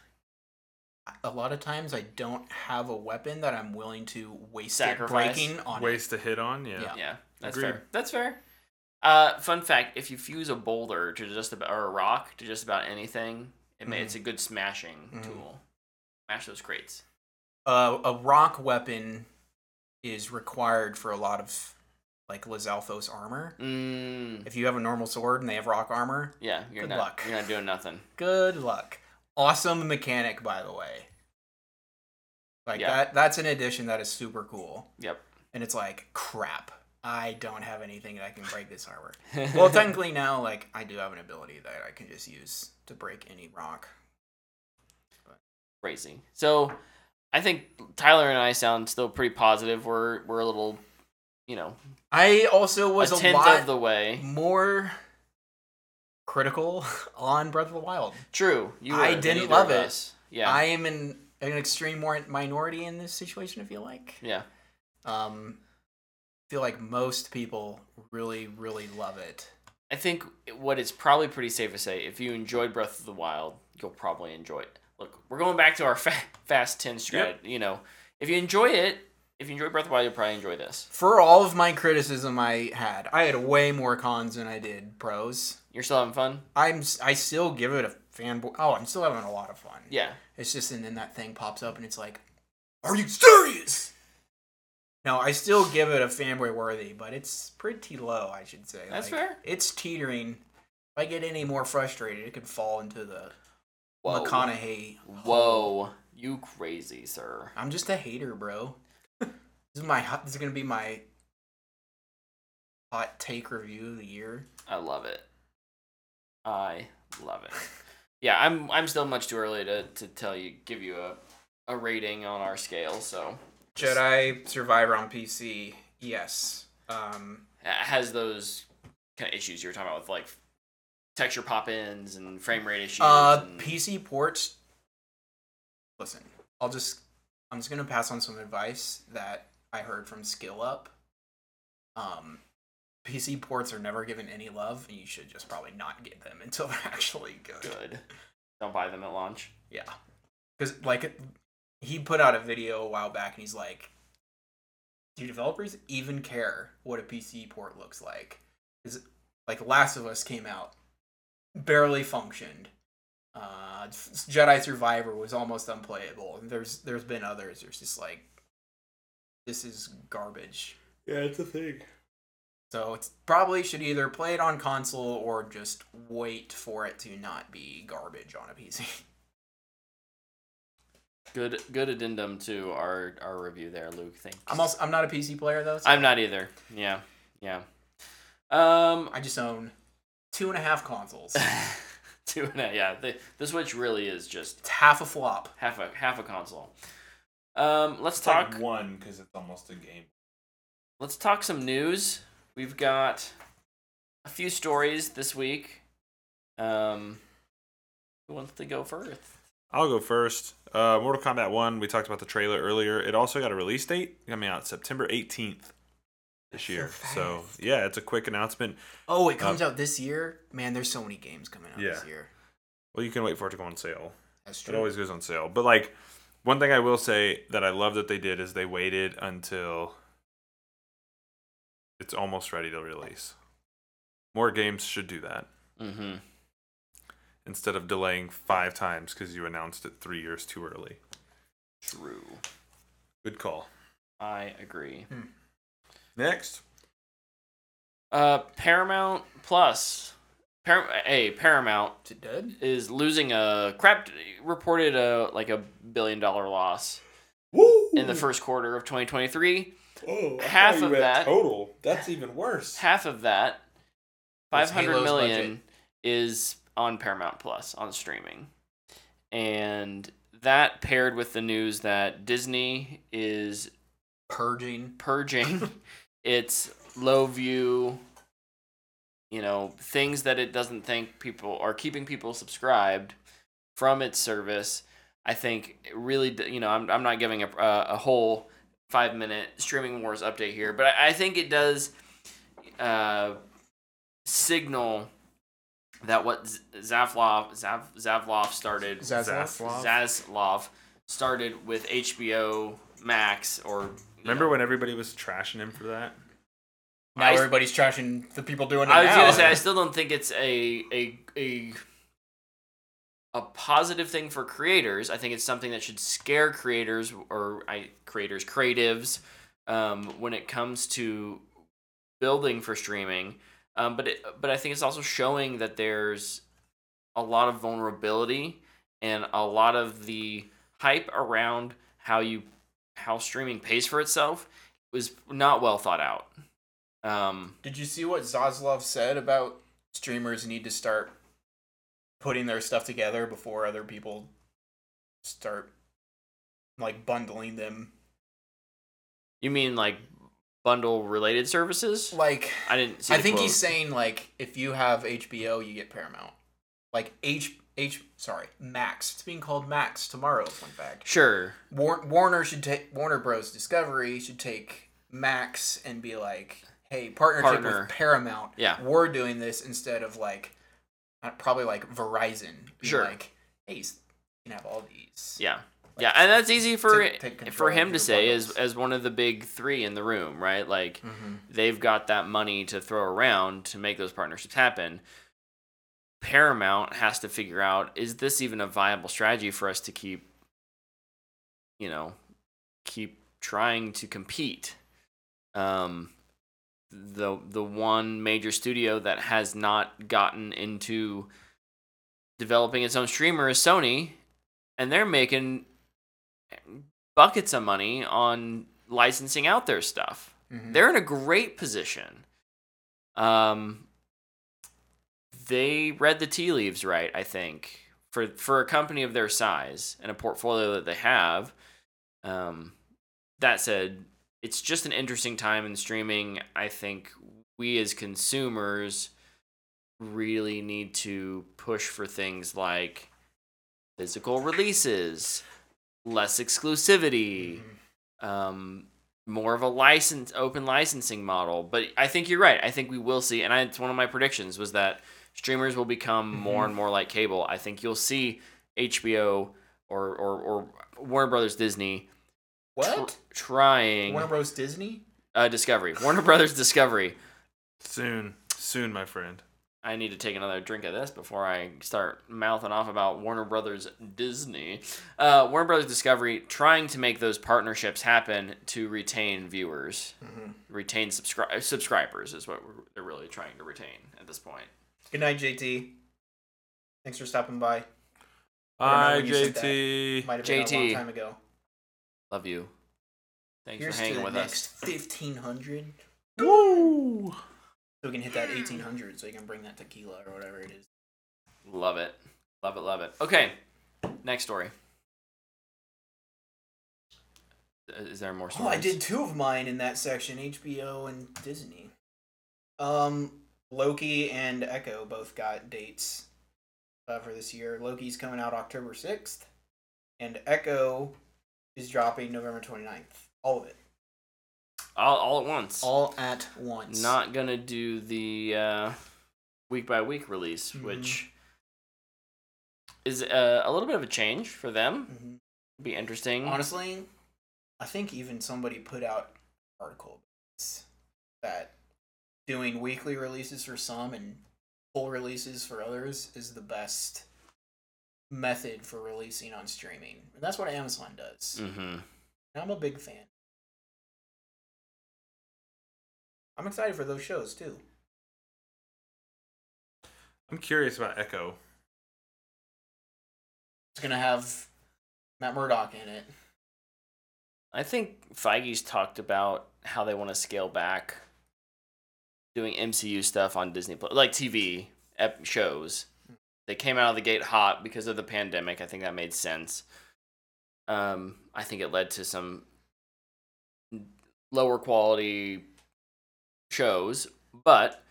A lot of times I don't have a weapon that I'm willing to waste Sacrifice. it breaking on. *laughs* it. Waste to hit on, yeah. Yeah. Yeah, that's Agreed. fair. That's fair. Uh, fun fact: if you fuse a boulder to just about or a rock to just about anything, it may, Mhm. it's a good smashing Mhm. tool. Smash those crates. Uh, a rock weapon is required for a lot of like Lizalfos armor. Mm, If you have a normal sword and they have rock armor, yeah, you're Good not luck. you're not doing nothing. Good luck. Awesome mechanic, by the way. Like Yeah. that that's an addition that is super cool. Yep. And it's like crap. I don't have anything that I can break this *laughs* armor. *laughs* well, technically now, like I do have an ability that I can just use to break any rock. crazy. So I think Tyler and I sound still pretty positive. We're we're a little, you know, I also was a a tenth lot of the way. more critical *laughs* on Breath of the Wild. True. You I were, but didn't neither love of it. us. Yeah. I am in an extreme mor- minority in this situation. I feel like. yeah. Um, I feel like most people really, really love it. I think what it's probably pretty safe to say, if you enjoyed Breath of the Wild, you'll probably enjoy it. Look, we're going back to our *laughs* fa- fast ten strategy. You know, if you enjoy it, if you enjoy Breath of the Wild, you'll probably enjoy this. For all of my criticism I had, I had way more cons than I did pros. You're still having fun. I'm s- I still give it a fanboy. Oh, I'm still having a lot of fun. Yeah. It's just and then that thing pops up and it's like, are you serious? No, I still give it a fanboy worthy, but it's pretty low, I should say. That's Like, fair. It's teetering. If I get any more frustrated, it could fall into the Whoa. McConaughey. Whoa. You crazy, sir. I'm just a hater, bro. this is my hot. This is gonna be my hot take review of the year. I love it. I love it. *laughs* Yeah, I'm I'm still much too early to, to tell you give you a, a rating on our scale, so Jedi Survivor on PC. Yes. Um, it has those kind of issues you were talking about with like texture pop ins and frame rate issues. Uh, and- PC ports. Listen, I'll just I'm just gonna pass on some advice that I heard from Skill Up. Um, PC ports are never given any love, and you should just probably not get them *laughs* until they're actually good. good. Don't buy them at launch. Yeah, because like he put out a video a while back, and he's like, "Do developers even care what a PC port looks like?" Is like Last of Us came out, barely functioned. Uh, Jedi Survivor was almost unplayable, and there's there's been others. There's just like, this is garbage. Yeah, it's a thing. So it's probably should either play it on console or just wait for it to not be garbage on a PC. Good good addendum to our, our review there, Luke. Thank you. *laughs* I'm also I'm not a PC player though. so- I'm not either. Yeah. Yeah. Um *laughs* I just own two and a half consoles. two and a, yeah, the, the Switch really is just It's half a flop. half a half a console. Um, let's It's talk. like one because it's almost a game. let's talk some news. We've got a few stories this week. Um, who wants to go first? I'll go first. Uh, Mortal Kombat One. We talked about the trailer earlier. It also got a release date coming out September 18th That's this so year. fast. So, yeah, it's a quick announcement. Oh, it comes out this year. Man, there's so many games coming out this Yeah. year. Well, you can wait for it to go on sale. That's true. It always goes on sale. But like one thing I will say that I love that they did is they waited until it's almost ready to release. More games should do that Mm-hmm. instead of delaying five times because you announced it three years too early. True. Good call. I agree. Next. Uh, Paramount Plus. Par- hey, Paramount Is it dead? is losing a crap reported a like a billion dollar loss Woo! in the first quarter of 2023. oh, I half thought you of read that- total. That's even worse. half of that, Was five hundred Halo's million, is on Paramount Plus on streaming, and that paired with the news that Disney is Purging. purging its low view, you know, things that it doesn't think people are keeping people subscribed from its service. I think it really, d- you know, I'm I'm not giving a a, a whole five minute streaming wars update here, but I, I think it does uh, signal that what Z- Zavlov Zav, Zavlov started Zaslav. Zaslav started with HBO Max or you Remember know, when everybody was trashing him for that? Now I- everybody's trashing the people doing it I was now. gonna say I still don't think it's a a a a positive thing for creators. I think it's something that should scare creators or I creators creatives um, when it comes to building for streaming. Um, but it, but I think it's also showing that there's a lot of vulnerability and a lot of the hype around how you how streaming pays for itself was not well thought out. Um, Did you see what Zaslav said about streamers need to start putting their stuff together before other people start like bundling them? you mean like bundle related services? Like I didn't see. I the think quote. he's saying like if you have HBO, you get Paramount. Like H H sorry, Max. It's being called Max tomorrow, fun fact. sure. War- Warner should take Warner Bros. Discovery should take Max and be like, "Hey, partnership Partner. with Paramount. Yeah. we're doing this instead of like, uh, probably like Verizon. Be Sure. Like, hey, you can have all these. Yeah. Yeah, and that's easy for Take- take control for of him to your Mm-hmm. say as bundles. as one of the big 3 in the room, right? Like they've got that money to throw around to make those partnerships happen. Paramount has to figure out is this even a viable strategy for us to keep, you know, keep trying to compete. Um, the the one major studio that has not gotten into developing its own streamer is Sony, and they're making buckets of money on licensing out their stuff Mhm. they're in a great position. Um, they read the tea leaves right, I think, for for a company of their size and a portfolio that they have. Um, that said, it's just an interesting time in streaming. I think we as consumers really need to push for things like physical releases, less exclusivity Mhm. um, more of a license open licensing model. But I think you're right. I think we will see, and I, it's one of my predictions was that streamers will become Mm-hmm. more and more like cable. I think you'll see HBO or or, or Warner Brothers Disney tr- What? trying Warner Bros. Disney? uh, Discovery Warner Brothers Discovery. Soon, soon, my friend. I need to take another drink of this before I start mouthing off about Warner Brothers Disney. Uh, Warner Brothers Discovery trying to make those partnerships happen to retain viewers, Mm-hmm. retain subscri- uh, subscribers is what we're, they're really trying to retain at this point. Good night, JT. Thanks for stopping by. I Bye, remember when you said JT. Might have been a long JT. time ago. Love you. Thanks Here's for to hanging the with next us. fifteen hundred. Woo! So we can hit that eighteen hundred. So you can bring that tequila or whatever it is. Love it. Love it. Love it. Okay. Next story. Uh, Is there more Oh, stories? I did two of mine in that section: HBO and Disney. Um, Loki and Echo both got dates uh, for this year. Loki's coming out October sixth, and Echo is dropping November 29th. All of it, all, all at once. all at once. not gonna do the uh, week by week release, Mhm. which is uh, a little bit of a change for them. Mhm. Be interesting. honestly. I think even somebody put out an article about this, that doing weekly releases for some and full releases for others is the best method for releasing on streaming, and that's what Amazon does. hmm And I'm a big fan. I'm excited for those shows too. I'm curious about Echo. It's gonna have Matt Murdock in it. I think Feige's talked about how they want to scale back doing MCU stuff on Disney Plus, like TV ep- shows. They came out of the gate hot because of the pandemic. I think that made sense. Um, I think it led to some lower quality shows, but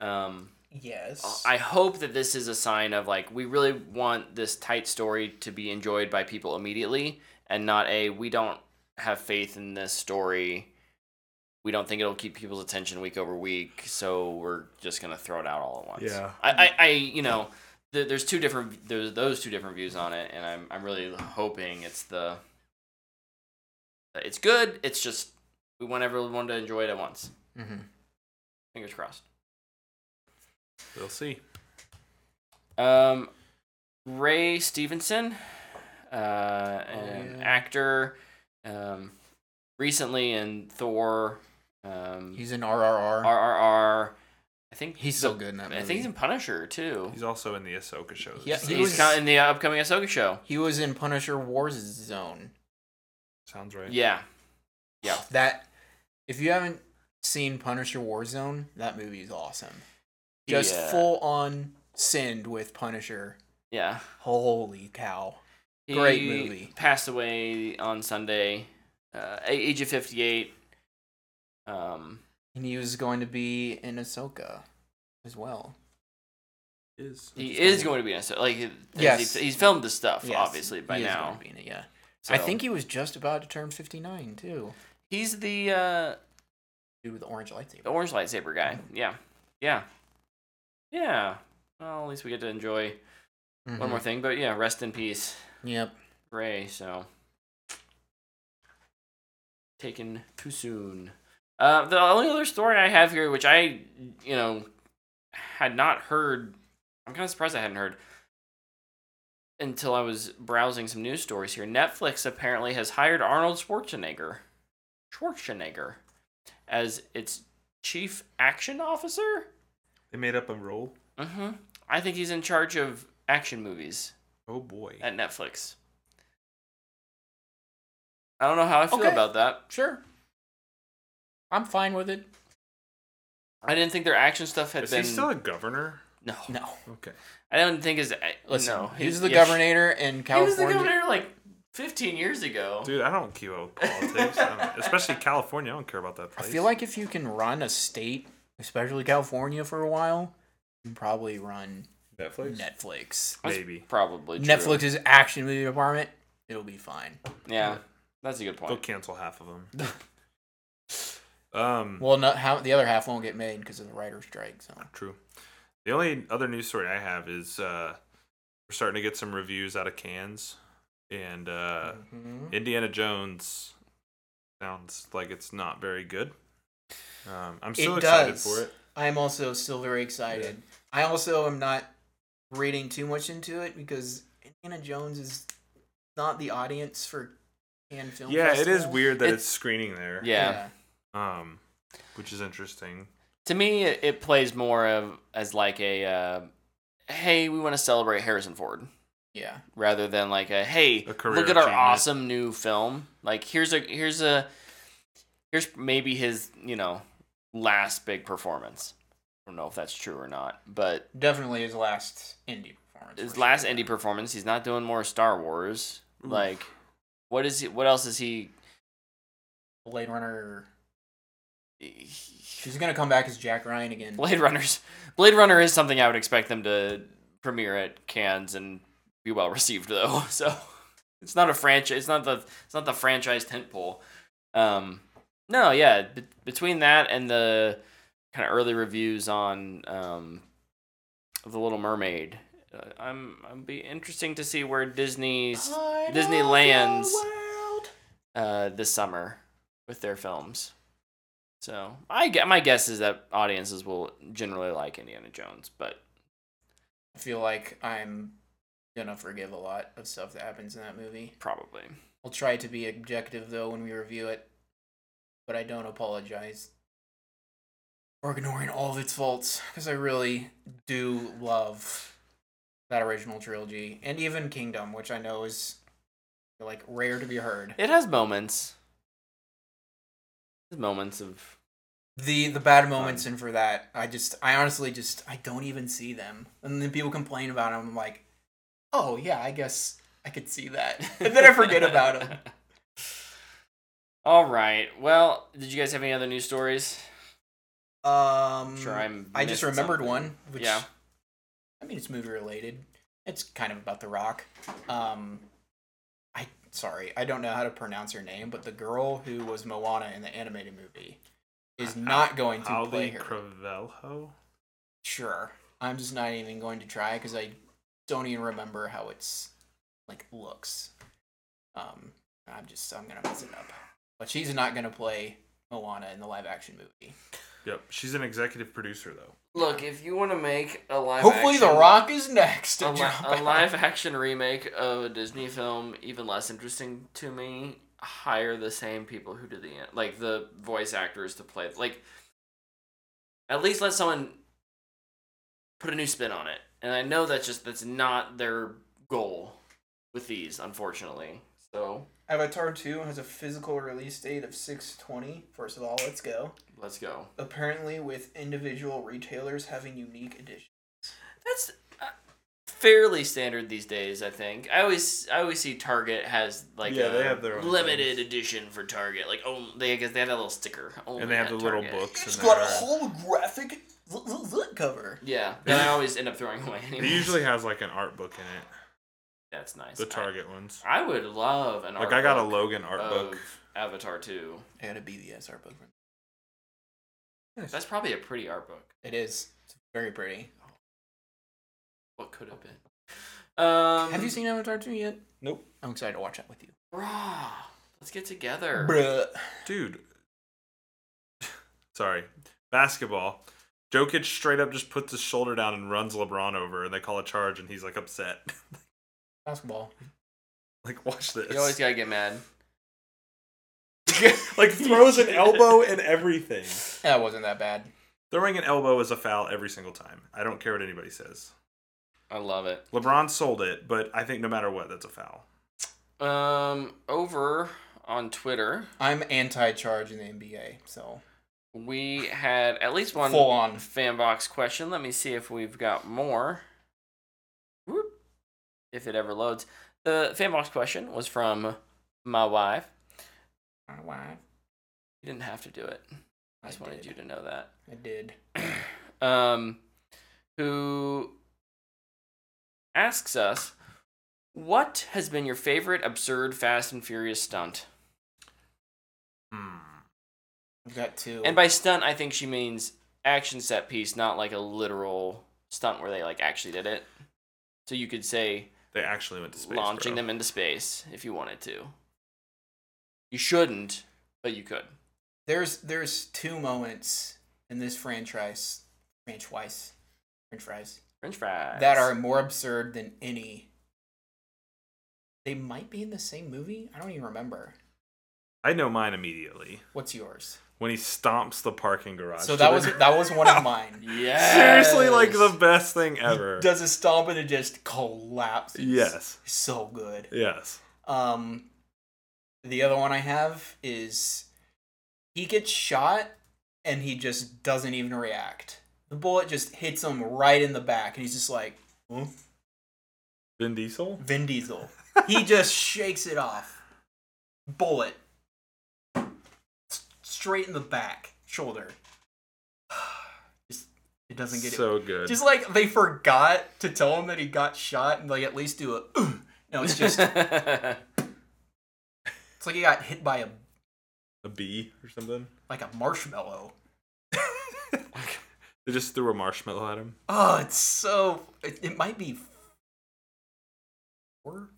um, Yes. I hope that this is a sign of like we really want this tight story to be enjoyed by people immediately and not a we don't have faith in this story. We don't think it'll keep people's attention week over week, so we're just gonna throw it out all at once. Yeah. I, I, I you know, th- there's two different there's those two different views on it, and I'm I'm really hoping it's the it's good. It's just we want everyone to enjoy it at once. mm-hmm. Fingers crossed. We'll see. Um, Ray Stevenson, uh, an Oh, yeah. actor, um, recently in Thor, um, He's in RRR. RRR. I think he's so good in that I movie. think he's in Punisher too. He's also in the Ahsoka show. Yeah, He's, he he's was- kind of in the upcoming Ahsoka show. He was in Punisher Wars Zone. Sounds right. Yeah. That if you haven't seen Punisher Warzone, that movie is awesome. Just Yeah. full on sinned with Punisher. Yeah. Holy cow. Great He movie. Passed away on Sunday, uh, a- age of fifty eight. Um, And he was going to be in Ahsoka as well. Is he is going to be in a like as Yes. he, he's filmed this stuff Yes, obviously by he is now. going to be in it, yeah. I So- think he was just about to turn 59 too. he's the uh, Dude with the orange the lightsaber. orange lightsaber guy. Yeah, yeah, yeah. Well, at least we get to enjoy one more thing. But yeah, rest in peace, Mm-hmm. Yep. Ray. So taken too soon. Uh, the only other story I have here, which I you know had not heard, I'm kind of surprised I hadn't heard until I was browsing some news stories here. Netflix apparently has hired Arnold Schwarzenegger, Schwarzenegger, as its chief action officer. They made up a role. Mm-hmm. I think he's in charge of action movies Oh boy. at Netflix. I don't know how I feel Okay. about that. Sure. I'm fine with it. I didn't think their action stuff had Is been he still a governor? no. No. Okay. I don't think his. I- Listen, no, he was the yeah, sh- governor in He was California. the governor like 15 years ago. Dude, I don't keep up with politics, I don't- especially California. I don't care about that I place. feel like if you can run a state, especially California, for a while, you can probably run Netflix. Netflix. That's Maybe probably true. Hmm. Netflix's action movie department, it'll be fine. Yeah, that's a good they'll point. cancel half of them. *laughs* um. Well, not how the other half won't get made because of the writer's strike. So True. The only other news story I have is uh, we're starting to get some reviews out of cans, and uh, Mhm. Mm-hmm. Indiana Jones sounds like it's not very good. Um, I'm still It excited does. for it. I'm also still very excited. I also am not reading too much into it because Indiana Jones is not the audience for Cannes film. yeah, it is Festival. weird that it's, It's- screening there. Yeah. Um, which is interesting. To me, it, it plays more of as like a, uh, hey, we want to celebrate Harrison Ford. yeah, rather than like a hey A career look at our achievement. awesome new film like here's a here's a here's maybe his you know last big performance i don't know if that's true or not but definitely his last indie performance. his for last sure. indie performance he's not doing more star wars like what is he what else is he Blade Runner. She's gonna come back as Jack Ryan again. blade runners blade runner is something i would expect them to premiere at cannes and be well received though *laughs* so it's not a franchise it's not the it's not the franchise tentpole um no yeah be- between that and the kind of early reviews on um the little mermaid uh, i'm i'm be interesting to see where disney's Part of Disneyland's- the world. uh this summer with their films so i get my guess is that audiences will generally like indiana jones but I feel like I'm gonna forgive a lot of stuff that happens in that movie. probably I'll try to be objective though when we review it, but I don't apologize for ignoring all of its faults because I really do love that original trilogy and even Kingdom, which I know is like rare to be heard. It has moments. There's moments of the the bad moments and for that i just i honestly just i don't even see them and then people complain about them i'm like oh yeah i guess i could see *laughs* that *laughs* and then i forget *laughs* about them All right. Well, did you guys have any other news stories? um Sure, I'm. i just remembered one which Yeah. i mean it's movie related it's kind of about the rock um i sorry i don't know how to pronounce her name but the girl who was moana in the animated movie is not going to play Ali her Cravelho. Sure. I'm just not even going to try because I don't even remember how it's like looks. Um, I'm just I'm gonna mess it up. But she's not gonna play Moana in the live action movie. Yep, she's an executive producer though. Look, if you want to make a live, Hopefully, The action- Rock is next. a, to li- drop a *laughs* out. live action remake of a Disney film, even less interesting to me. Hire the same people who did the an- like the voice actors to play. Like, at least let someone put a new spin on it. And I know that's just that's not their goal with these, unfortunately. So Avatar 2 has a physical release date of 620. First of all, let's go. let's go. Apparently, with individual retailers having unique editions. That's uh, fairly standard these days. I think I always I always see Target has like Yeah, a they have their own limited things. edition for Target. Like oh they guess they have that little sticker. Only and they have at the little Oh, Target. books. It's in got a there. holographic l- l- l- cover. *laughs* Yeah, that I always end up throwing away. It Anyways. usually has like an art book in it. that's nice. The Target ones. I, I would love an Like art I got a book Logan art of book. Avatar two. I got a BVS art book. That's probably a pretty art book. It is. It's very pretty. What could have been? Um, Have you seen Avatar 2 yet? Nope. I'm excited to watch that with you. Raw? Let's get together. Bruh. Dude. *laughs* Sorry. Basketball. Jokic straight up just puts his shoulder down and runs LeBron over, and they call a charge, and he's like upset. *laughs* Basketball. like, watch this. You always gotta get mad. *laughs* like, *laughs* throws an elbow and everything. That wasn't that bad. Throwing an elbow is a foul every single time. I don't care what anybody says. I love it. LeBron sold it, but I think no matter what, that's a foul. Um, over on Twitter, I'm anti-charge in the NBA, so we had at least one full on. fan box question. Let me see if we've got more. Whoop. If it ever loads. The fan box question was from my wife. I You didn't have to do it. I just wanted did. you to know that. *clears throat* I did. um, who asks us, "What has been your favorite absurd Fast and Furious stunt?" Hmm. I've got two. And by stunt, I think she means action set piece, not like a literal stunt where they like actually did it. So you could say They actually went to space. launching bro. them into space if you wanted to. You shouldn't, but you could. there's there's two moments in this franchise, franchise, French fries French fries that are more absurd than any. They might be in the same movie. I don't even remember. I know mine immediately. What's yours? When he stomps the parking garage. So to that the- was that was one of mine. yes. *laughs* Seriously, like the best thing ever. Does a stomp and it just collapses. Yes. So good. Yes. Um, the other one I have is he gets shot and he just doesn't even react. The bullet just hits him right in the back, and he's just like "Huh?" Vin Diesel? Vin Diesel. *laughs* he just shakes it off. Bullet S- straight in the back shoulder. *sighs* just it doesn't get So good. it. Just like they forgot to tell him that he got shot, and like at least do a. *clears throat* "Ugh." No, *laughs* it's just it's like he got hit by a a bee or something. like a marshmallow. They just threw a marshmallow at him. Oh, it's so. It, it might be four.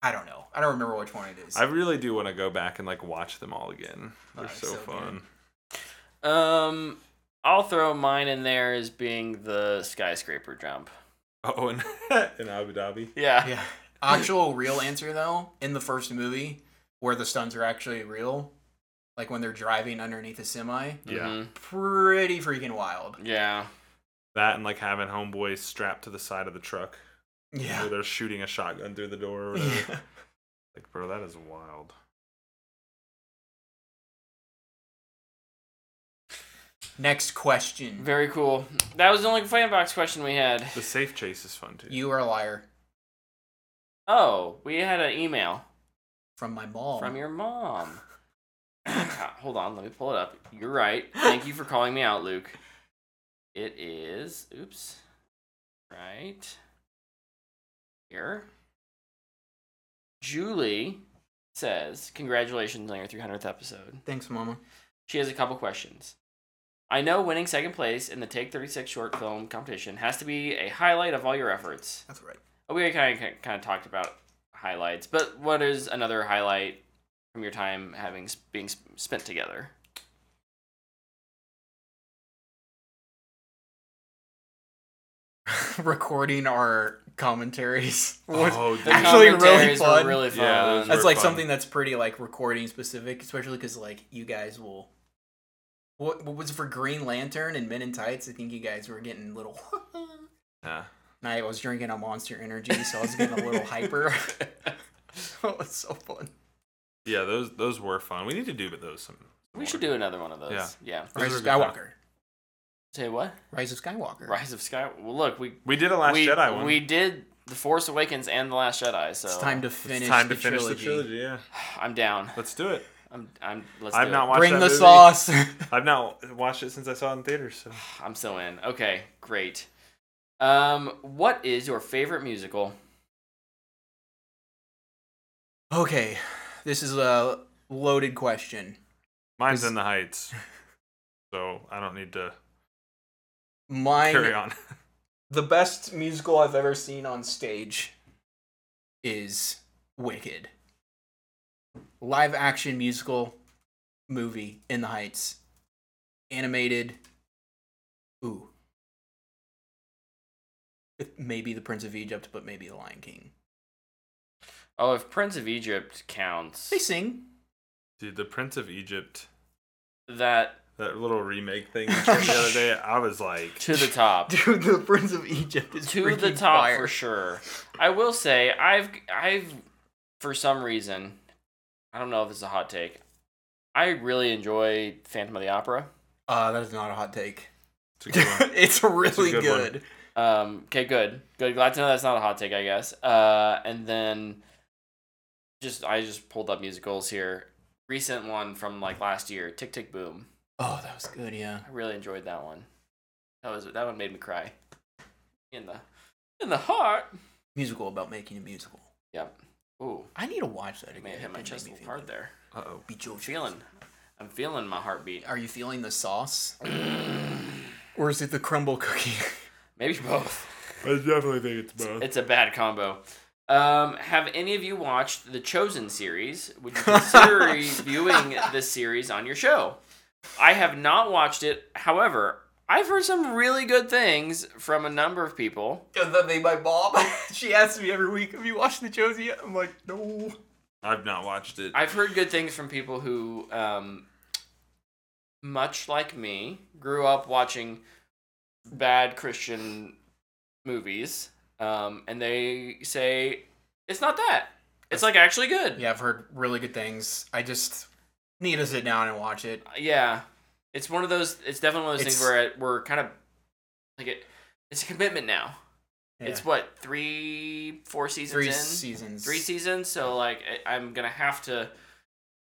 I don't know. I don't remember which one it is. I really do want to go back and like watch them all again. They're Oh, so, so fun. *laughs* Um, I'll throw mine in there as being the skyscraper jump. Oh, and *laughs* in Abu Dhabi. Yeah. yeah. Actual real answer though, in the first movie, where the stunts are actually real, like when they're driving underneath a semi, Mhm. pretty freaking wild. Yeah. That and like having homeboys strapped to the side of the truck Yeah. where they're shooting a shotgun through the door or whatever. *laughs* yeah. Like, bro, that is wild. Next question. Very cool. That was the only fan box question we had. The safe chase is fun too. You are a liar. Oh, we had an email From my mom. from your mom. *coughs* Hold on, let me pull it up. You're right. Thank you for calling me out, Luke. It is. Oops. Right. Here. Julie says, Congratulations on your 300th episode. Thanks, Mama. She has a couple questions. I know winning second place in the Take 36 short film competition has to be a highlight of all your efforts. That's right. We already kind of, kind of talked about highlights, but what is another highlight from your time having s- being s- spent together? *laughs* Recording our commentaries. was- *laughs* oh, dude. The Actually really commentaries were fun. really Yeah, those fun. were- that's like fun. something that's pretty like recording specific, especially because like you guys will. What, what was it for Green Lantern and Men in Tights? I think you guys were getting little. *laughs* Yeah. *laughs* *laughs* and I was drinking a Monster Energy, so I was getting a little hyper. that was so fun. Yeah, those those were fun. We need to do those some. *laughs* We should do another one of those. Yeah. Yeah. Rise Those of are good Skywalker. Say what? Rise of Skywalker. Rise of Sky. Well, look, we We did a Last we, Jedi one. we did the Force Awakens and the Last Jedi. So It's time to it's finish. time to the finish trilogy. the trilogy. Yeah, *sighs* I'm down. let's do it. I'm. I'm. Let's. I've do not it. *sighs* watched Bring that the movie. sauce. *laughs* I've not watched it since I saw it in theaters. So. I'm so in. Okay, great. Um, what is your favorite musical? okay, this is a loaded question. Mine's This- in the Heights, so I don't need *laughs* to carry Mine on. The best musical I've ever seen on stage. is Wicked. Live action musical movie in the Heights. Animated. Ooh. Maybe the Prince of Egypt, but maybe the Lion King. Oh, if Prince of Egypt counts, They sing. Dude, the Prince of Egypt, that that little remake *laughs* thing you showed me the other day, I was like, to the *laughs* top. *laughs* Dude, the Prince of Egypt is to the freaking top fire. for sure. I will say I've I've for some reason I don't know if it's a hot take. I really enjoy Phantom of the Opera. Uh, that is not a hot *laughs* take. it's a good one. *laughs* it's really good one. good. Um, okay, good, good. Glad to know that's not a hot take, I guess. Uh, and then just I just pulled up musicals here. Recent one from like last year, Tick Tick Boom. Oh, that was good, yeah. I really enjoyed that one. That was that one made me cry. In the in the heart. Musical about making a musical. Yep. Ooh, I need to watch I that again. may have hit my That chest a made me little hard feel good. *laughs* there. Uh-oh. Beat your I'm feeling, I'm feeling my heartbeat. Are you feeling *sighs* the sauce? or is it the *laughs* crumble cookie? *laughs* Maybe both. I definitely think it's both. It's a bad combo. Um, have any of you watched the Chosen series? Would you *laughs* consider viewing this series on your show? I have not watched it. However, I've heard some really good things from a number of people. that made *laughs* my mom. she asks me every week, "Have you watched the shows yet?" I'm like, "No." I've not watched it. I've heard good things from people who, um, much like me, grew up watching bad Christian movies, um, and they say it's not that. It's like actually good. Yeah, I've heard really good things. I just need to sit down and watch it. Yeah, it's one of those. It's definitely one of those things It's- where it, we're kind of like it. It's a commitment now. It's what three, four seasons three in, seasons. three seasons. So like, I, I'm gonna have to,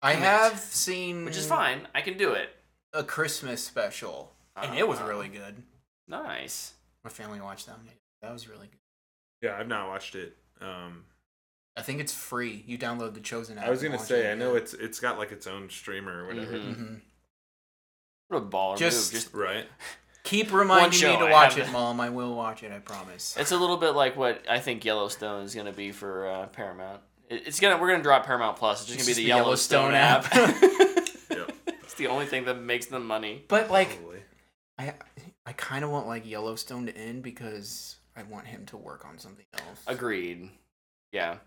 I commit. have seen which is fine. I can do it. a Christmas special, and it was Uh, really good. nice. My family watched that. One. That was really good. yeah, I've not watched it. Um, I think it's free. You download the Chosen app. I was and gonna watch say, it. I know it's it's got like its own streamer or whatever, Mhm. Mhm. What a baller Just- move. Just right? Keep reminding show me to I watch haven't- it, Mom. I will watch it. I promise. it's a little bit like what I think Yellowstone is gonna be for uh, Paramount. It, it's gonna we're gonna drop Paramount Plus. It's just gonna It's be the just Yellowstone, the app. *laughs* *laughs* *laughs* Yep. it's the only thing that makes them money. But like, Probably. I I kind of want like Yellowstone to end because I want him to work on something else. Agreed. Yeah.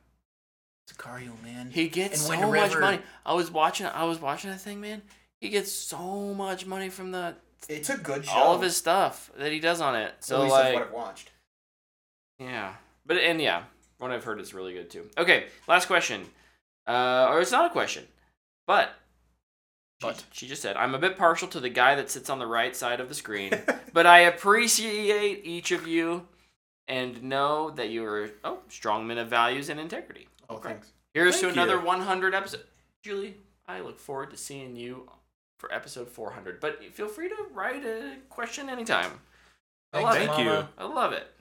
Sicario, man. He gets And so Wind much River. money. I was watching. I was watching that thing, man. He gets so much money from the It's a good show. all of his stuff that he does on it. So At least that's like, what I've watched. yeah. But and yeah, what I've heard is really good too. Okay, last question. Uh, or it's not a question, but. she- But. she just said, "I'm a bit partial to the guy that sits on the right side of the *laughs* screen, but I appreciate each of you, and know that you are oh strong men of values and integrity." oh, Okay. thanks. Here's Thank to another you. 100 episode. Julie, I look forward to seeing you for episode 400. But feel free to write a question anytime. I love Thanks, it. Thank you. Mama. I love it. Thank,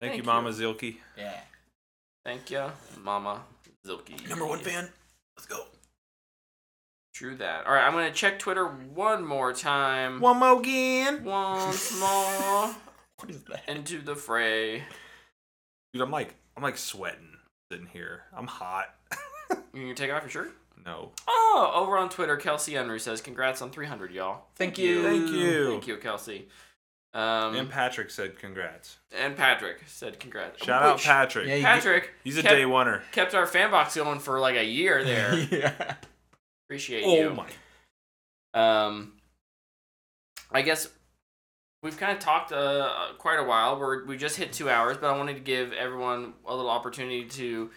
Thank you, you. Mama Zilke. Yeah. Thank ya, Mama Zilke. Number one fan. Let's go. True that. All right, I'm gonna check Twitter one more time. One more again. *laughs* Once more What is that? into the fray. Dude, I'm like I'm like sweating sitting here. I'm hot. You gonna take off your shirt? No. Oh, over on Twitter, Kelsey Enru says, "Congrats on 300, y'all." Thank you. Thank you. Thank you, Kelsey. Um, and Patrick said congrats. and Patrick said, "Congrats." Shout Wait, out Patrick. Yeah, you- Patrick. He's a kept- day er. oneer. kept our fan box going for like a year *laughs* *laughs* there. *laughs* yeah. Appreciate Oh you. my. Um, I guess we've kind of talked uh, quite a while. We're we just hit two hours, but I wanted to give everyone a little opportunity to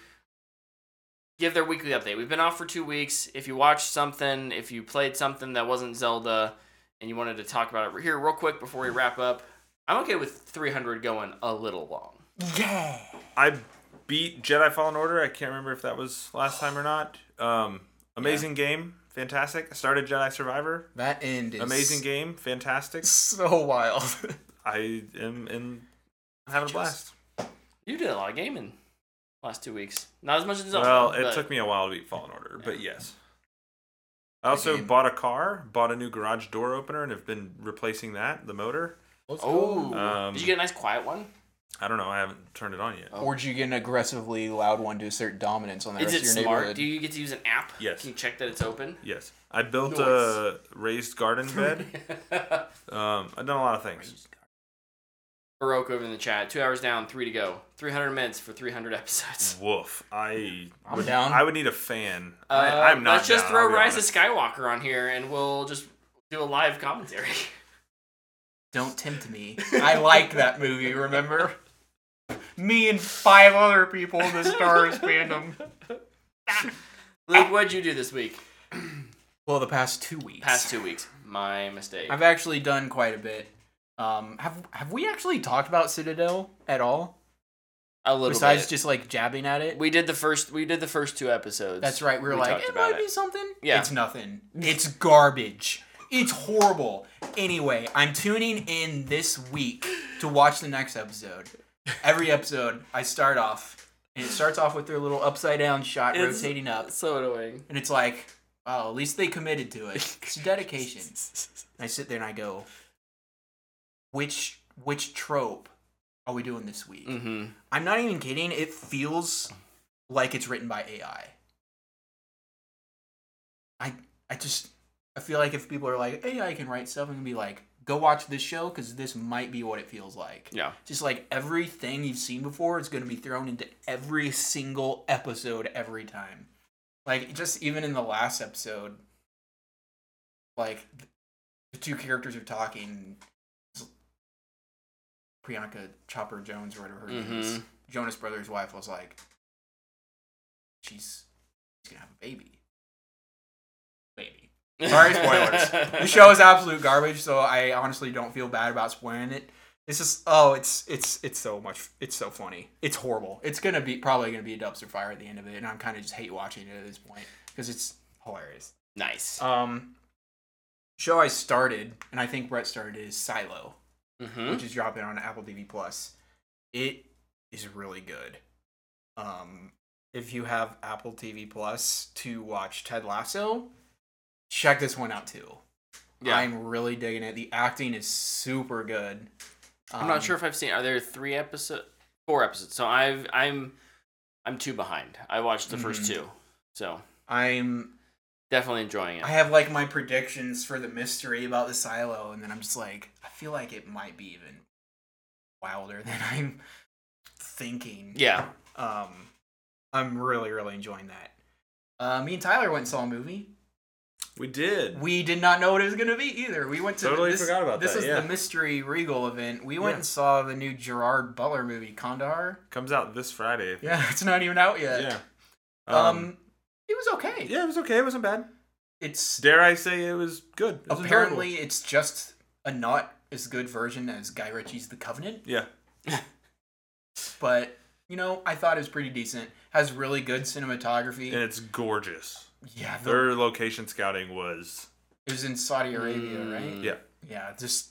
give their weekly update. We've been off for two weeks. If you watched something, if you played something that wasn't Zelda, and you wanted to talk about it here real quick before we wrap up, I'm okay with 300 going a little long. Yeah. I beat Jedi Fallen Order. I can't remember if that was last time or not. Um, amazing game, fantastic. I started Jedi Survivor. That end is Amazing game, fantastic. *laughs* So wild. I am in I'm having a blast. You did a lot of gaming last two weeks. Not as much as Zelda. Well, it but- took me a while to beat Fallen Order, but yes. I Good also game. bought a car, bought a new garage door opener, and have been replacing that, the motor. Let's Oh, go. Um, did you get a nice quiet one? I don't know, I haven't turned it on yet. Or do you get an aggressively loud one to assert dominance on the Is rest it of your smart? neighborhood? Do you get to use an app? Yes. Can you check that it's open? Yes. I built Nice. a *laughs* raised garden bed. um, I've done a lot of things. Baroque over in the chat. Two hours down, three to go. 300 minutes for 300 *laughs* episodes. Woof. I I'm would, down. I would need a fan. Uh, I, I'm not. Let's just down, throw I'll be Rise honest. of Skywalker on here, and we'll just do a live *laughs* commentary. Don't tempt *laughs* me. I like that movie, remember? Me and five other people in the Star Wars fandom. Luke, what'd you do this week? Well, the past two weeks. Past two weeks. My mistake. I've actually done quite a bit. Um, have have we actually talked about Citadel at all? A little Besides bit. just like jabbing at it? we did the first. We did the first two episodes. That's right. We were we like, talked it about might it. be something. Yeah. It's nothing. It's garbage. It's horrible. Anyway, I'm tuning in this week to watch the next episode. Every episode, I start off, and it starts off with their little upside down shot It's- rotating up, So annoying. and it's like, wow, at least they committed *laughs* to it. It's dedication. And I sit there and I go, which which trope are we doing this week? Mm-hmm. I'm not even kidding. It feels like it's written by AI. I I just I feel like if people are like AI can write stuff, I'm gonna be like, go watch this show because this might be what it feels like. Yeah. Just like everything you've seen before is gonna be thrown into every single episode every time. Like just even in the last episode, like the two characters are talking. Priyanka Chopper Jones, or whatever her name is, Mhm. Jonas Brothers' wife was like, she's, she's gonna have a baby. Baby. *laughs* Sorry, spoilers. the show is absolute garbage, so I honestly don't feel bad about spoiling it. It's just oh, it's it's it's so much, it's so funny. It's horrible. It's gonna be probably gonna be a dumpster fire at the end of it, and I'm kind of just hate watching it at this point because it's hilarious. Nice. *laughs* Um, show I started, and I think Brett started is Silo Mm-hmm. which is dropping on Apple TV Plus. It is really good. Um, if you have Apple TV Plus to watch Ted Lasso, check this one out too. Yeah. I'm really digging it. The acting is super good. I'm Um, not sure if I've seen. Are there three episodes? Four episodes. So I've I'm I'm two behind. I watched the first Mhm. two, so Um, I'm definitely enjoying it. I have like my predictions for the mystery about the silo, and then I'm just like, I feel like it might be even wilder *laughs* than I'm thinking. yeah. Um, I'm really, really enjoying that. Uh, me and Tyler went and saw a movie. We did. We did not know what it was going to be either. We went to Totally this, forgot about this that, is yeah. the mystery Regal event. We went Yeah. and saw the new Gerard Butler movie, Kandahar. Comes out this Friday. Yeah, *laughs* it's not even out yet. Yeah. Um, it was okay. yeah, it was okay. It wasn't bad. It's Dare I say it was good. It was apparently it's just a not as good version as Guy Ritchie's The Covenant. enjoyable. but you know, I thought it was pretty decent. Has really good cinematography. yeah, and it's gorgeous. yeah, the Their location scouting was It was in Saudi Arabia, right? Mm. Yeah. Yeah, just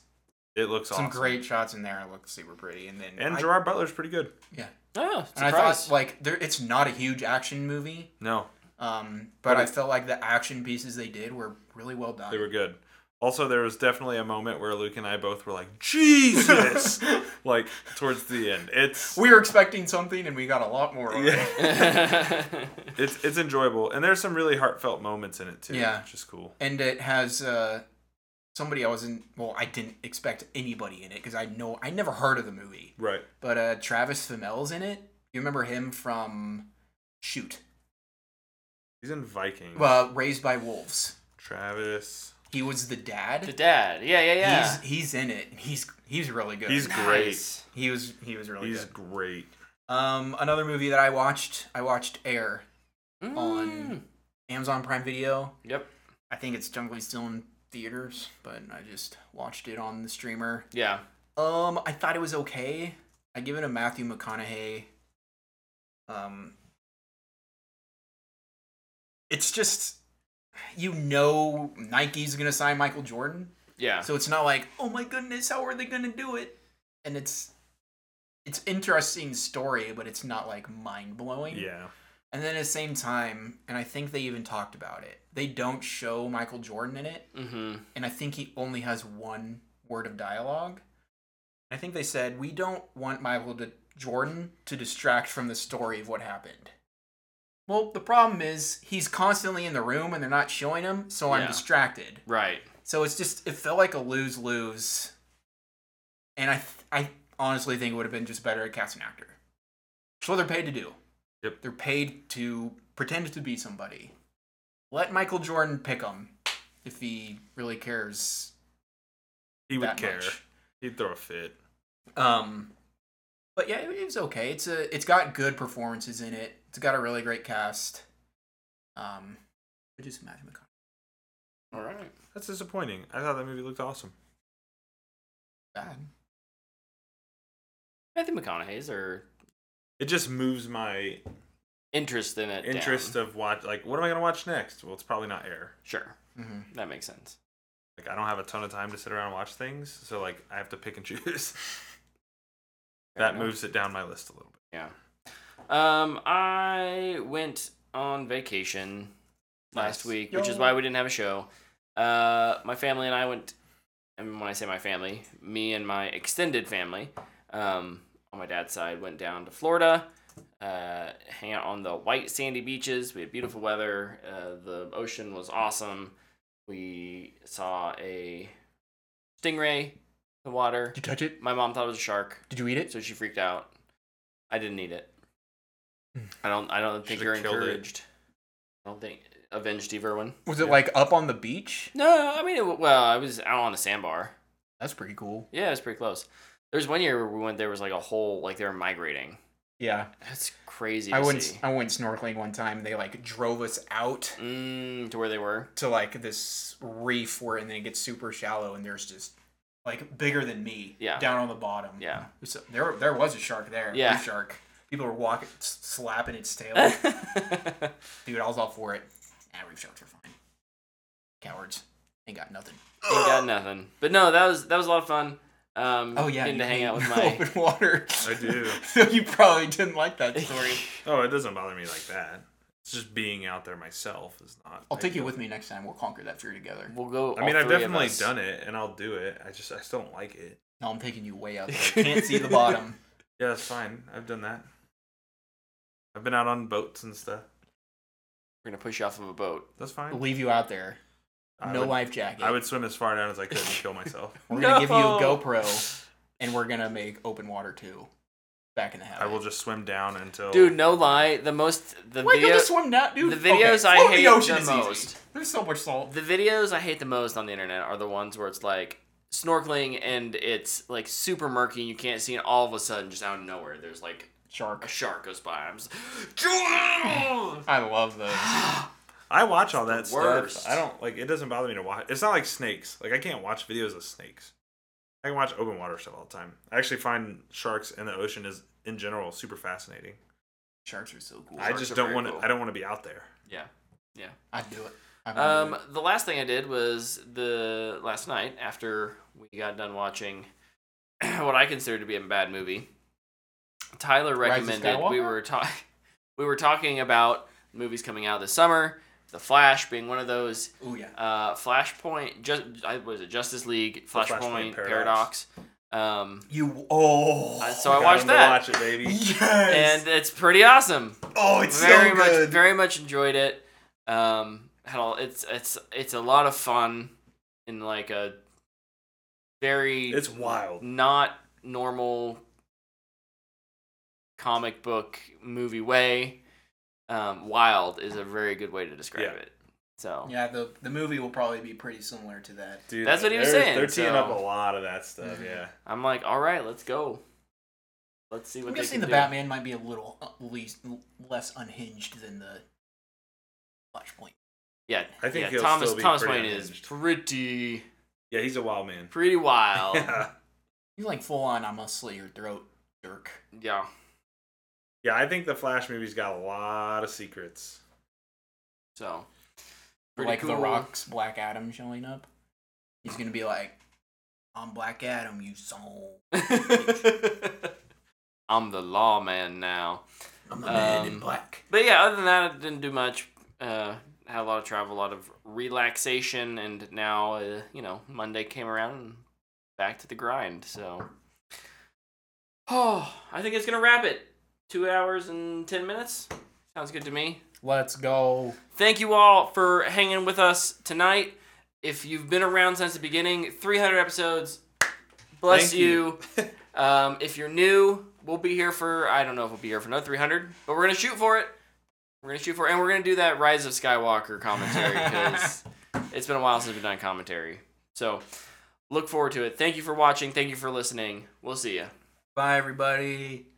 it looks some awesome. great shots in there. It looked super pretty, and then and I, Gerard Butler's pretty good. yeah, Oh, and I surprise. thought like there, it's not a huge action movie, No, um, but, But I it- felt like the action pieces they did were really well done. *laughs* they were good. Also, there was definitely a moment where Luke and I both were like, *laughs* "Jesus!" like towards the end. It's *laughs* we were expecting something, and we got a lot more. of it. Yeah. *laughs* *laughs* it's it's enjoyable, and there's some really heartfelt moments in it too. Yeah. which is cool. and it has uh, somebody I wasn't. Well, I didn't expect anybody in it because I know I never heard of the movie, Right. but uh, Travis Fimmel's in it. You remember him from Shoot, He's in Vikings. uh, Raised by Wolves. Travis. He was the dad. the dad. Yeah, yeah, yeah. He's he's in it. and He's he's really good. He's Nice. he was he was really He's good. great. Um, another movie that I watched, I watched Air. Hmm. on- Amazon Prime Video. Mm. Yep. I think it's technically still in theaters, but I just watched it on the streamer. Yeah. Um, I thought it was okay. I give it a Matthew McConaughey. Um, it's just you know Nike's gonna sign Michael Jordan, Yeah. so it's not like oh my goodness, how are they gonna do it? And it's it's interesting story, but it's not like mind blowing. Yeah. And then at the same time, and I think they even talked about it. They don't show Michael Jordan in it mm-hmm. and I think he only has one word of dialogue. I think they said we don't want Michael to, Jordan to distract from the story of what happened. Well, the problem is he's constantly in the room and they're not showing him, so I'm Yeah. distracted. Right. So it's just it felt like a lose lose, and I th- I honestly think it would have been just better to cast an actor. It's what they're paid to do. Yep. They're paid to pretend to be somebody. Let Michael Jordan pick him if he really cares. He would that care. much. He'd throw a fit. Um, but yeah, it, it was okay. It's a it's got good performances in it. It's got a really great cast. Um, I just imagine McConaughey. All right. That's disappointing. I thought that movie looked awesome. Bad. Matthew McConaughey's or It just moves my interest in it. down. interest of watch. Like, what am I gonna watch next? Well, it's probably not Air. Sure. Mm-hmm. That makes sense. Like, I don't have a ton of time to sit around and watch things, so like, I have to pick and choose. *laughs* Fair that enough. moves it down my list a little bit. Yeah. Um, I went on vacation last Nice. week, which is Yo. why we didn't have a show. Uh, my family and I went, and when I say my family, me and my extended family, um, on my dad's side, went down to Florida, uh, hang out on the white sandy beaches. We had beautiful weather. Uh, the ocean was awesome. We saw a stingray in the water. Did you touch it? My mom thought it was a shark Did you eat it? so she freaked out. I didn't need it. I don't. I don't think Should've you're killed it. encouraged. I don't think avenge Steve Irwin. Was it like up on the beach? No, I mean, it, w- well, I was out on a sandbar. That's pretty cool. Yeah, it's pretty close. There's one year where we went. There was like a whole like they were migrating. Yeah, That's crazy. To I went see. I went snorkeling one time. They like drove us out Mm, to where they *laughs* were. to like this reef where and then it gets super shallow and there's just like bigger than me Yeah. down on the bottom. Yeah. So there there was a shark there. a Yeah. reef shark. People were walking s- slapping its *laughs* tail. yeah, Dude, I was all for it. Nah, reef sharks are fine. Cowards. Ain't got nothing. got nothing. But no, that was that was a lot of fun. Um, Oh yeah. getting you to hang hate out *laughs* *laughs* with *laughs* my. open water. I do. so *laughs* you probably didn't like *laughs* that story. Oh, it doesn't bother me like that. It's just being out there myself is not. I'll take you with me next time. We'll conquer that fear together. We'll go. I mean, all I've three of definitely us. done it, and I'll do it. I just I still don't like it. No, I'm taking you *laughs* way out there. I can't see the bottom. Yeah, that's fine. I've done that. I've been out on boats and stuff. We're gonna push you off of a boat. That's fine. Leave you out there. I no would, life jacket. I would swim as far down as I *laughs* could and kill myself. We're gonna give you a No. GoPro, and we're gonna make open water too. Back in the house. I will just swim down until. Dude, no lie. The most the Wait, video go to swim now, dude. the videos I float in hate the easy. most. There's so much salt. the videos I hate the most on the internet are the ones where it's like snorkeling and it's like super murky and you can't see and all of a sudden just out of nowhere there's like a Shark. shark goes by. I'm just like, I love those. *sighs* I watch all that It's the worst. stuff. I don't like. It doesn't bother me to watch. It's not like snakes. Like I can't watch videos of snakes. I can watch open water stuff all the time. I actually find sharks in the ocean is in general super fascinating. Sharks are so cool. I Sharks just are don't very want to. cool. I don't want to be out there. Yeah. I'd do it. I'd do Um it. the last thing I did was the last night after we got done watching *clears throat* what I consider to be a bad movie. Tyler Rise of recommended we Skywalker? were talking *laughs* we were talking about movies coming out this summer, The Flash being one of those Ooh yeah. uh, Flashpoint, just I was it Justice League, Flashpoint, Flashpoint Paradox, um, You. Oh. Uh, so I Got watched him to that. Watch *laughs* it, baby. Yes. and it's pretty awesome. oh, *laughs* it's very so much, good. very much enjoyed it. Um, had all, it's it's it's a lot of fun in like a very It's wild. not normal comic book movie way. Um, wild is a very good way to describe Yeah. it. So yeah, the the movie will probably be pretty similar to that. Dude, That's what he was they're- saying, They're teeing so- up a lot of that stuff. Yeah. I'm like, all right, let's go. Let's see what I'm they guessing can the do. Batman might be a little uh, least, less unhinged than the Yeah, I think yeah, he'll Thomas still be Thomas pretty Wayne is unhinged. pretty Yeah, he's a wild man. pretty *laughs* wild. yeah. *laughs* Yeah. He's like full on. I'm gonna slit your throat, jerk. yeah, I think the Flash movie's got a lot of secrets. So pretty Like The cool. Rock's Black Adam showing up. He's gonna be like, "I'm Black Adam, you son. *laughs* I'm the lawman now. I'm the man in Um, black." But yeah, other than that, I didn't do much. Uh, had a lot of travel, a lot of relaxation, and now uh, you know Monday came around and back to the grind. So, *sighs* oh, I think it's gonna wrap it. Two hours and ten minutes sounds good to me. Let's go. Thank you all for hanging with us tonight. If you've been around since the beginning, 300 episodes, bless Thank you. you. *laughs* *laughs* um, if you're new, we'll be here for, I don't know if we'll be here for another 300, but we're going to shoot for it. We're going to shoot for it. And we're going to do that Rise of Skywalker commentary *laughs* because it's been a while since we've done commentary. So look forward to it. Thank you for watching. Thank you for listening. We'll see you. Bye, everybody.